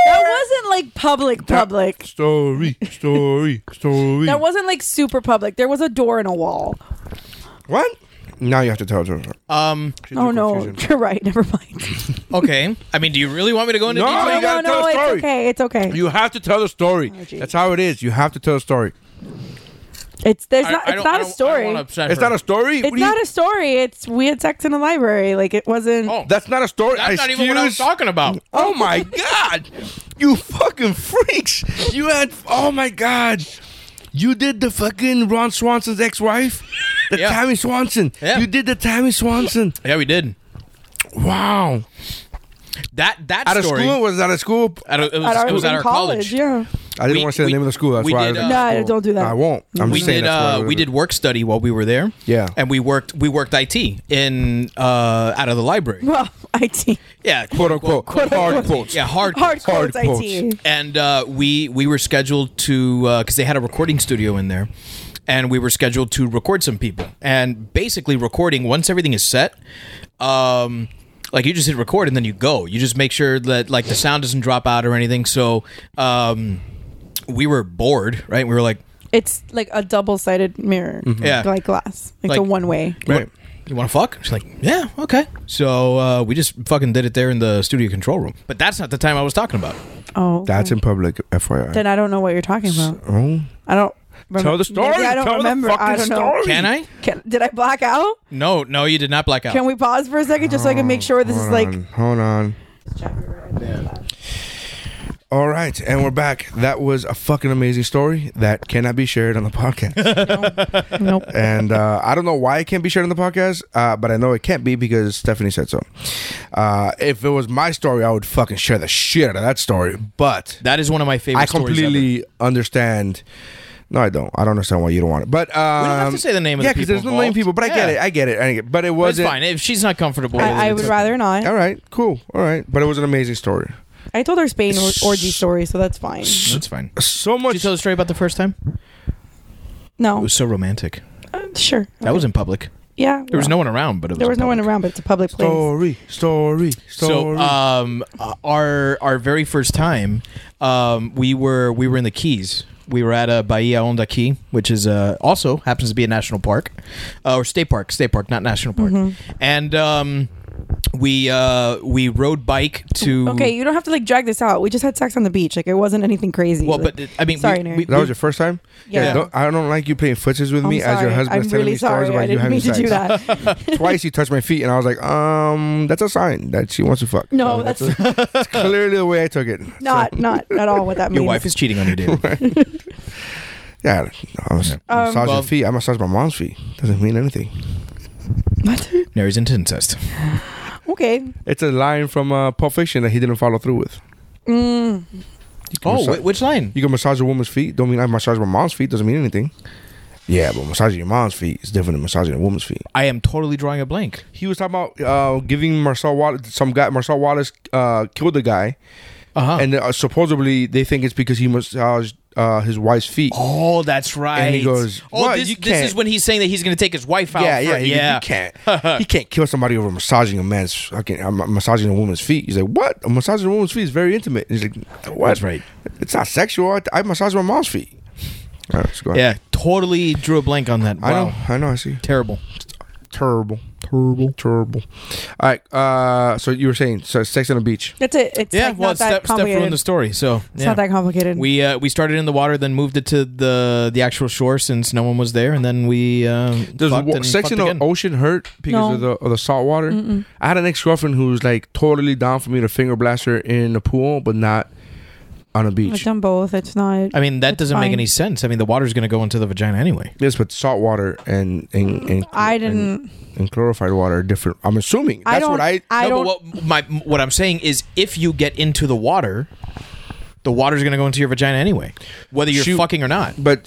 that wasn't like public, public. Story, story, story. That wasn't like super public. There was a door and a wall. what? Now you have to tell her. um, Oh no, [LAUGHS] you're right. Never mind. [LAUGHS] okay. I mean, do Oh, you really want me to go into No, detail? you no, gotta tell no, a it's story. okay. It's okay. You have to tell the story. Oh, geez. That's how it is. You have to tell a story. it's there's I- not. I don't- I It's not a don't- I don't story. wanna upset It's her. not a story. It's not a story. It's we had sex in a library. Like it wasn't. Oh, That's not a story. that's not even what I was Excuse- talking about. Oh my god! You fucking freaks! You had oh my god! You did the fucking Ron Swanson's ex-wife, the Yeah. Tammy Swanson. Yeah. You did the Tammy Swanson. Yeah, we did. Wow! That that Out of story. school was it out of school. at a- it was, At our, it was in at our college, college. yeah. [LAUGHS] I didn't We- want to say the we- name of the school. That's we why. did, I uh, was No, don't do that. I won't. I'm we just saying did that's why uh, it was- we did work study while we were there. Yeah. and we worked we worked IT in uh, out of the library. Well, IT Yeah, quote unquote hard quotes. Yeah, hard. hard Hard codes IT. quotes. and uh, we we were scheduled to because they had a recording studio in there and we were scheduled to record some people and basically recording once everything is set um like you just hit record and then you go you just make sure that like the sound doesn't drop out or anything so um we were bored right we were like It's like a double-sided mirror, Yeah. like glass, like, Mm-hmm. Like- the one way. Right. you want to fuck? She's like, yeah, okay. So uh, we just fucking did it there in the studio control room. But that's not the time I was talking about. Oh, That's in public, FYI. then I don't know what you're talking about. oh, I don't. Remember. tell the story. Maybe I don't tell the remember. fucking I don't know. story. Can I? Can, did I black out? No, no, you did not black out. Can we pause for a second just so I can make sure this is Hold like on, hold on. All right, and we're back. That was a fucking amazing story that cannot be shared on the [LAUGHS] podcast. nope. and uh, I don't know why it can't be shared on the podcast, uh, but I know it can't be because Stephanie said so. Uh, if it was my story, I would fucking share the shit out of that story. But That is one of my favorite. I stories completely understand. No, I don't. I don't understand why you don't want it. But um, don't have to say the name of the yeah, because there's people no name involved. people. But I get Yeah. it. I get it. I get it. But it But it's wasn't. fine if she's not comfortable. with it, I, I it's would okay. rather not. All right, cool. All right, but it was an amazing story. I told her Spain or- orgy story, so that's fine. That's fine. Did So you much. tell the story about the first time? It No, was so romantic. Uh, sure. That was in public. yeah. There was well, no one around, but it was There was in no one public. around, but it's a public place. Story, story, story. So, um, uh, our our very first time, um, we were we were in the Keys. We were at a Bahia Onda Key, which is uh, also happens to be a national park uh, or state park, state park, not national park. Mm-hmm. And um, we uh, we rode bike to Okay, you don't have to like drag this out. We just had sex on the beach. Like it wasn't anything crazy. Well, Like- but I mean, we- sorry, Nary. we- that was your first time. Yeah. don't, I don't like you playing footsies with I'm me as your sorry. husband. I'm telling really me stories sorry. about I you didn't having mean to sex. do that. Twice he touched my feet, and I was like, um, that's a sign that she wants to fuck. No, [LAUGHS] So that's that's clearly the way I took it. So, not not at all what that means. your wife is cheating on you, [LAUGHS] David. yeah, I was massaging Um, well- feet. I massaged my mom's feet. Doesn't mean anything. What? Nary's into incest. [LAUGHS] Okay. It's a line from uh, Pulp Fiction that he didn't follow through with. Oh, sorry. wh- which line? You can massage a woman's feet. Don't mean I massage my mom's feet. Doesn't mean anything. Yeah, but massaging your mom's feet is different than massaging a woman's feet. I am totally drawing a blank. He was talking about uh, giving Marcel Wallace some guy. Marcel Wallace uh, killed a guy Uh-huh. and uh, supposedly they think it's because he massaged uh, his wife's feet. Oh, that's right. And he goes, "Oh, "What? this, You this can't." is when he's saying that he's going to take his wife out." yeah, yeah, front. he, he yeah. can't. he can't kill somebody over massaging a man's fucking uh, ma- massaging a woman's feet. He's like, what? A massaging a woman's feet is very intimate. And he's like, what? That's right. It's not sexual. I, I massage my mom's feet. All right, let's go. [LAUGHS] Yeah, totally drew a blank on that. Wow, I know. I know. I see. terrible. Terrible. Terrible. Terrible. All right. Uh, so you were saying so sex on the beach. That's it. It's Yeah, like well, not that step, step ruined complicated. the story. So It's not that complicated. We uh, we started in the water, then moved it to the the actual shore since no one was there, and then we um, Does fucked wa- and sex fucked in the again. ocean hurt because No. of the of the salt water? I had an ex girlfriend who was like totally down for me to finger blast her in the pool, but not on a I've beach. done both. It's not. I mean, that It's doesn't make fine. any sense. I mean, the water's going to go into the vagina anyway. Yes, but salt water and and, and I and- didn't. and chlorified water are different. I'm assuming I that's don't. what I. no, I don't. but what my what I'm saying is, if you get into the water, the water's going to go into your vagina anyway, whether you're Shoot. fucking or not. But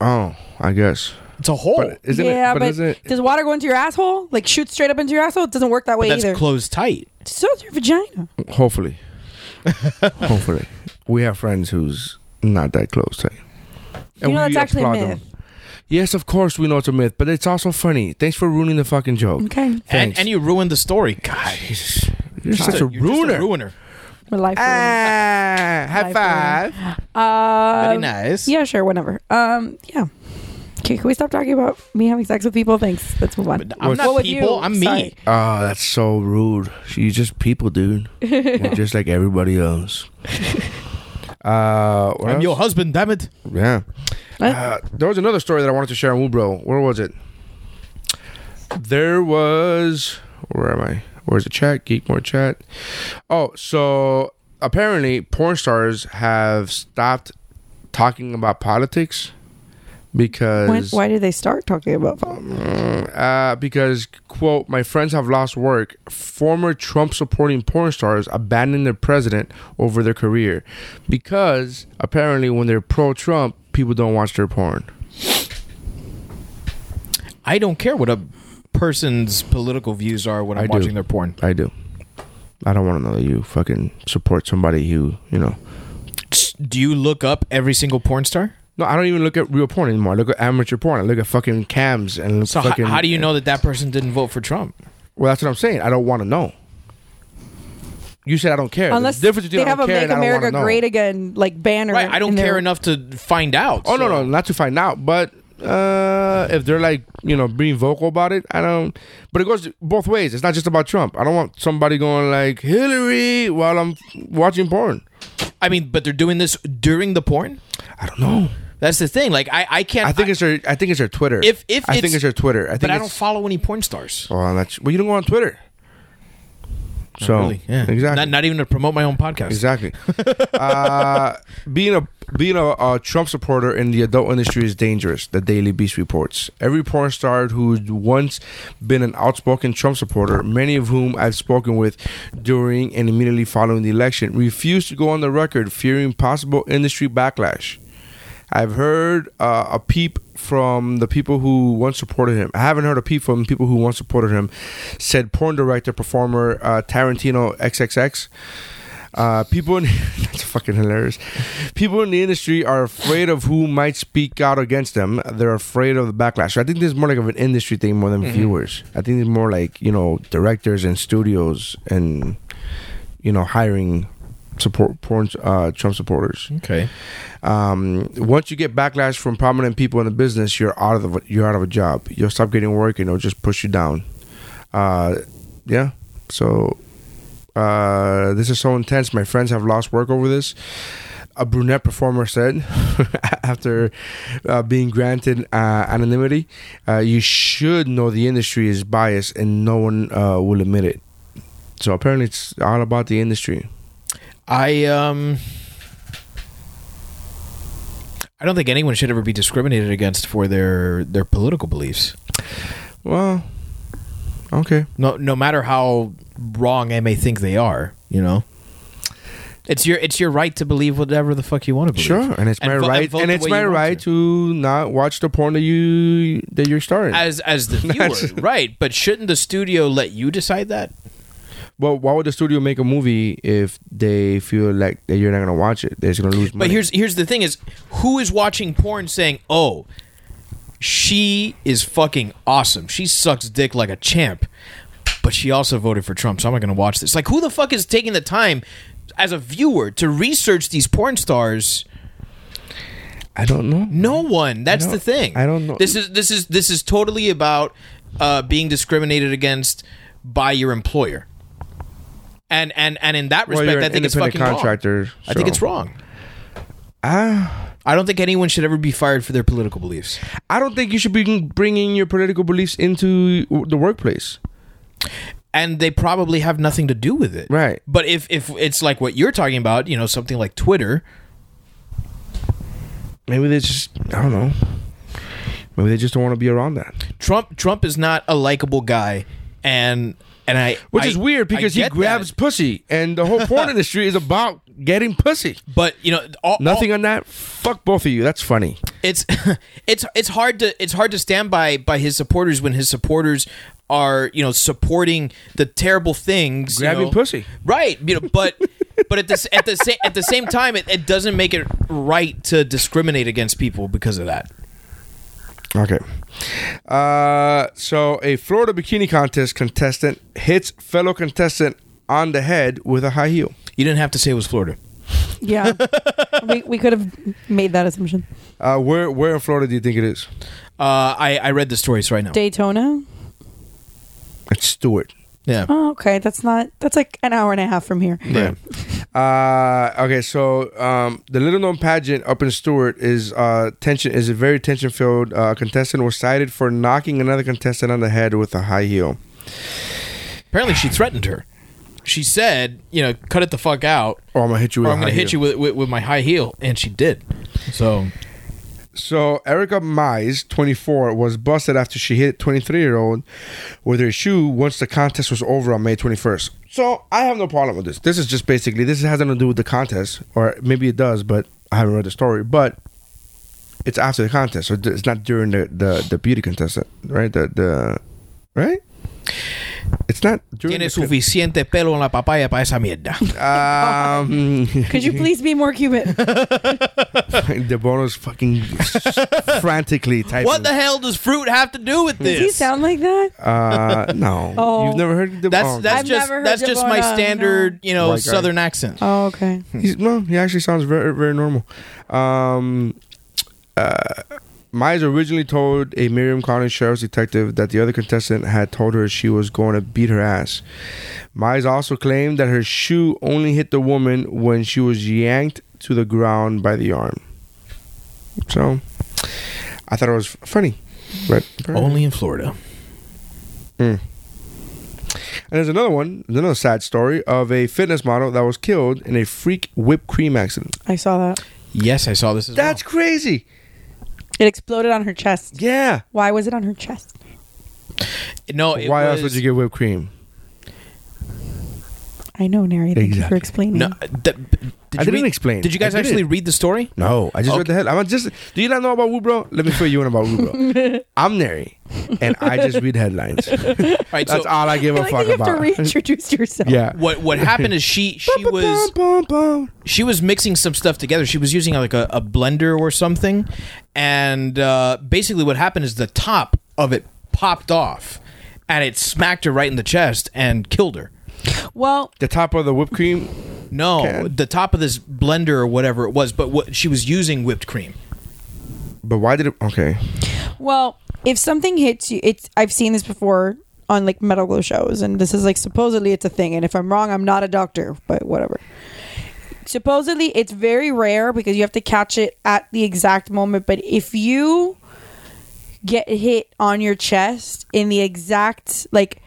oh, I guess. It's a hole. Oh, But isn't yeah, it? but, isn't it? does water go into your asshole? Like shoot straight up into your asshole? It doesn't work that way that's either. closed tight. so it's your vagina. [LAUGHS] Hopefully, hopefully, we have friends who's not that close to. it. And you know we that's actually a applaud them. myth. Yes, of course we know it's a myth, but it's also funny. Thanks for ruining the fucking joke. Okay, And, Thanks. and you ruined the story. God, You're such a, you're just ruiner. ruiner. we're life. [LAUGHS] Ah, high Life five. Uh, Very nice. Yeah, sure, whatever. Um, yeah. Okay, can we stop talking about me having sex with people? Thanks. Let's move on. I'm What not with people. you? I'm me. Sorry. Oh, that's so rude. You just people, [LAUGHS] dude. You're just like everybody [LAUGHS] else. Uh, what I'm else? your husband. Damn it. Yeah. Uh, there was another story that I wanted to share on Woobro. Where was it? There was. Where am I? Where's the chat? Geekmore chat. Oh, so apparently porn stars have stopped talking about politics When, because why did they start talking about phone? uh, because quote my friends have lost work former trump supporting porn stars abandoned their president over their career because apparently when they're pro-trump people don't watch their porn I don't care what a person's political views are when I'm I do. watching their porn. I do. I don't want to know that you fucking support somebody who, you know. Do you look up every single porn star? No, I don't even look at real porn anymore. I look at amateur porn. I look at fucking cams and So h- fucking. how do you know that that person didn't vote for Trump? Well, that's what I'm saying. I don't want to know. You said I don't care. There's Unless a difference between they I have don't a care "Make and I don't America wanna know. Great Again" like banner. Right, I don't in care their- enough to find out. Oh no, so- no, not to find out, but uh if they're like you know being vocal about it, I don't. But it goes both ways. It's not just about Trump. I don't want somebody going like Hillary while I'm watching porn. I mean, but they're doing this during the porn. I don't know. That's the thing. Like, I, I can't. I think it's her. I think it's her Twitter. If- if I think it's- it's her Twitter. I think but I it's- Oh, don't follow any porn stars. Well, that's well, you don't go on Twitter. So really. Yeah. exactly, Not, not even to promote my own podcast. exactly. uh, [LAUGHS] being a being a, a Trump supporter in the adult industry is dangerous. The Daily Beast reports every porn star who's once been an outspoken Trump supporter, many of whom I've spoken with during and immediately following the election, refused to go on the record, fearing possible industry backlash. I've heard uh, a peep from the people who once supported him. I haven't heard a peep from people who once supported him, said porn director, performer uh, Tarantino XXX. Uh, people in [LAUGHS] that's fucking hilarious. People in the industry are afraid of who might speak out against them. They're afraid of the backlash. I think this is more like of an industry thing more than viewers. I think it's more like you know directors and studios and you know hiring support porn uh, Trump supporters Okay. um, once you get backlash from prominent people in the business, you're out of the, you're out of a job. You'll stop getting work, and it'll just push you down. Uh, yeah. So uh, this is so intense. My friends have lost work over this. A brunette performer said, [LAUGHS] after uh, being granted uh, anonymity, uh, you should know the industry is biased and no one uh, will admit it. So apparently, it's all about the industry. I um I don't think anyone should ever be discriminated against for their their political beliefs. Well, okay. No no matter how wrong I may think they are, you know. It's your it's your right to believe whatever the fuck you want to believe. Sure, and it's my vo- right, vote and the it's way my you want right to. not watch the porn that you that you're starring. [LAUGHS] as as the viewer, right? But shouldn't the studio let you decide that? Well, why would the studio make a movie if they feel like that you're not gonna watch it? They're just gonna lose money. But here's here's the thing: is who is watching porn saying, "Oh, she is fucking awesome. She sucks dick like a champ," but she also voted for Trump, so I'm not going to watch this. Like, who the fuck is taking the time as a viewer to research these porn stars? I don't know. No one. That's No, the thing. I don't know. This is this is this is totally about uh, being discriminated against by your employer. And and and in that Well, respect, you're I an think it's independent fucking wrong. contractor, I so- think Ah. it's wrong. I don't think anyone should ever be fired for their political beliefs. I don't think you should be bringing your political beliefs into the workplace. and they probably have nothing to do with it. Right. But if if it's like what you're talking about, you know, something like Twitter, Maybe they just I don't know. Maybe they just don't want to be around that. Trump Trump is not a likable guy and and I Which I- is weird I because he get grabs that. pussy, and the whole [LAUGHS] porn industry is about getting pussy. but you know all, Nothing all- on that. Fuck both of you. That's funny. it's [LAUGHS] it's it's hard to it's hard to stand by by his supporters when his supporters are you know supporting the terrible things you Grabbing know. pussy. right you know but but at the s- at the same at the same time it, it doesn't make it right to discriminate against people because of that Okay. Uh, so a Florida bikini contest contestant hits fellow contestant on the head with a high heel. you didn't have to say it was Florida Yeah, we, we could have made that assumption. Uh, where where in Florida do you think it is? Uh, I I read the stories right now. Daytona. It's Stewart. Yeah. Oh, okay, that's not. That's like an hour and a half from here. Yeah. Uh, okay, so um, the little known pageant up in Stewart is uh, tension is a very tension filled. Uh, contestant was cited for knocking another contestant on the head with a high heel. Apparently, she threatened her. She said, "You know, cut it the fuck out, Or Oh, I'm gonna hit you. or With I'm a high going to hit heel. you with, with with my high heel," and she did. So So Erica Mize, 24, was busted after she hit 23-year-old with her shoe once the contest was over on May 21st. So I have no problem with this. This is just basically this has nothing to do with the contest, or maybe it does, but I haven't read the story. But it's after the contest, so it's not during the the, the beauty contest, right? The the right. It's not during. tiene the, suficiente pelo en la papaya para esa mierda. um, [LAUGHS] Could you please be more Cuban? the bonus [LAUGHS] fucking frantically typing. what the hell does fruit have to do with this? Does he sound like that? Uh, no. Oh. You've never heard the that's oh, that's I've just never heard that's just my Devona, no. standard, you know, White guy. southern accent. Oh, okay. He's no, he actually sounds very very normal. Um uh Myers originally told a Miriam County sheriff's detective that the other contestant had told her she was going to beat her ass. Myers also claimed that her shoe only hit the woman when she was yanked to the ground by the arm. So I thought it was funny. But Only in Florida. And there's another one, another sad story of a fitness model that was killed in a freak whipped cream accident. Oh. I saw that. Yes, I saw this. As That's crazy. It exploded on her chest. Yeah. Why was it on her chest? well. no. It Why was, else would you get whipped cream? I know, Nary. Thank you for Exactly. explaining. No, th- did you didn't read- explain. Did you guys I didn't. actually read the story? No, I just read the head. I'm just. Do you not know about Woobro? Let me fill you in about [LAUGHS] Woobro. I'm Neri, and I just read headlines. All right, That's so all I give I a like fuck that you have to about. reintroduce [LAUGHS] yourself. yeah. what what happened [LAUGHS] is she she was Bum, bum, bum. she was mixing some stuff together. She was using like a, a blender or something, and uh, basically what happened is the top of it popped off, and it smacked her right in the chest and killed her. Well, The top of the whipped cream. No, Okay. the top of this blender or whatever it was, but what she was using whipped cream. But why did it? Okay. well, if something hits you, it's I've seen this before on like medical shows, and this is like supposedly it's a thing. And if I'm wrong, I'm not a doctor, but whatever. Supposedly, it's very rare because you have to catch it at the exact moment. But if you get hit on your chest in the exact like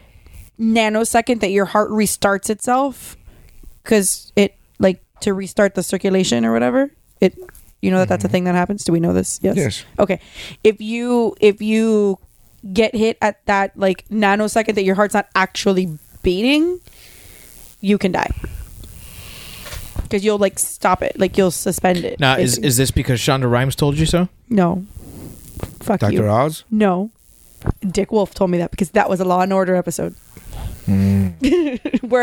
nanosecond that your heart restarts itself because it like to restart the circulation or whatever it you know that that's a thing that happens do we know this yes Mm-hmm. Yes. okay if you if you get hit at that like nanosecond that your heart's not actually beating you can die because you'll like stop it like you'll suspend it Now, is, basically. is this because Shonda Rhimes told [LAUGHS] you so? no fuck you Doctor Oz. no. Dick Wolf told me that because that was a Law and Order episode. [LAUGHS] where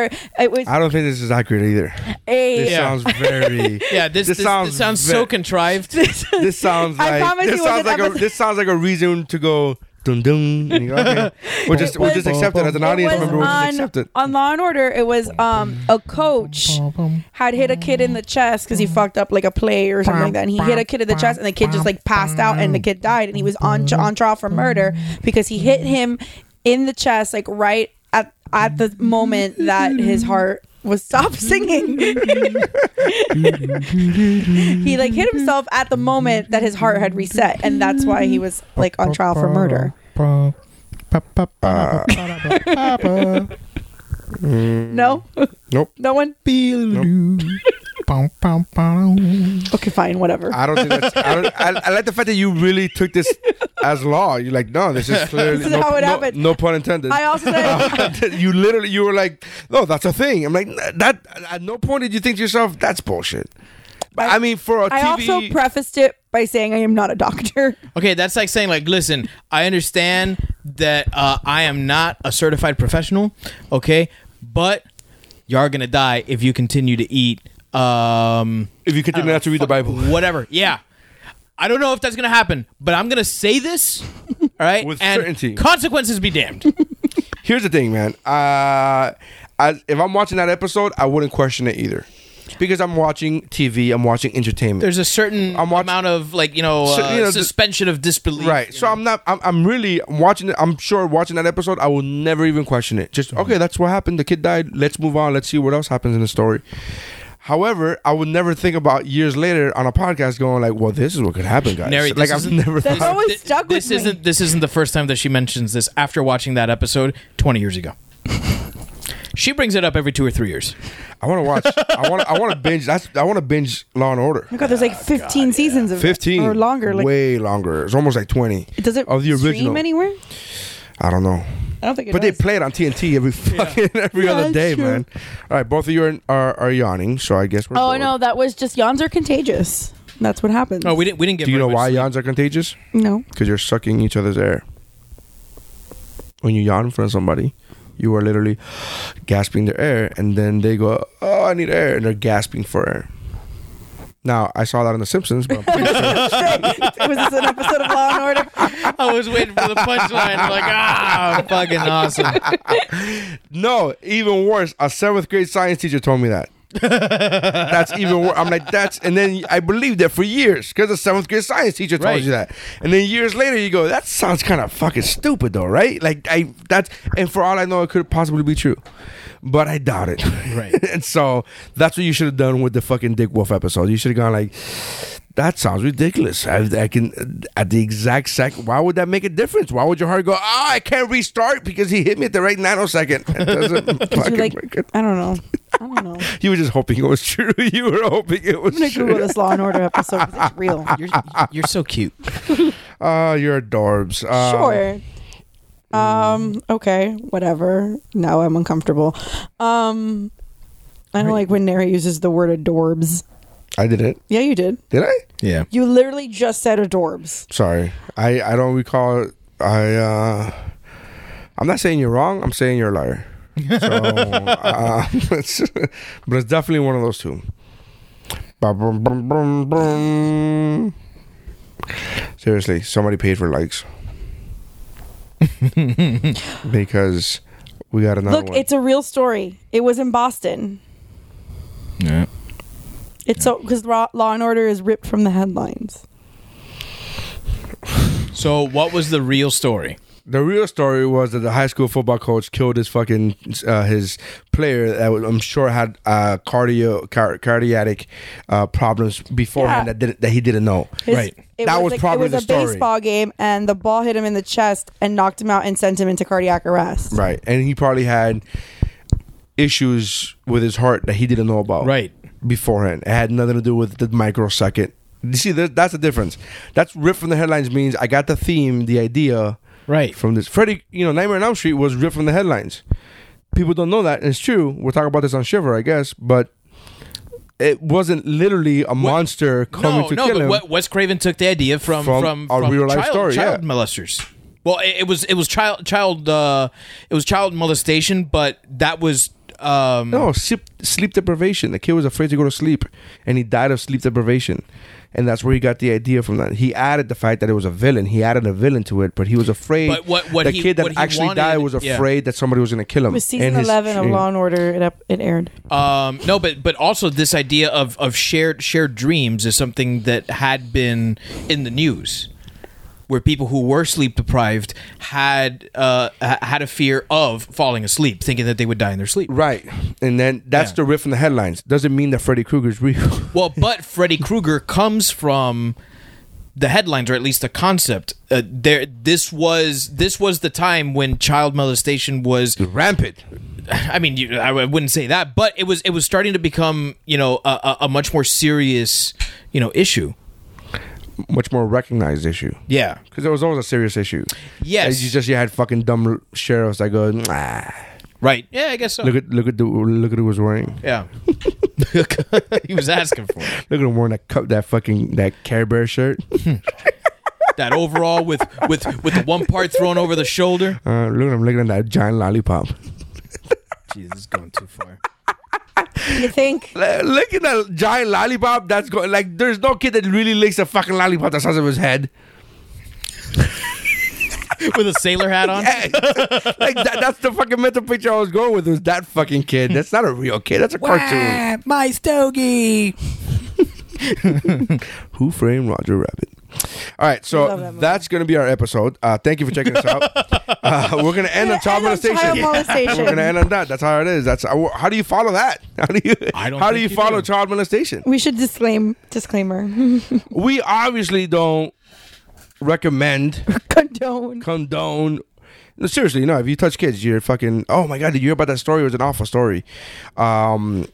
it was Mm. I don't think this is accurate [LAUGHS] either. a. This Yeah. sounds [LAUGHS] very. Yeah, This this, this, this sounds, sounds so ve- contrived. This sounds I like. promise this you sounds wasn't like a. episode- This sounds like a reason to go. Dun dun. and you go, [LAUGHS] okay. We'll just we'll was- just accept it as an it audience was member. We'll just accept on, it. on Law and Order. It was um, a coach had hit a kid in the chest because he fucked up like a play or something like that, and he hit a kid in the chest, and the kid just like passed out, and the kid died, and he was on on trial for murder because he hit him in the chest, like right at at the moment that his heart was stopped [LAUGHS] singing. he like hit himself at the moment that his heart had reset, and that's why he was like on trial for murder. No, Nope. [LAUGHS] no one. Okay, fine, whatever. I don't think that's. I, don't, I, I like the fact that you really took this as law. You're like, no, this is clearly This is no, how it no- happened. no pun intended. I also [LAUGHS] said you literally, you were like, no, that's a thing. I'm like, "N- that. At no point did you think to yourself, that's bullshit. But I, mean, for a I TV, also prefaced it by saying I am not [LAUGHS] a doctor. Okay, that's like saying like, listen, I understand that uh, I am not a certified professional, okay, but you are gonna die if you continue to eat. Um, if you continue not to read the Bible, whatever. Yeah. I don't know if that's going to happen, but I'm going to say this, all right? With and certainty. Consequences be damned. here's the thing, man. Uh, I, if I'm watching that episode, I wouldn't question it either, because I'm watching TV, I'm watching entertainment. There's a [LAUGHS] certain I'm watching- amount of like, you know, So, uh, you know, the- suspension of disbelief. Right. you So know? I'm not. I'm, I'm really watching it. I'm sure watching that episode, I will never even question it. Mm-hmm. Just okay, that's what happened. The kid died. Let's move on. Let's see what else happens in the story. However, I would never think about years later on a podcast going like, "Well, this is what could happen, guys." Nary, like this I've isn't- never That's thought. always Th- stuck this with me. isn't this isn't the first time that she mentions this after watching that episode 20 years ago. She brings it up every 2 or 3 years. I want to watch. I want. I want to binge. That's. I want to binge Law and [LAUGHS] Order. God, there's like 15 seasons of it, Fifteen or longer. Like, way longer. It's almost like twenty. does it of the original? stream anywhere? I don't know. I don't think it But does. they play it on TNT every fucking every other that's day, true. man. All right, both of you are, are, are yawning, so I guess we're. oh bored. no, that was just yawns are contagious. Oh, That's what happens. No, we didn't we didn't get Do you very know much why sleep. yawns are contagious? [LAUGHS] no. Because you're sucking each other's air. When you yawn in front of somebody, you are literally gasping their air, and then they go, "Oh, I need air," and they're gasping for air. Now I saw that on The Simpsons, but I'm pretty sure- was this an episode of Law [LAUGHS] and Order? I was waiting for the punchline I'm like ah [LAUGHS] fucking awesome. no, even worse, a seventh grade science teacher told me [LAUGHS] that. that's even worse. I'm like, that's, and then I believed that for years because a seventh grade science teacher told Right. you that, and then years later you go, that sounds kind of fucking stupid though, right? Like I, that's, and for all I know, it could possibly be true, but I doubt it. Right. [LAUGHS] and so that's what you should have done with the fucking Dick Wolf episode. You should have gone like, that sounds ridiculous. I, I can at the exact second. Why would that make a difference? Why would your heart go? Ah, I can't restart because he hit me at the right nanosecond. [LAUGHS] It [LAUGHS] doesn't fucking You're like, make it. I don't know. I don't know. I'm You were just hoping it was true. [LAUGHS] You were hoping it was gonna Google true. this Law and Order episode. 'cause It's real. You're you're so cute. Oh, you're adorbs. Uh, Sure. Um. Okay. Whatever. Now I'm uncomfortable. Um. I don't like when Nara uses the word adorbs. I did it. Yeah, you did. Did I? Yeah. You literally just said adorbs. Sorry. I, I don't recall. I uh, I'm not saying you're wrong. I'm saying you're a liar. So, uh, [LAUGHS] it's, but it's definitely one of those two. Ba- brum, brum, brum, brum. Seriously, somebody paid for likes because we got another Look, one. it's a real story. It was in Boston. Yeah. It's so because Law Law and Order is ripped from the headlines. So what was the real story? The real story was that the high school football coach killed his fucking uh, his player that was- I'm sure had uh, cardio car- cardiac uh, problems beforehand Yeah. that didn't, that he didn't know. His- Right. It That was was, like, probably it was the a story. baseball game, and the ball hit him in the chest and knocked him out and sent him into cardiac arrest. Right, and he probably had issues with his heart that he didn't know about. Right. beforehand, it had nothing to do with the microsecond. You see, that- that's the difference. That's ripped from the headlines means I got the theme, the idea. Right. from this. Freddy, you know, Nightmare on Elm Street was ripped from the headlines. People don't know that, and it's true. We'll talk about this on Shiver, I guess, but it wasn't literally a monster coming no, to no, kill but him. What, Wes Craven took the idea from From from, a from real-life child, story, child yeah. molesters. Well, it, it was it was child child uh, it was child molestation, but that was um, No, sleep, sleep deprivation. The kid was afraid to go to sleep, and he died of sleep deprivation, and that's where he got the idea from. That he added the fact that it was a villain. He added a villain to it, but he was afraid. But what- what the he- kid that what he actually wanted- died was yeah. afraid that somebody was going to kill him. It was season and his- 11 of Law and Order. It, up, it [LAUGHS] aired. Um, no, but but also this idea of of shared shared dreams is something that had been in the news, where people who were sleep deprived had uh, ha- had a fear of falling asleep, thinking that they would die in their sleep. Right, and then that's Yeah. the riff from the headlines. Doesn't mean that Freddy Krueger's [LAUGHS] real. Well, but Freddy Krueger comes from the headlines, or at least the concept. Uh, there, this was this was the time when child molestation was Rampant. I mean, you, I w- I wouldn't say that, but it was it was starting to become you know a, a, a much more serious you know issue. much more recognized issue. Yeah. Because it was always a serious issue. Yes. And you just you had fucking dumb sheriffs that go, nah. Right. Yeah, I guess so. look at look at the look at who was wearing. yeah. [LAUGHS] he was asking for it. Look at him wearing that cup that fucking that Care Bear shirt. that overall with with with the one part thrown over the shoulder. Uh, look at him looking at that giant lollipop. Jesus, is going too far. You think? Like, [LAUGHS] look at that giant lollipop that's going like there's no kid that really licks a fucking lollipop the size of his head. With a sailor hat on. Hey, [LAUGHS] like that, that's the fucking mental picture I was going with was that fucking kid. That's not a real kid. That's a cartoon. my stogie. Who framed Roger Rabbit? All right, so love that movie. that's going to be our episode. Uh, thank you for checking us [LAUGHS] out. Uh, we're going to end on child End on molestation. child molestation. We're going to end on that. That's how it is. That's uh, how do you follow that? How do you I don't how do think you you follow do. child molestation? We should disclaim disclaimer. [LAUGHS] We obviously don't recommend [LAUGHS] Condone. condone. No, seriously, no. If you touch kids, you're fucking. Oh my god, did you hear about that story? It was an awful story. Um,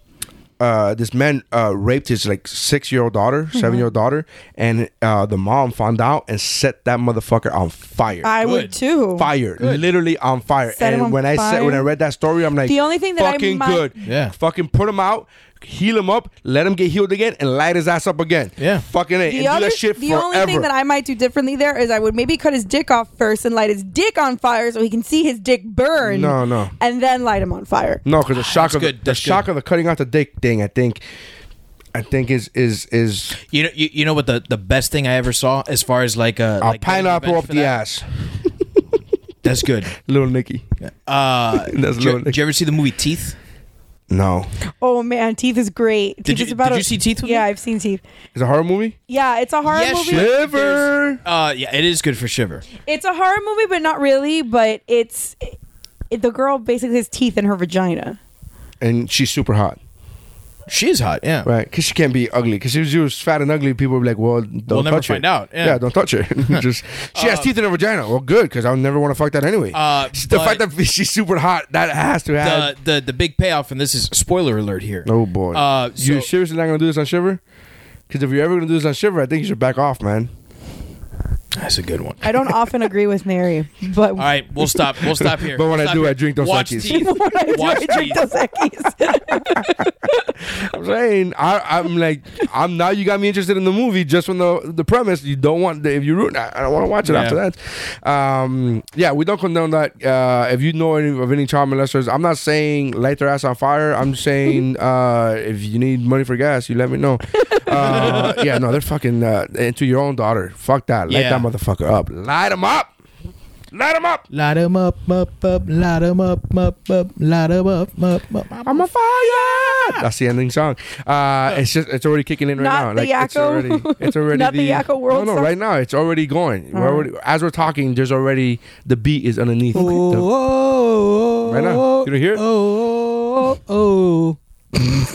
uh, this man uh, raped his like six year old daughter, Mm-hmm. seven year old daughter, and uh, the mom found out and set that motherfucker on fire. I Good. would too. fire, literally on fire. Set him and on when I said fire. when I read that story, I'm like, The only thing that I fucking might- good, Yeah. fucking put him out, heal him up, let him get healed again, and light his ass up again. Yeah. fucking it, and The, do other, that shit the forever. only thing that I might do differently there is I would maybe cut his dick off first and light his dick on fire so he can see his dick burn. No, no. And then light him on fire. No, because the shock of the- good, the, Ah, that's shock good. of the cutting out the dick thing. I think, I think is is is You know, you, you know what the, the best thing I ever saw as far as like a a, like getting pineapple revenge up for the that? ass, That's good. little Nicky. Uh, [LAUGHS] That's did, you, little Nicky. did you ever see the movie Teeth? No, Oh man, Teeth is great. Teeth you- is about did a- you see Teeth with Yeah, me? I've seen Teeth. it's a horror movie. Yeah, it's a horror Yes, movie. shit. There's- Shiver. Uh, yeah, it is good for shiver. It's a horror movie, but not really. But it's it, the girl basically has teeth in her vagina. And she's super hot, She's hot, yeah. right? Because she can't be ugly. Because if she was fat and ugly, people would be like, "Well, don't We'll never touch her." find out, yeah. don't touch [LAUGHS] her. [LAUGHS] Just she has teeth in her vagina. Well, good, because I'll never want to fuck that anyway. Uh, the but- fact that [LAUGHS] she's super hot, that has to The, have. the the big payoff, and this is spoiler alert here. oh boy, Uh, so- you're seriously not gonna do this on Shiver? Because if you're ever gonna do this on Shiver, I think you should back off, man. That's a good one. [LAUGHS] I don't often agree with Mary, but All right, we'll stop. We'll stop here. But when I Stop do, here. I drink Dos Watch Equis. teeth. [LAUGHS] when I do, Watch I drink teeth. Dos Equis. I'm saying I, I'm like I'm now. You got me interested in the movie just from the the premise. You don't want the, if you ruin. I I don't want to watch it Yeah. after that. Um, yeah, we don't condone that. Uh, if you know any of any child molesters, I'm not saying light their ass on fire. I'm [LAUGHS] saying uh, if you need money for gas, you let me know. [LAUGHS] Uh, yeah, no, they're fucking uh, into your own daughter. Fuck that. Light Yeah. that motherfucker up. Light him up. Light him up. Light 'em up, up, up, light 'em up, up, up, light 'em up, up, up. up. I'm on fire. That's the ending song. Uh, it's just it's already kicking in right Not now. the like it's Yakko- already it's already [LAUGHS] not the Yakko No, world no, song? Uh-huh. right now it's already going. We're already, as we're talking, there's already the beat is underneath. the- Oh, right now, you don't hear it? oh, oh.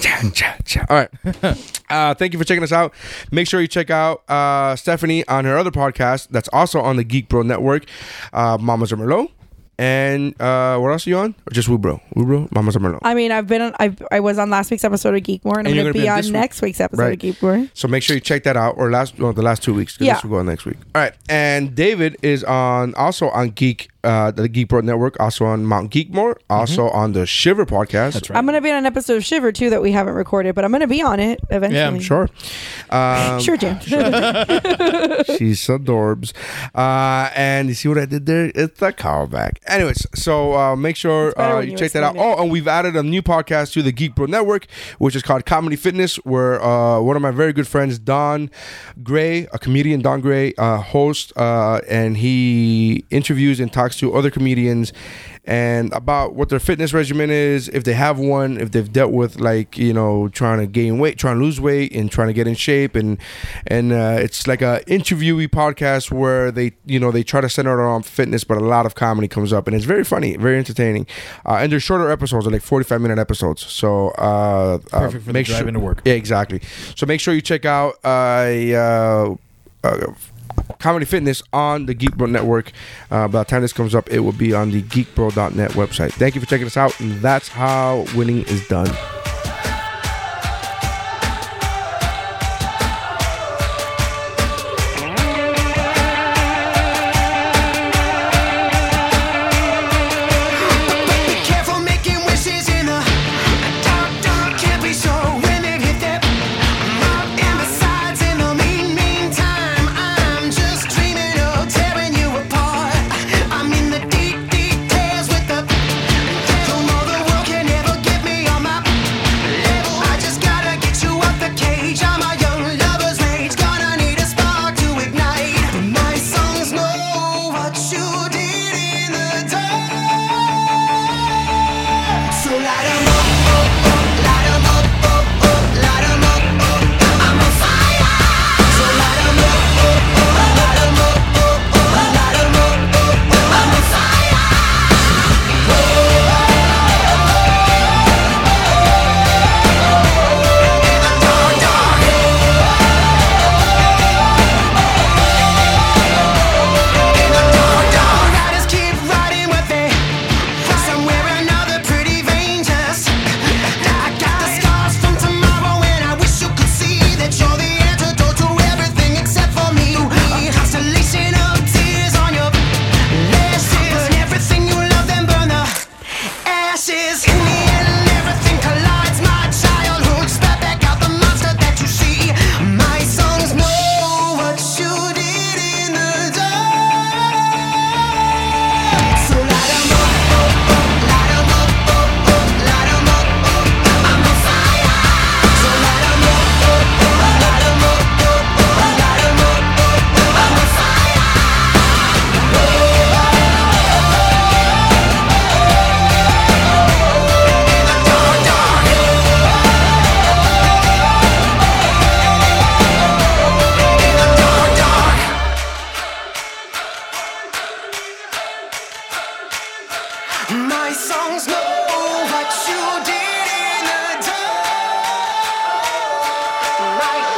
Cha, cha, cha. All right. [LAUGHS] Uh, thank you for checking us out. Make sure you check out uh, Stephanie on her other podcast that's also on the Geek Bro Network, uh, Mamas Are Merlot. And uh, what else are you on? Or just Woo Bro? Woo Bro, Mamas Are Merlot. I mean, I've been on. I I was on last week's episode of Geekmore, And and, I'm you're going to gonna be, be on on this week? next week's episode Right. of Geekmore. So make sure you check that out, or last well, the last two weeks. 'cause Yeah. This will go out next week. All right, and David is on also on Geek uh, the Geek Bro Network, also on Mount Geekmore, also on the Shiver podcast. That's right. I'm gonna be on an episode of Shiver too that we haven't recorded, but I'm gonna be on it eventually. Yeah, I'm Sure. Um, Sure, [LAUGHS] Jim. She's adorbs. Uh, and you see what I did there? It's a callback. Anyways, so uh, make sure better uh, when you you check that out. explain it. Oh, and we've added a new podcast to the Geek Bro Network, which is called Comedy Fitness, where uh, one of my very good friends, Don Gray, a comedian, Don Gray, uh, hosts, uh, and he interviews and talks to other comedians and about what their fitness regimen is, if they have one, if they've dealt with like you know trying to gain weight, trying to lose weight, and trying to get in shape, and and uh, it's like a interviewee podcast where they you know they try to center it around fitness, but a lot of comedy comes up, and it's very funny, very entertaining, uh, and they're shorter episodes, they're like forty five minute episodes, so uh, Perfect uh, for the make drive sure into work. Yeah, exactly. So make sure you check out uh, uh, uh, Comedy Fitness on the Geek Bro Network. Uh, by the time this comes up, it will be on the geekbro.net website. Thank you for checking us out. And that's how winning is done. Careful making wishes in a dark, dark can't be sure when it hit that mark. And besides, in the mean, meantime, I'm just dreaming of tearing you apart. I'm in the deep, deep tears with the devil. More the world can ever get me on my level. I just gotta get you out the cage. I'm a young lover's rage, gonna need a spark to ignite. But my songs know what you did in the dark. So light 'em up, up, up, light 'em up, up, up, light 'em up, up, up. I'm on fire. So light 'em up, up, up, light 'em up, up, up, light 'em up, up, up. I'm on fire. In the dark, dark. In the dark, dark. Riders keep riding what they Somewhere another pretty vein just I got the scars from tomorrow and I wish you could see that you're the antidote to everything except for me. A constellation of tears on your lashes. Burn everything you love and burn the ashes. In the end, everything collides. My childhood spat back out the monster that you see. My songs know what you did in the dark. So light 'em up, up, up, light 'em up, up, up, light 'em up, up, up. I'm on fire. So light 'em up, up, up, light 'em up, up, up, light 'em up, up, up. I'm on fire. In the dark, dark. In the dark, dark. My songs know what you did in the dark. Right